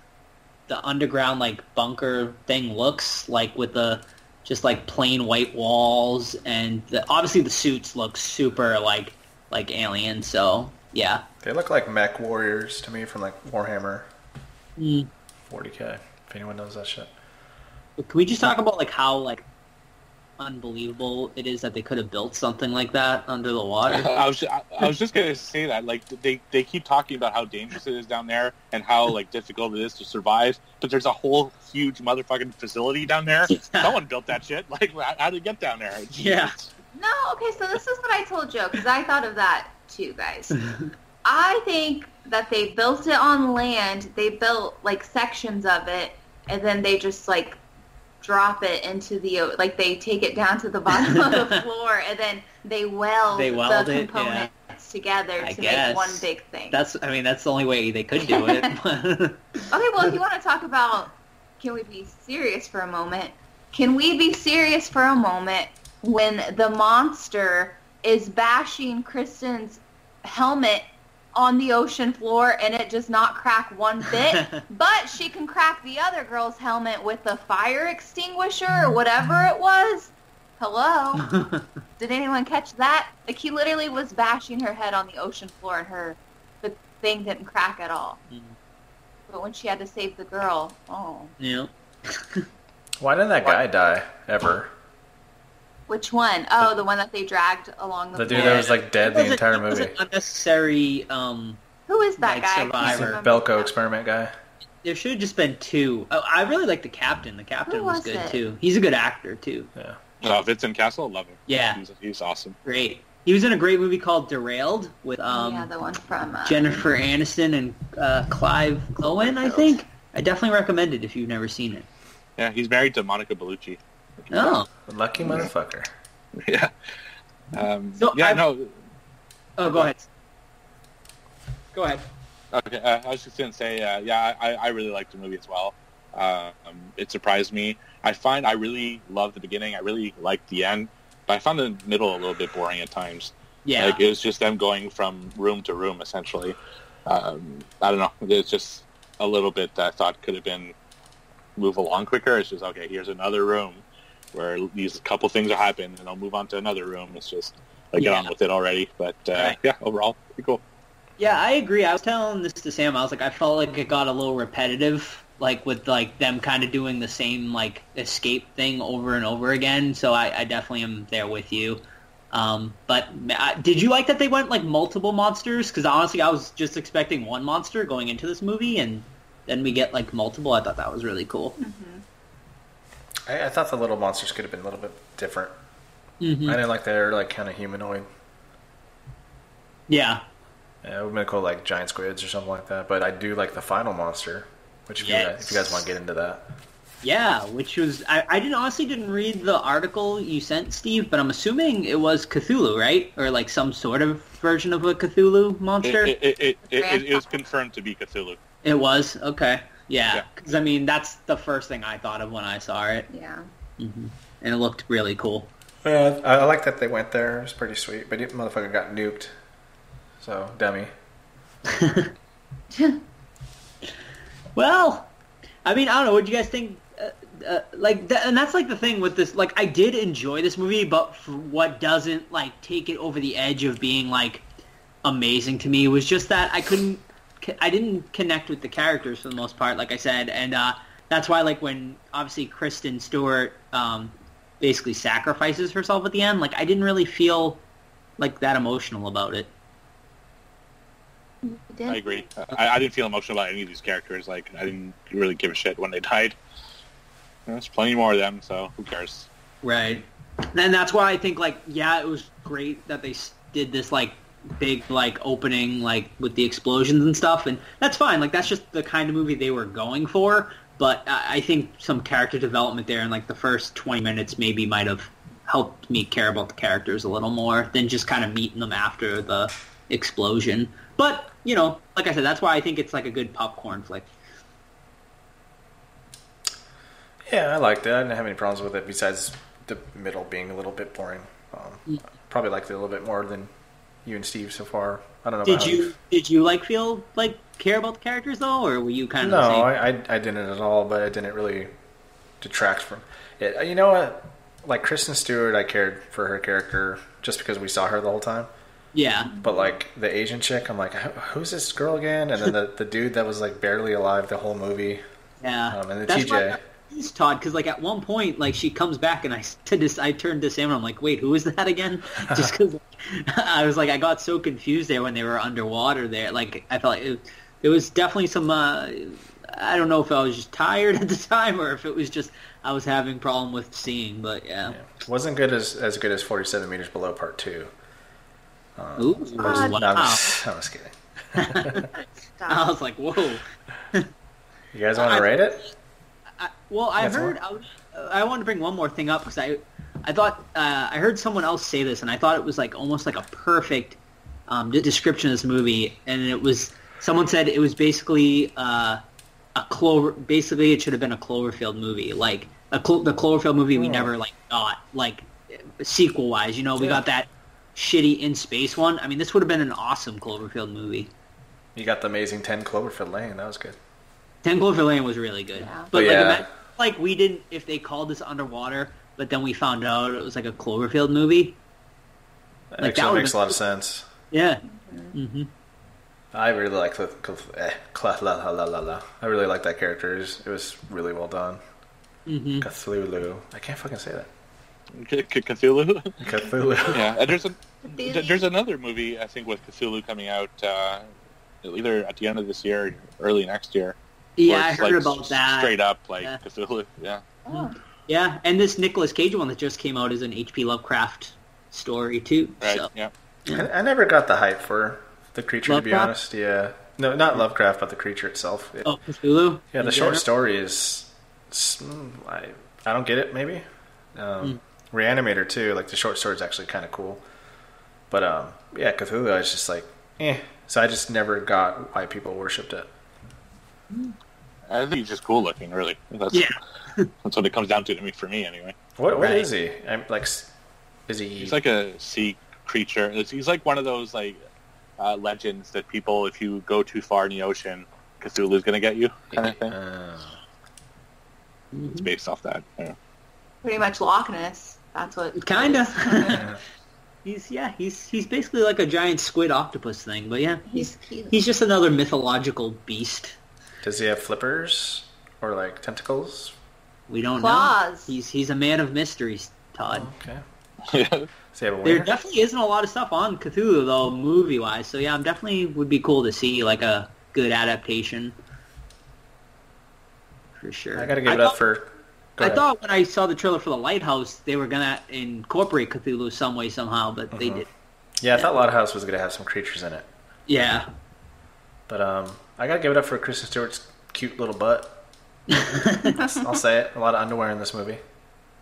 Speaker 8: the underground, like, bunker thing looks, like, with the just, like, plain white walls, and the, obviously the suits look super, like, like Alien, so, yeah.
Speaker 7: They look like mech warriors to me from like Warhammer
Speaker 8: Mm.
Speaker 7: 40k. If anyone knows that shit,
Speaker 8: But Can we just talk about like how like unbelievable it is that they could have built something like that under the
Speaker 7: [laughs]
Speaker 8: water?
Speaker 9: I was I, I was just gonna say that like they they keep talking about how dangerous it is down there and how like difficult it is to survive, but there's a whole huge motherfucking facility down there. Someone built that shit. Like how how did it get down there?
Speaker 8: [laughs]
Speaker 9: It's-
Speaker 8: Yeah.
Speaker 10: No, okay, so this is what I told Joe because I thought of that too,
Speaker 8: [laughs]
Speaker 10: guys. I think that they built it on land. They built like sections of it, and then they just like drop it into the o- like they take it down
Speaker 8: [laughs]
Speaker 10: to the bottom of the floor, and then they weld,
Speaker 8: They weld
Speaker 10: the
Speaker 8: it,
Speaker 10: components together
Speaker 8: I
Speaker 10: to
Speaker 8: guess.
Speaker 10: make one big thing.
Speaker 8: That's I mean that's the only way they could
Speaker 7: [laughs]
Speaker 8: do it. [laughs]
Speaker 10: Okay, well, if you want to talk about can we be serious for a moment? Can we be serious for a moment when the monster is bashing Kristen's helmet on the ocean floor and it does not crack one bit, but she can crack the other girl's helmet with the fire extinguisher or whatever it was? Hello? Did anyone catch that? Like he literally was bashing her head on the ocean floor and her the thing didn't crack at all.
Speaker 7: Hmm.
Speaker 10: But when she had to save the girl, oh,
Speaker 8: yeah.
Speaker 7: why didn't that guy die ever?
Speaker 10: which one? Oh, the one that they dragged along the.
Speaker 7: The dude
Speaker 10: floor.
Speaker 7: that was like dead the entire
Speaker 8: it was
Speaker 7: movie.
Speaker 8: an unnecessary. Um,
Speaker 10: Who is that
Speaker 8: like,
Speaker 10: guy? I can't
Speaker 8: survivor.
Speaker 10: remember.
Speaker 7: Belko experiment guy.
Speaker 8: there should have just been two. Oh, I really like the captain. The captain
Speaker 10: Who
Speaker 8: was,
Speaker 10: was
Speaker 8: good
Speaker 10: it?
Speaker 8: too. He's a good actor too.
Speaker 9: Oh, Vincent Castle, love him.
Speaker 8: Yeah.
Speaker 9: he's, he's awesome.
Speaker 8: Great. He was in a great movie called Derailed with um
Speaker 10: yeah, the one from. Uh,
Speaker 8: Jennifer Aniston and uh, Clive Owen. I think I definitely recommend it if you've never seen it.
Speaker 9: Yeah, he's married to Monica Bellucci. [laughs]
Speaker 8: Oh.
Speaker 7: Lucky motherfucker.
Speaker 9: yeah. Um,
Speaker 8: So
Speaker 9: yeah.
Speaker 8: I-
Speaker 9: No.
Speaker 8: Oh, go ahead. Go ahead.
Speaker 9: Okay, uh, I was just gonna say, uh, yeah, I, I really liked the movie as well. Um, it surprised me. I find I really loved the beginning. I really liked the end, but I found the middle a little bit boring at times.
Speaker 8: Yeah.
Speaker 9: Like it was just them going from room to room essentially. Um, I don't know. [laughs] It's just a little bit that I thought could have been move along quicker. It's just okay. Here's another room where these couple things will happen, and I'll move on to another room. It's just like get
Speaker 8: Yeah.
Speaker 9: on with it already. But uh,
Speaker 8: Right.
Speaker 9: yeah, overall, pretty cool.
Speaker 8: yeah, I agree. I was telling this to Sam. I was like, I felt like it got a little repetitive, like with like them kind of doing the same like escape thing over and over again. So I, I definitely am there with you. Um, but I, did you like that they went like multiple monsters? Because honestly, I was just expecting one monster going into this movie, and then we get like multiple. I thought that was really cool.
Speaker 7: I, I thought the little monsters could have been a little bit different.
Speaker 8: Mhm.
Speaker 7: I didn't like they're like kind of humanoid.
Speaker 8: Yeah,
Speaker 7: Uh, it would have been cool like giant squids or something like that. But I do like the final monster, which if, you, guys, if you guys
Speaker 8: Yes.
Speaker 7: want to get into that,
Speaker 8: Yeah, which was I, I didn't honestly didn't read the article you sent, Steve, but I'm assuming it was Cthulhu, right? Or like some sort of version of a Cthulhu
Speaker 9: It,
Speaker 8: monster. It,
Speaker 9: it, it, it, it, it, was confirmed to be Cthulhu.
Speaker 8: was okay, yeah.
Speaker 9: Yeah.
Speaker 8: Because I mean, that's the first thing I thought of when I saw it.
Speaker 10: yeah.
Speaker 8: hmm And it looked really cool.
Speaker 7: Yeah, I I like that they went there. It was pretty sweet. But it motherfucker got nuked. So, dummy.
Speaker 8: Well, I mean, I don't know. What do you guys think? Uh, uh, like, that, and that's like the thing with this. Like, I did enjoy this movie, but for what doesn't like take it over the edge of being like amazing to me was just that I couldn't, I didn't connect with the characters for the most part. Like I said, and uh, that's why like when obviously Kristen Stewart um, basically sacrifices herself at the end, like I didn't really feel like that emotional about it.
Speaker 9: I
Speaker 8: Mm.
Speaker 9: agree. I, I didn't feel emotional about any of these characters. Like, I didn't really give a shit when they died. There's plenty more of them, so who cares?
Speaker 8: Right. And that's why I think like yeah, it was great that they s- did this like big like opening like with the explosions and stuff, and that's fine. Like that's just the kind of movie they were going for. But I, I think some character development there in like the first twenty minutes maybe might have helped me care about the characters a little more than just kind of meeting them after the explosion. But you know, like I said, that's why I think it's like a good popcorn flick.
Speaker 7: Yeah, I liked it. I didn't have any problems with it besides the middle being a little bit boring. Um, probably liked it a little bit more than you and Steve so far. I don't know.
Speaker 8: Did
Speaker 7: about
Speaker 8: you did you like feel like care about the characters though, or were you kind of
Speaker 7: No,
Speaker 8: the same?
Speaker 7: I, I I didn't at all, but it didn't really detract from it. You know what? Like Kristen Stewart, I cared for her character just because we saw her the whole time.
Speaker 8: yeah.
Speaker 7: But like the Asian chick, I'm like, "Who- who's this girl again? And then the, the dude that was like barely alive the whole movie.
Speaker 8: Yeah,
Speaker 7: Um, and the
Speaker 8: that's why
Speaker 7: TJ.
Speaker 8: I'm confused, Todd, because like at one point, like she comes back and I said this, I turned to Sam and I'm like, wait, who is
Speaker 7: [laughs]
Speaker 8: that again? Just because I was like, [laughs] I got so confused there when they were underwater there. Like I felt like it, there was definitely some. Uh, I don't know if I was just tired [laughs] at the time or if it was just I was having problem with seeing, but yeah.
Speaker 7: Wasn't good as as good as 47 meters below part two.
Speaker 8: Ooh,
Speaker 7: No,
Speaker 8: wow.
Speaker 7: I'm just, [laughs] I'm just kidding.
Speaker 8: [laughs]
Speaker 9: Um,
Speaker 8: I was like, whoa.
Speaker 7: You guys want
Speaker 8: I-
Speaker 7: to rate it?
Speaker 8: Well, I
Speaker 7: That's
Speaker 8: heard. I, was- I wanted to bring one more thing up because I, I thought uh, I heard someone else say this, and I thought it was like almost like a perfect um, de- description of this movie. And it was someone said it was basically uh, a clover. Basically, it should have been a Cloverfield movie, like a Clo- the Cloverfield movie we never like got, like sequel wise. You know, we got that shitty in space one. I mean, this would have been an awesome Cloverfield movie.
Speaker 7: You got the amazing 10 Cloverfield Lane. That was good.
Speaker 8: Ten Cloverfield Lane was really good,
Speaker 10: Yeah.
Speaker 8: but like,
Speaker 7: Yeah.
Speaker 8: imagine, like we didn't. If they called this underwater, but then we found out it was like a Cloverfield movie.
Speaker 7: That
Speaker 8: Like, that
Speaker 7: actually
Speaker 8: would've
Speaker 7: makes a
Speaker 8: been-
Speaker 7: lot of sense.
Speaker 8: Yeah,
Speaker 7: I really like Cliff, Cliff, eh, Cla- la, la, la, la, la. I really like that character. It was, it was really well done.
Speaker 8: Mhm.
Speaker 7: Cthulhu. I can't fucking
Speaker 8: [laughs]
Speaker 7: say that.
Speaker 9: C- C- Cthulhu?
Speaker 7: Cthulhu.
Speaker 9: yeah, and there's a,
Speaker 10: Cthulhu.
Speaker 9: there's another movie I think with Cthulhu coming out uh, either at the end of this year or early next year.
Speaker 8: yeah,
Speaker 9: where
Speaker 8: I
Speaker 9: it's,
Speaker 8: heard
Speaker 9: like,
Speaker 8: about that.
Speaker 9: Straight up like
Speaker 8: Yeah.
Speaker 9: Cthulhu. Yeah,
Speaker 10: Oh,
Speaker 8: Yeah, and this Nicolas Cage one that just came out is an H.P. Lovecraft story too.
Speaker 9: right.
Speaker 8: So
Speaker 9: Yeah,
Speaker 7: I, I never got the hype for the creature, to be
Speaker 8: Lovecraft?
Speaker 7: honest. Yeah. No, not Lovecraft, but the creature itself. It-
Speaker 8: oh, Cthulhu.
Speaker 7: yeah, the
Speaker 8: in
Speaker 7: short
Speaker 8: general?
Speaker 7: story is. it's- mm, I, I don't get it, maybe. Um,
Speaker 8: Hmm.
Speaker 7: Reanimator, too. Like, the short story is actually kind of cool. But, um, yeah, Cthulhu, I was just like, eh. So I just never got why people worshipped it.
Speaker 9: I think he's just cool looking. Really, that's [laughs] that's what it comes down to to me for me anyway.
Speaker 7: What What
Speaker 8: Right.
Speaker 7: is he? I'm like, s- is he?
Speaker 9: He's like a sea creature. It's- He's like one of those like uh, legends that people, if you go too far in the ocean, Cthulhu's going to get you, kind of thing.
Speaker 7: Uh,
Speaker 9: It's based off that. Yeah.
Speaker 10: pretty much Loch Ness. That's what. it
Speaker 8: Kinda. [laughs] he's yeah, he's he's basically like a giant squid octopus thing. But yeah,
Speaker 10: is. He's cute.
Speaker 8: he's just another mythological beast.
Speaker 7: does he have flippers or like tentacles?
Speaker 8: We don't know.
Speaker 10: Claws.
Speaker 8: He's he's a man of mysteries, Todd.
Speaker 7: Okay.
Speaker 9: Yeah. [laughs]
Speaker 7: Does he have a
Speaker 8: There
Speaker 7: wiener?
Speaker 8: definitely isn't a lot of stuff on Cthulhu though, movie wise. So yeah, I'm definitely would be cool to see like a good adaptation. For sure.
Speaker 7: I gotta give it
Speaker 8: thought,
Speaker 7: up for. go
Speaker 8: I
Speaker 7: ahead.
Speaker 8: thought when I saw the trailer for the Lighthouse, they were gonna incorporate Cthulhu some way somehow, but they
Speaker 7: Uh-huh.
Speaker 8: did.
Speaker 7: Yeah, I thought Lighthouse was gonna have some creatures in it,
Speaker 8: Yeah.
Speaker 7: but um, I gotta give it up for Kristen Stewart's cute little
Speaker 8: [laughs]
Speaker 7: butt. I'll say it. A lot of underwear in this movie.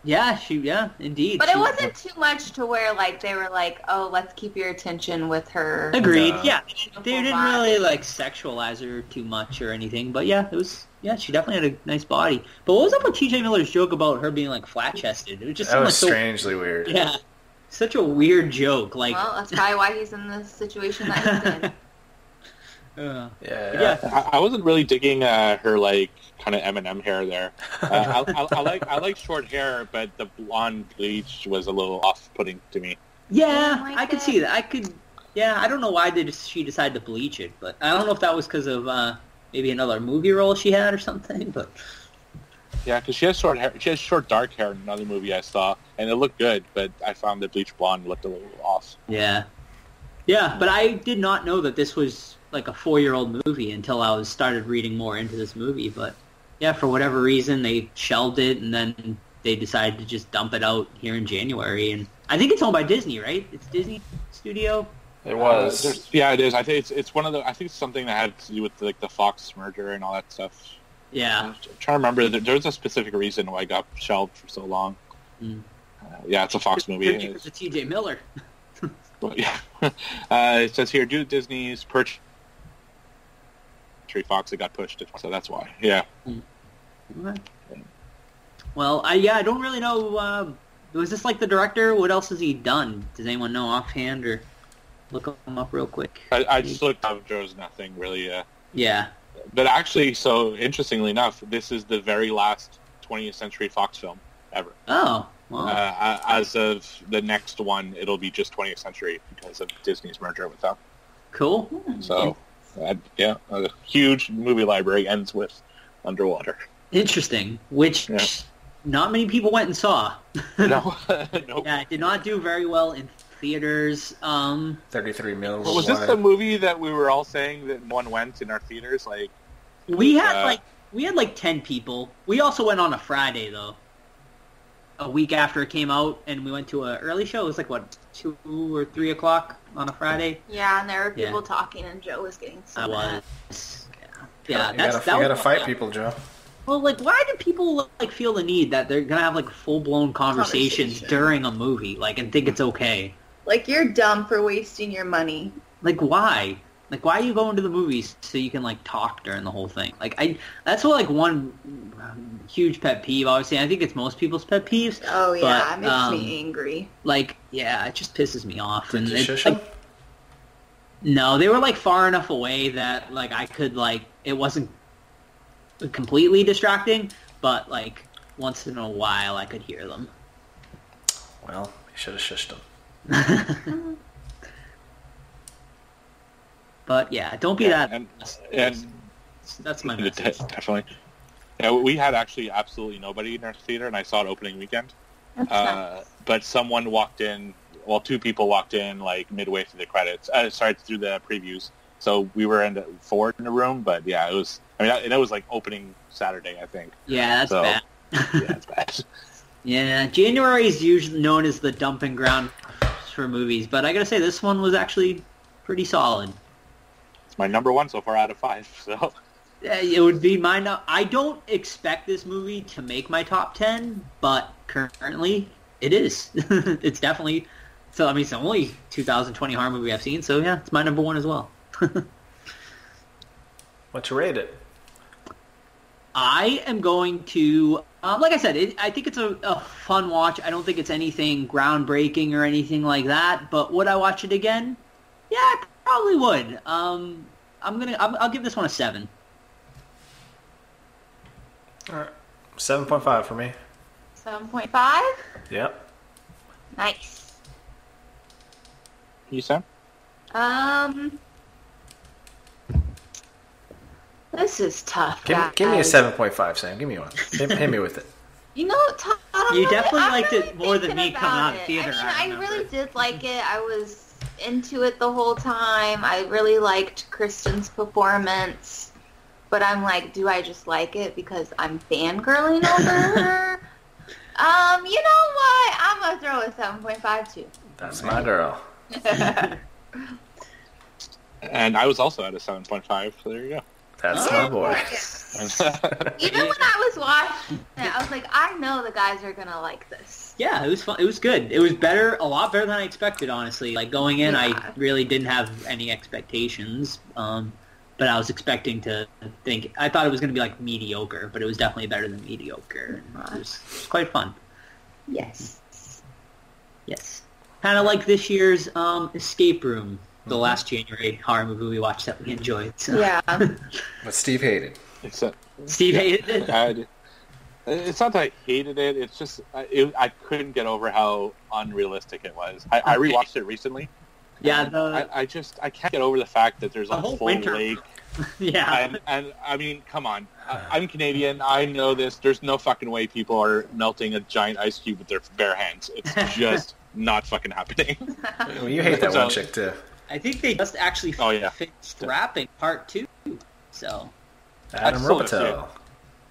Speaker 8: Yeah, she yeah, indeed.
Speaker 10: But it
Speaker 8: She-
Speaker 10: wasn't too much to where like they were like, oh, let's keep your attention with her.
Speaker 8: Agreed.
Speaker 7: No.
Speaker 8: Yeah, they didn't really like sexualize her too much or anything, but yeah, it was yeah, she definitely had a nice body. But what was up with T.J. Miller's joke about her being like flat chested? It just
Speaker 7: That
Speaker 8: seemed
Speaker 7: was
Speaker 8: like
Speaker 7: strangely weird.
Speaker 8: So, yeah, such a weird joke. Like,
Speaker 10: Well,
Speaker 8: [laughs]
Speaker 10: that's probably why he's in the situation that he's in.
Speaker 8: uh,
Speaker 7: Yeah.
Speaker 8: Yeah.
Speaker 9: I, I wasn't really digging uh, her like kind of Eminem hair there. Uh, I, I, I like I like short hair, but the blonde bleach was a little off-putting to me.
Speaker 8: yeah,
Speaker 10: Like
Speaker 8: I could
Speaker 10: that.
Speaker 8: see that. I could. Yeah, I don't know why did she decide to bleach it, but I don't know if that was because of uh, maybe another movie role she had or something. But
Speaker 9: Yeah, because she has short hair. She has short dark hair in another movie I saw, and it looked good, but I found the bleach blonde looked a little off.
Speaker 8: Yeah. Yeah, but I did not know that this was like a four-year-old movie until I was started reading more into this movie. But yeah, for whatever reason, they shelved it, and then they decided to just dump it out here in January. And I think it's owned by Disney, right? It's Disney Studio.
Speaker 7: It
Speaker 9: Uh, there's- yeah, it is. I think it's it's one of the. I think it's something that had to do with like the Fox merger and all that stuff.
Speaker 8: Yeah,
Speaker 9: I'm trying to remember. There, there was a specific reason why it got shelved for so long.
Speaker 8: Mm.
Speaker 9: Uh, yeah, it's a Fox movie.
Speaker 8: It's
Speaker 9: It's-
Speaker 8: a T.J. Miller. [laughs]
Speaker 9: Well, yeah. [laughs] Uh, it says here, due to Disney's purchase, Tree Fox, it got pushed, so that's why. Yeah.
Speaker 8: Well, I yeah, I don't really know. Uh, was this like the director? What else has he done? Does anyone know offhand or look him up real quick?
Speaker 9: I, I just looked up. There was nothing really. Uh,
Speaker 8: Yeah.
Speaker 9: but actually, so interestingly enough, this is the very last 20th Century Fox film ever.
Speaker 8: Oh, well,
Speaker 9: Uh, as of the next one, it'll be just 20th Century because of Disney's merger with them.
Speaker 8: cool.
Speaker 9: So, uh, yeah, a huge movie library ends with
Speaker 8: [laughs]
Speaker 9: Underwater.
Speaker 8: Interesting, which
Speaker 9: Yeah.
Speaker 8: not many people went and saw.
Speaker 9: [laughs] No, no.
Speaker 8: Yeah, it did not do very well in theaters. Um,
Speaker 7: 33 mils.
Speaker 9: Was this the movie that we were all saying that one went in our theaters? Like,
Speaker 8: we had
Speaker 9: Uh,
Speaker 8: like we had like ten people. We also went on a Friday though, a week after it came out, and we went to a early show. It was like what two or three o'clock on a Friday.
Speaker 10: Yeah, and there were
Speaker 8: Yeah.
Speaker 10: people talking, and Joe was getting so
Speaker 8: I
Speaker 10: mad.
Speaker 8: was. Yeah,
Speaker 7: you
Speaker 8: that's
Speaker 7: gotta,
Speaker 8: that
Speaker 7: you
Speaker 8: was
Speaker 7: gotta
Speaker 8: my-
Speaker 7: fight people, Joe.
Speaker 8: Well, like, why do people like feel the need that they're gonna have like full blown conversations
Speaker 10: Conversation.
Speaker 8: during a movie, like, and think it's okay?
Speaker 10: Like you're dumb for wasting your money.
Speaker 8: Like why? Like why are you going to the movies so you can like talk during the whole thing? Like I, that's what like one um, huge pet peeve. Obviously, I think it's most people's pet peeves.
Speaker 10: Oh yeah,
Speaker 8: But,
Speaker 10: it makes
Speaker 8: um,
Speaker 10: me angry.
Speaker 8: Like yeah, it just pisses me off.
Speaker 7: Did
Speaker 8: and
Speaker 7: you
Speaker 8: it's,
Speaker 7: shush
Speaker 8: like,
Speaker 7: him?
Speaker 8: No, they were like far enough away that like I could like it wasn't completely distracting, but like once in a while I could hear them.
Speaker 7: Well, you should have shushed him.
Speaker 8: But yeah, don't be that.
Speaker 9: and and
Speaker 8: that's
Speaker 9: [laughs]
Speaker 8: my
Speaker 9: de-
Speaker 8: message.
Speaker 9: definitely. Yeah, we had actually absolutely nobody in our theater, and I saw it opening weekend.
Speaker 10: That's not-
Speaker 9: Uh, but someone walked in. Well, two people walked in like midway through the credits. Uh, sorry, through the previews. So we were in the, four in the room, but yeah, it was. I mean, and it was like opening Saturday, I think.
Speaker 8: Yeah, that's
Speaker 9: So-
Speaker 8: bad.
Speaker 9: Yeah, it's
Speaker 8: [laughs]
Speaker 9: bad.
Speaker 8: Yeah, January is usually known as the dumping ground for movies, but I gotta say this one was actually pretty solid.
Speaker 9: it's my number one so far out of five. So [laughs]
Speaker 8: Uh, It would be my. No- I don't expect this movie to make my top ten, but currently it is. [laughs] it's definitely. So I mean, it's the only 2020 horror movie I've seen. So yeah, it's my number one as well. [laughs]
Speaker 7: What you rate it?
Speaker 8: I am going to, um, like I said, it, I think it's a, a fun watch. I don't think it's anything groundbreaking or anything like that. But would I watch it again? Yeah, I probably would. Um, I'm gonna, I'm, I'll give this one a seven.
Speaker 7: All right. 7.5 for me.
Speaker 10: 7.5?
Speaker 7: Yep.
Speaker 10: Nice.
Speaker 9: you Sam?
Speaker 10: Um, this is tough.
Speaker 7: Give, me-
Speaker 10: guys.
Speaker 7: give me a 7.5, Sam. Give me one. hit, hit me with it.
Speaker 10: You know, Todd, I don't
Speaker 8: You
Speaker 10: know
Speaker 8: definitely
Speaker 10: that- I'm
Speaker 8: liked
Speaker 10: really
Speaker 8: it more than
Speaker 10: thinking
Speaker 8: me coming
Speaker 10: about
Speaker 8: out of
Speaker 10: it. I
Speaker 8: theater, I
Speaker 10: mean, I,
Speaker 8: remember.
Speaker 10: really did like
Speaker 8: [laughs]
Speaker 10: it. I was into it the whole time. I really liked Kristen's performance. But I'm like, do I just like it because I'm fangirling
Speaker 8: [laughs]
Speaker 10: over her? Um, you know what? I'm going to throw a 7.5
Speaker 8: [laughs]
Speaker 10: too.
Speaker 7: That's my girl.
Speaker 9: And I was also at a seven point five. So there you go. [laughs]
Speaker 7: That's my boy.
Speaker 10: [laughs] Even when I was watching it, I was like, I know the guys are gonna like this.
Speaker 8: Yeah, it was fun. It was good. It was better, a lot better than I expected, honestly. Like going in,
Speaker 10: Yeah.
Speaker 8: I really didn't have any expectations. Um, but I was expecting to think I thought it was going to be like mediocre, but it was definitely better than mediocre. It was, it was quite fun.
Speaker 10: Yes.
Speaker 8: Yes, kind of like this year's um, Escape Room, the last January horror movie we watched that we enjoyed. So.
Speaker 10: Yeah.
Speaker 7: But Steve hated.
Speaker 9: It's a,
Speaker 8: [laughs] Steve hated it.
Speaker 9: I, it's not that I hated it. It's just I, it, I couldn't get over how unrealistic it was. I, I
Speaker 8: Okay.
Speaker 9: rewatched it recently.
Speaker 8: Yeah,
Speaker 9: and
Speaker 8: the,
Speaker 9: I, I just I can't get over the fact that there's
Speaker 8: The
Speaker 9: a
Speaker 8: whole
Speaker 9: whole
Speaker 8: winter.
Speaker 9: lake
Speaker 8: yeah.
Speaker 9: and, and I mean, come on. I, I'm Canadian. I know this. There's no fucking way people are melting a giant ice cube with their bare hands.
Speaker 8: [laughs]
Speaker 9: It's just not fucking happening.
Speaker 7: Well, you hate that one chick too.
Speaker 8: I think they just actually
Speaker 9: Oh, yeah.
Speaker 8: finished wrapping part two. So
Speaker 7: Adam
Speaker 9: saw that
Speaker 7: Roboto.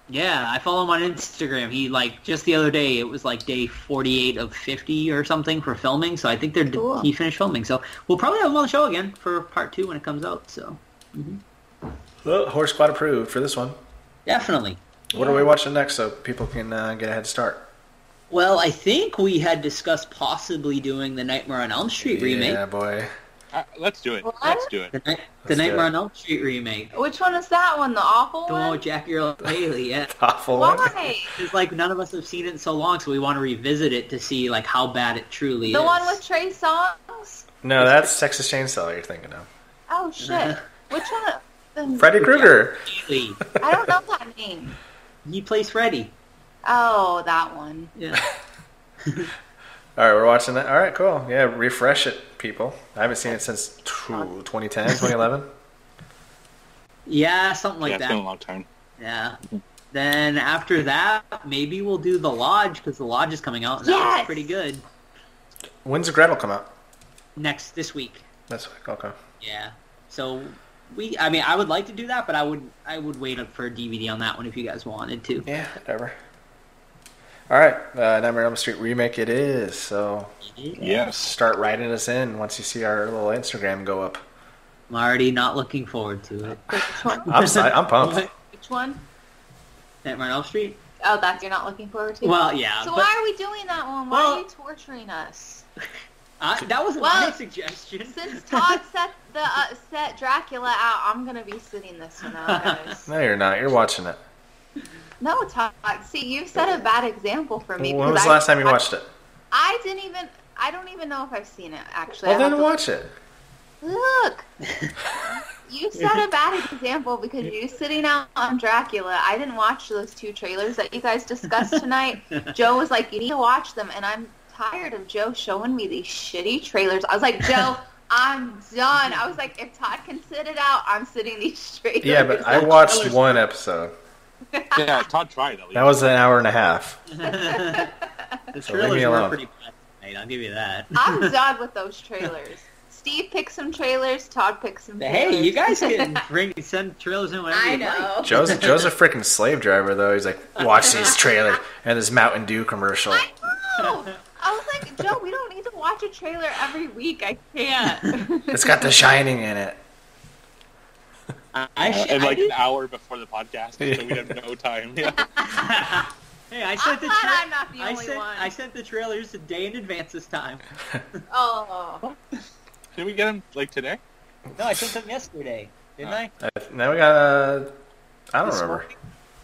Speaker 8: yeah, I follow him on Instagram. He like just the other day it was like day forty eight of fifty or something for filming. So I think they're
Speaker 10: Cool.
Speaker 8: he finished filming. So we'll probably have him on the show again for part two when it comes out. So
Speaker 7: Well, Horse Squad approved for this one.
Speaker 8: definitely.
Speaker 7: What are we watching next so people can uh, get a head start?
Speaker 8: Well, I think we had discussed possibly doing the Nightmare on Elm Street
Speaker 7: Yeah,
Speaker 8: remake.
Speaker 7: boy.
Speaker 9: Uh, let's do it.
Speaker 10: What?
Speaker 9: Let's do it.
Speaker 8: The, night, the
Speaker 7: Let's do
Speaker 8: Nightmare
Speaker 7: it.
Speaker 8: on Elm Street remake.
Speaker 10: Which one is that one? The awful
Speaker 8: The one
Speaker 10: one?
Speaker 8: with Jackie Earl Haley. Yeah.
Speaker 7: [laughs] Awful one.
Speaker 10: Why?
Speaker 8: It's like none of us have seen it in so long, so we want to revisit it to see like how bad it truly is.
Speaker 10: The one with Trey Songs?
Speaker 7: No, that's Texas Chainsaw you're thinking of.
Speaker 10: Oh
Speaker 8: [laughs]
Speaker 10: shit. Which one?
Speaker 7: [laughs]
Speaker 10: the-
Speaker 7: Freddy Krueger.
Speaker 8: Haley.
Speaker 10: I don't know that name.
Speaker 8: He plays Freddy.
Speaker 10: Oh, that one.
Speaker 8: Yeah.
Speaker 7: All right, we're watching that. All right, cool. Yeah, refresh it, people. I haven't seen it since two- 2010, 2011.
Speaker 8: Yeah, something like
Speaker 9: yeah, it's
Speaker 8: that.
Speaker 9: been a long time.
Speaker 8: Yeah. Then after that, maybe we'll do the Lodge because the Lodge is coming out. And That looks
Speaker 10: Yes!
Speaker 8: pretty good.
Speaker 7: When's Gretel come out?
Speaker 8: Next this week.
Speaker 7: That's okay.
Speaker 8: Yeah. So we, I mean, I would like to do that, but I would, I would wait up for a DVD on that one if you guys wanted to.
Speaker 7: Yeah, whatever. All right, uh, Nightmare on Elm Street remake it is. So
Speaker 9: Yes.
Speaker 7: start writing us in once you see our little Instagram go up.
Speaker 8: I'm already not looking forward to it.
Speaker 10: Which
Speaker 7: [laughs]
Speaker 10: one?
Speaker 7: I'm si- I'm pumped.
Speaker 10: Which one?
Speaker 8: Nightmare on Elm Street.
Speaker 10: Oh, that's you're not looking forward to.
Speaker 8: Well, yeah.
Speaker 10: so
Speaker 8: but
Speaker 10: why are we doing that one? Why
Speaker 8: Well-
Speaker 10: are you torturing us?
Speaker 8: I, that was
Speaker 10: Well,
Speaker 8: my suggestion.
Speaker 10: Since
Speaker 8: [laughs]
Speaker 10: Todd set the uh, set Dracula out, I'm gonna be sitting this one out,
Speaker 8: [laughs]
Speaker 10: guys.
Speaker 7: No, you're not. You're watching it.
Speaker 10: no, Todd. See, you set a bad example for me.
Speaker 7: When
Speaker 10: because
Speaker 7: was the
Speaker 10: I-
Speaker 7: last time you
Speaker 10: I-
Speaker 7: watched it?
Speaker 10: I didn't even. I don't even know if I've seen it actually.
Speaker 7: Well,
Speaker 10: I have
Speaker 7: then
Speaker 10: to-
Speaker 7: watch it.
Speaker 10: Look,
Speaker 8: [laughs]
Speaker 10: you set a bad example because you sitting out on Dracula. I didn't watch those two trailers that you guys discussed
Speaker 8: [laughs]
Speaker 10: tonight. Joe was like, "You need to watch them," and I'm tired of Joe showing me these shitty trailers. I was like,
Speaker 8: [laughs]
Speaker 10: "Joe, I'm done." I was like, "If Todd can sit it out, I'm sitting these [laughs] trailers."
Speaker 7: Yeah, but I watched one episode.
Speaker 9: Yeah, Todd tried at least.
Speaker 7: That was an hour and a half.
Speaker 8: the
Speaker 7: leave me
Speaker 8: trailers were
Speaker 7: alone.
Speaker 8: pretty bad tonight. I'll give you that. [laughs]
Speaker 10: I'm done with those trailers. Steve picks some trailers. Todd picks some.
Speaker 8: Hey,
Speaker 10: trailers. [laughs]
Speaker 8: you guys can bring send trailers in whenever
Speaker 10: I
Speaker 8: you like.
Speaker 10: know.
Speaker 7: Joe's, Joe's a freaking slave driver, though. He's like, watch these trailers and this Mountain Dew commercial.
Speaker 10: I know. I was like, Joe, we don't need to watch a trailer every week. I
Speaker 8: [laughs]
Speaker 10: can't.
Speaker 7: It's got The Shining in it.
Speaker 8: I, I, sh-
Speaker 9: and
Speaker 8: I
Speaker 9: like
Speaker 8: did-
Speaker 9: an hour before the podcast, so we have
Speaker 8: [laughs]
Speaker 9: no time. Yeah.
Speaker 8: hey, I
Speaker 10: I'm
Speaker 8: sent the
Speaker 10: glad I'm
Speaker 8: tra-
Speaker 10: not the
Speaker 8: I
Speaker 10: only
Speaker 8: sent
Speaker 10: one.
Speaker 8: I sent the trailers a day in advance this time.
Speaker 10: oh,
Speaker 9: Did we get him like today?
Speaker 8: No, I sent them yesterday, didn't I?
Speaker 7: I, now we got. Uh, I don't
Speaker 8: This
Speaker 7: remember.
Speaker 8: morning?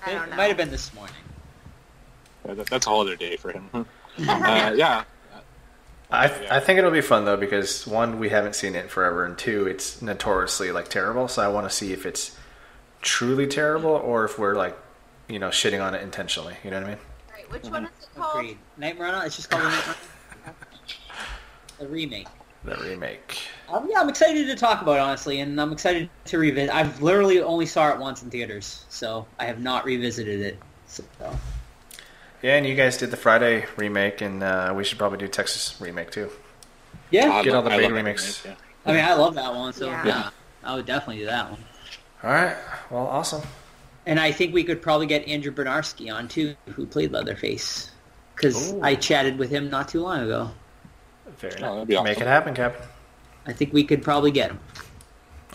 Speaker 10: I
Speaker 8: It
Speaker 10: don't know.
Speaker 8: might have been this morning.
Speaker 9: Yeah, that- That's a whole other day for him. uh, yeah.
Speaker 7: I,
Speaker 9: Yeah.
Speaker 7: I think it'll be fun though because one we haven't seen it in forever and two it's notoriously like terrible so I want to see if it's truly terrible or if we're like you know shitting on it intentionally you know what I mean
Speaker 10: All right, which one is it called?
Speaker 8: Agreed. Nightmare on Elm. It's just called Nightmare on [laughs] Elm. The remake.
Speaker 7: the remake
Speaker 8: Um, yeah, I'm excited to talk about it, honestly, and I'm excited to revisit. I've literally only saw it once in theaters, so I have not revisited it. So,
Speaker 7: yeah and you guys did the Friday remake and uh, we should probably do Texas remake too
Speaker 8: yeah,
Speaker 9: I
Speaker 7: Get
Speaker 9: lo-
Speaker 7: all the
Speaker 9: I
Speaker 7: big
Speaker 9: love that
Speaker 7: remakes.
Speaker 9: remake,
Speaker 8: I mean, I love that one, so
Speaker 10: Yeah.
Speaker 8: yeah. I would definitely do that one.
Speaker 7: all right well awesome
Speaker 8: And I think we could probably get Andrew Bernarski on too, who played Leatherface, because
Speaker 7: Ooh.
Speaker 8: I chatted with him not too long ago.
Speaker 7: very
Speaker 9: Oh,
Speaker 7: nice
Speaker 9: that'd be awesome.
Speaker 7: make it happen Cap
Speaker 8: I think we could probably get him.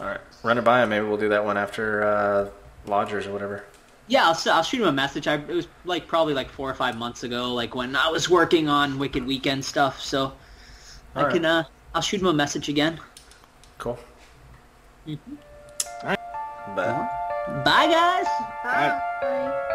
Speaker 7: all right run it by him maybe we'll do that one after uh, Lodgers or whatever
Speaker 8: Yeah, I'll, s will shoot him a message. I, it was like probably like four or five months ago, like when I was working on Wicked Weekend stuff. So I
Speaker 7: Alright.
Speaker 8: can, uh, I'll shoot him a message again.
Speaker 7: cool
Speaker 9: Mm-hmm.
Speaker 7: but.
Speaker 8: Bye, guys.
Speaker 10: Bye.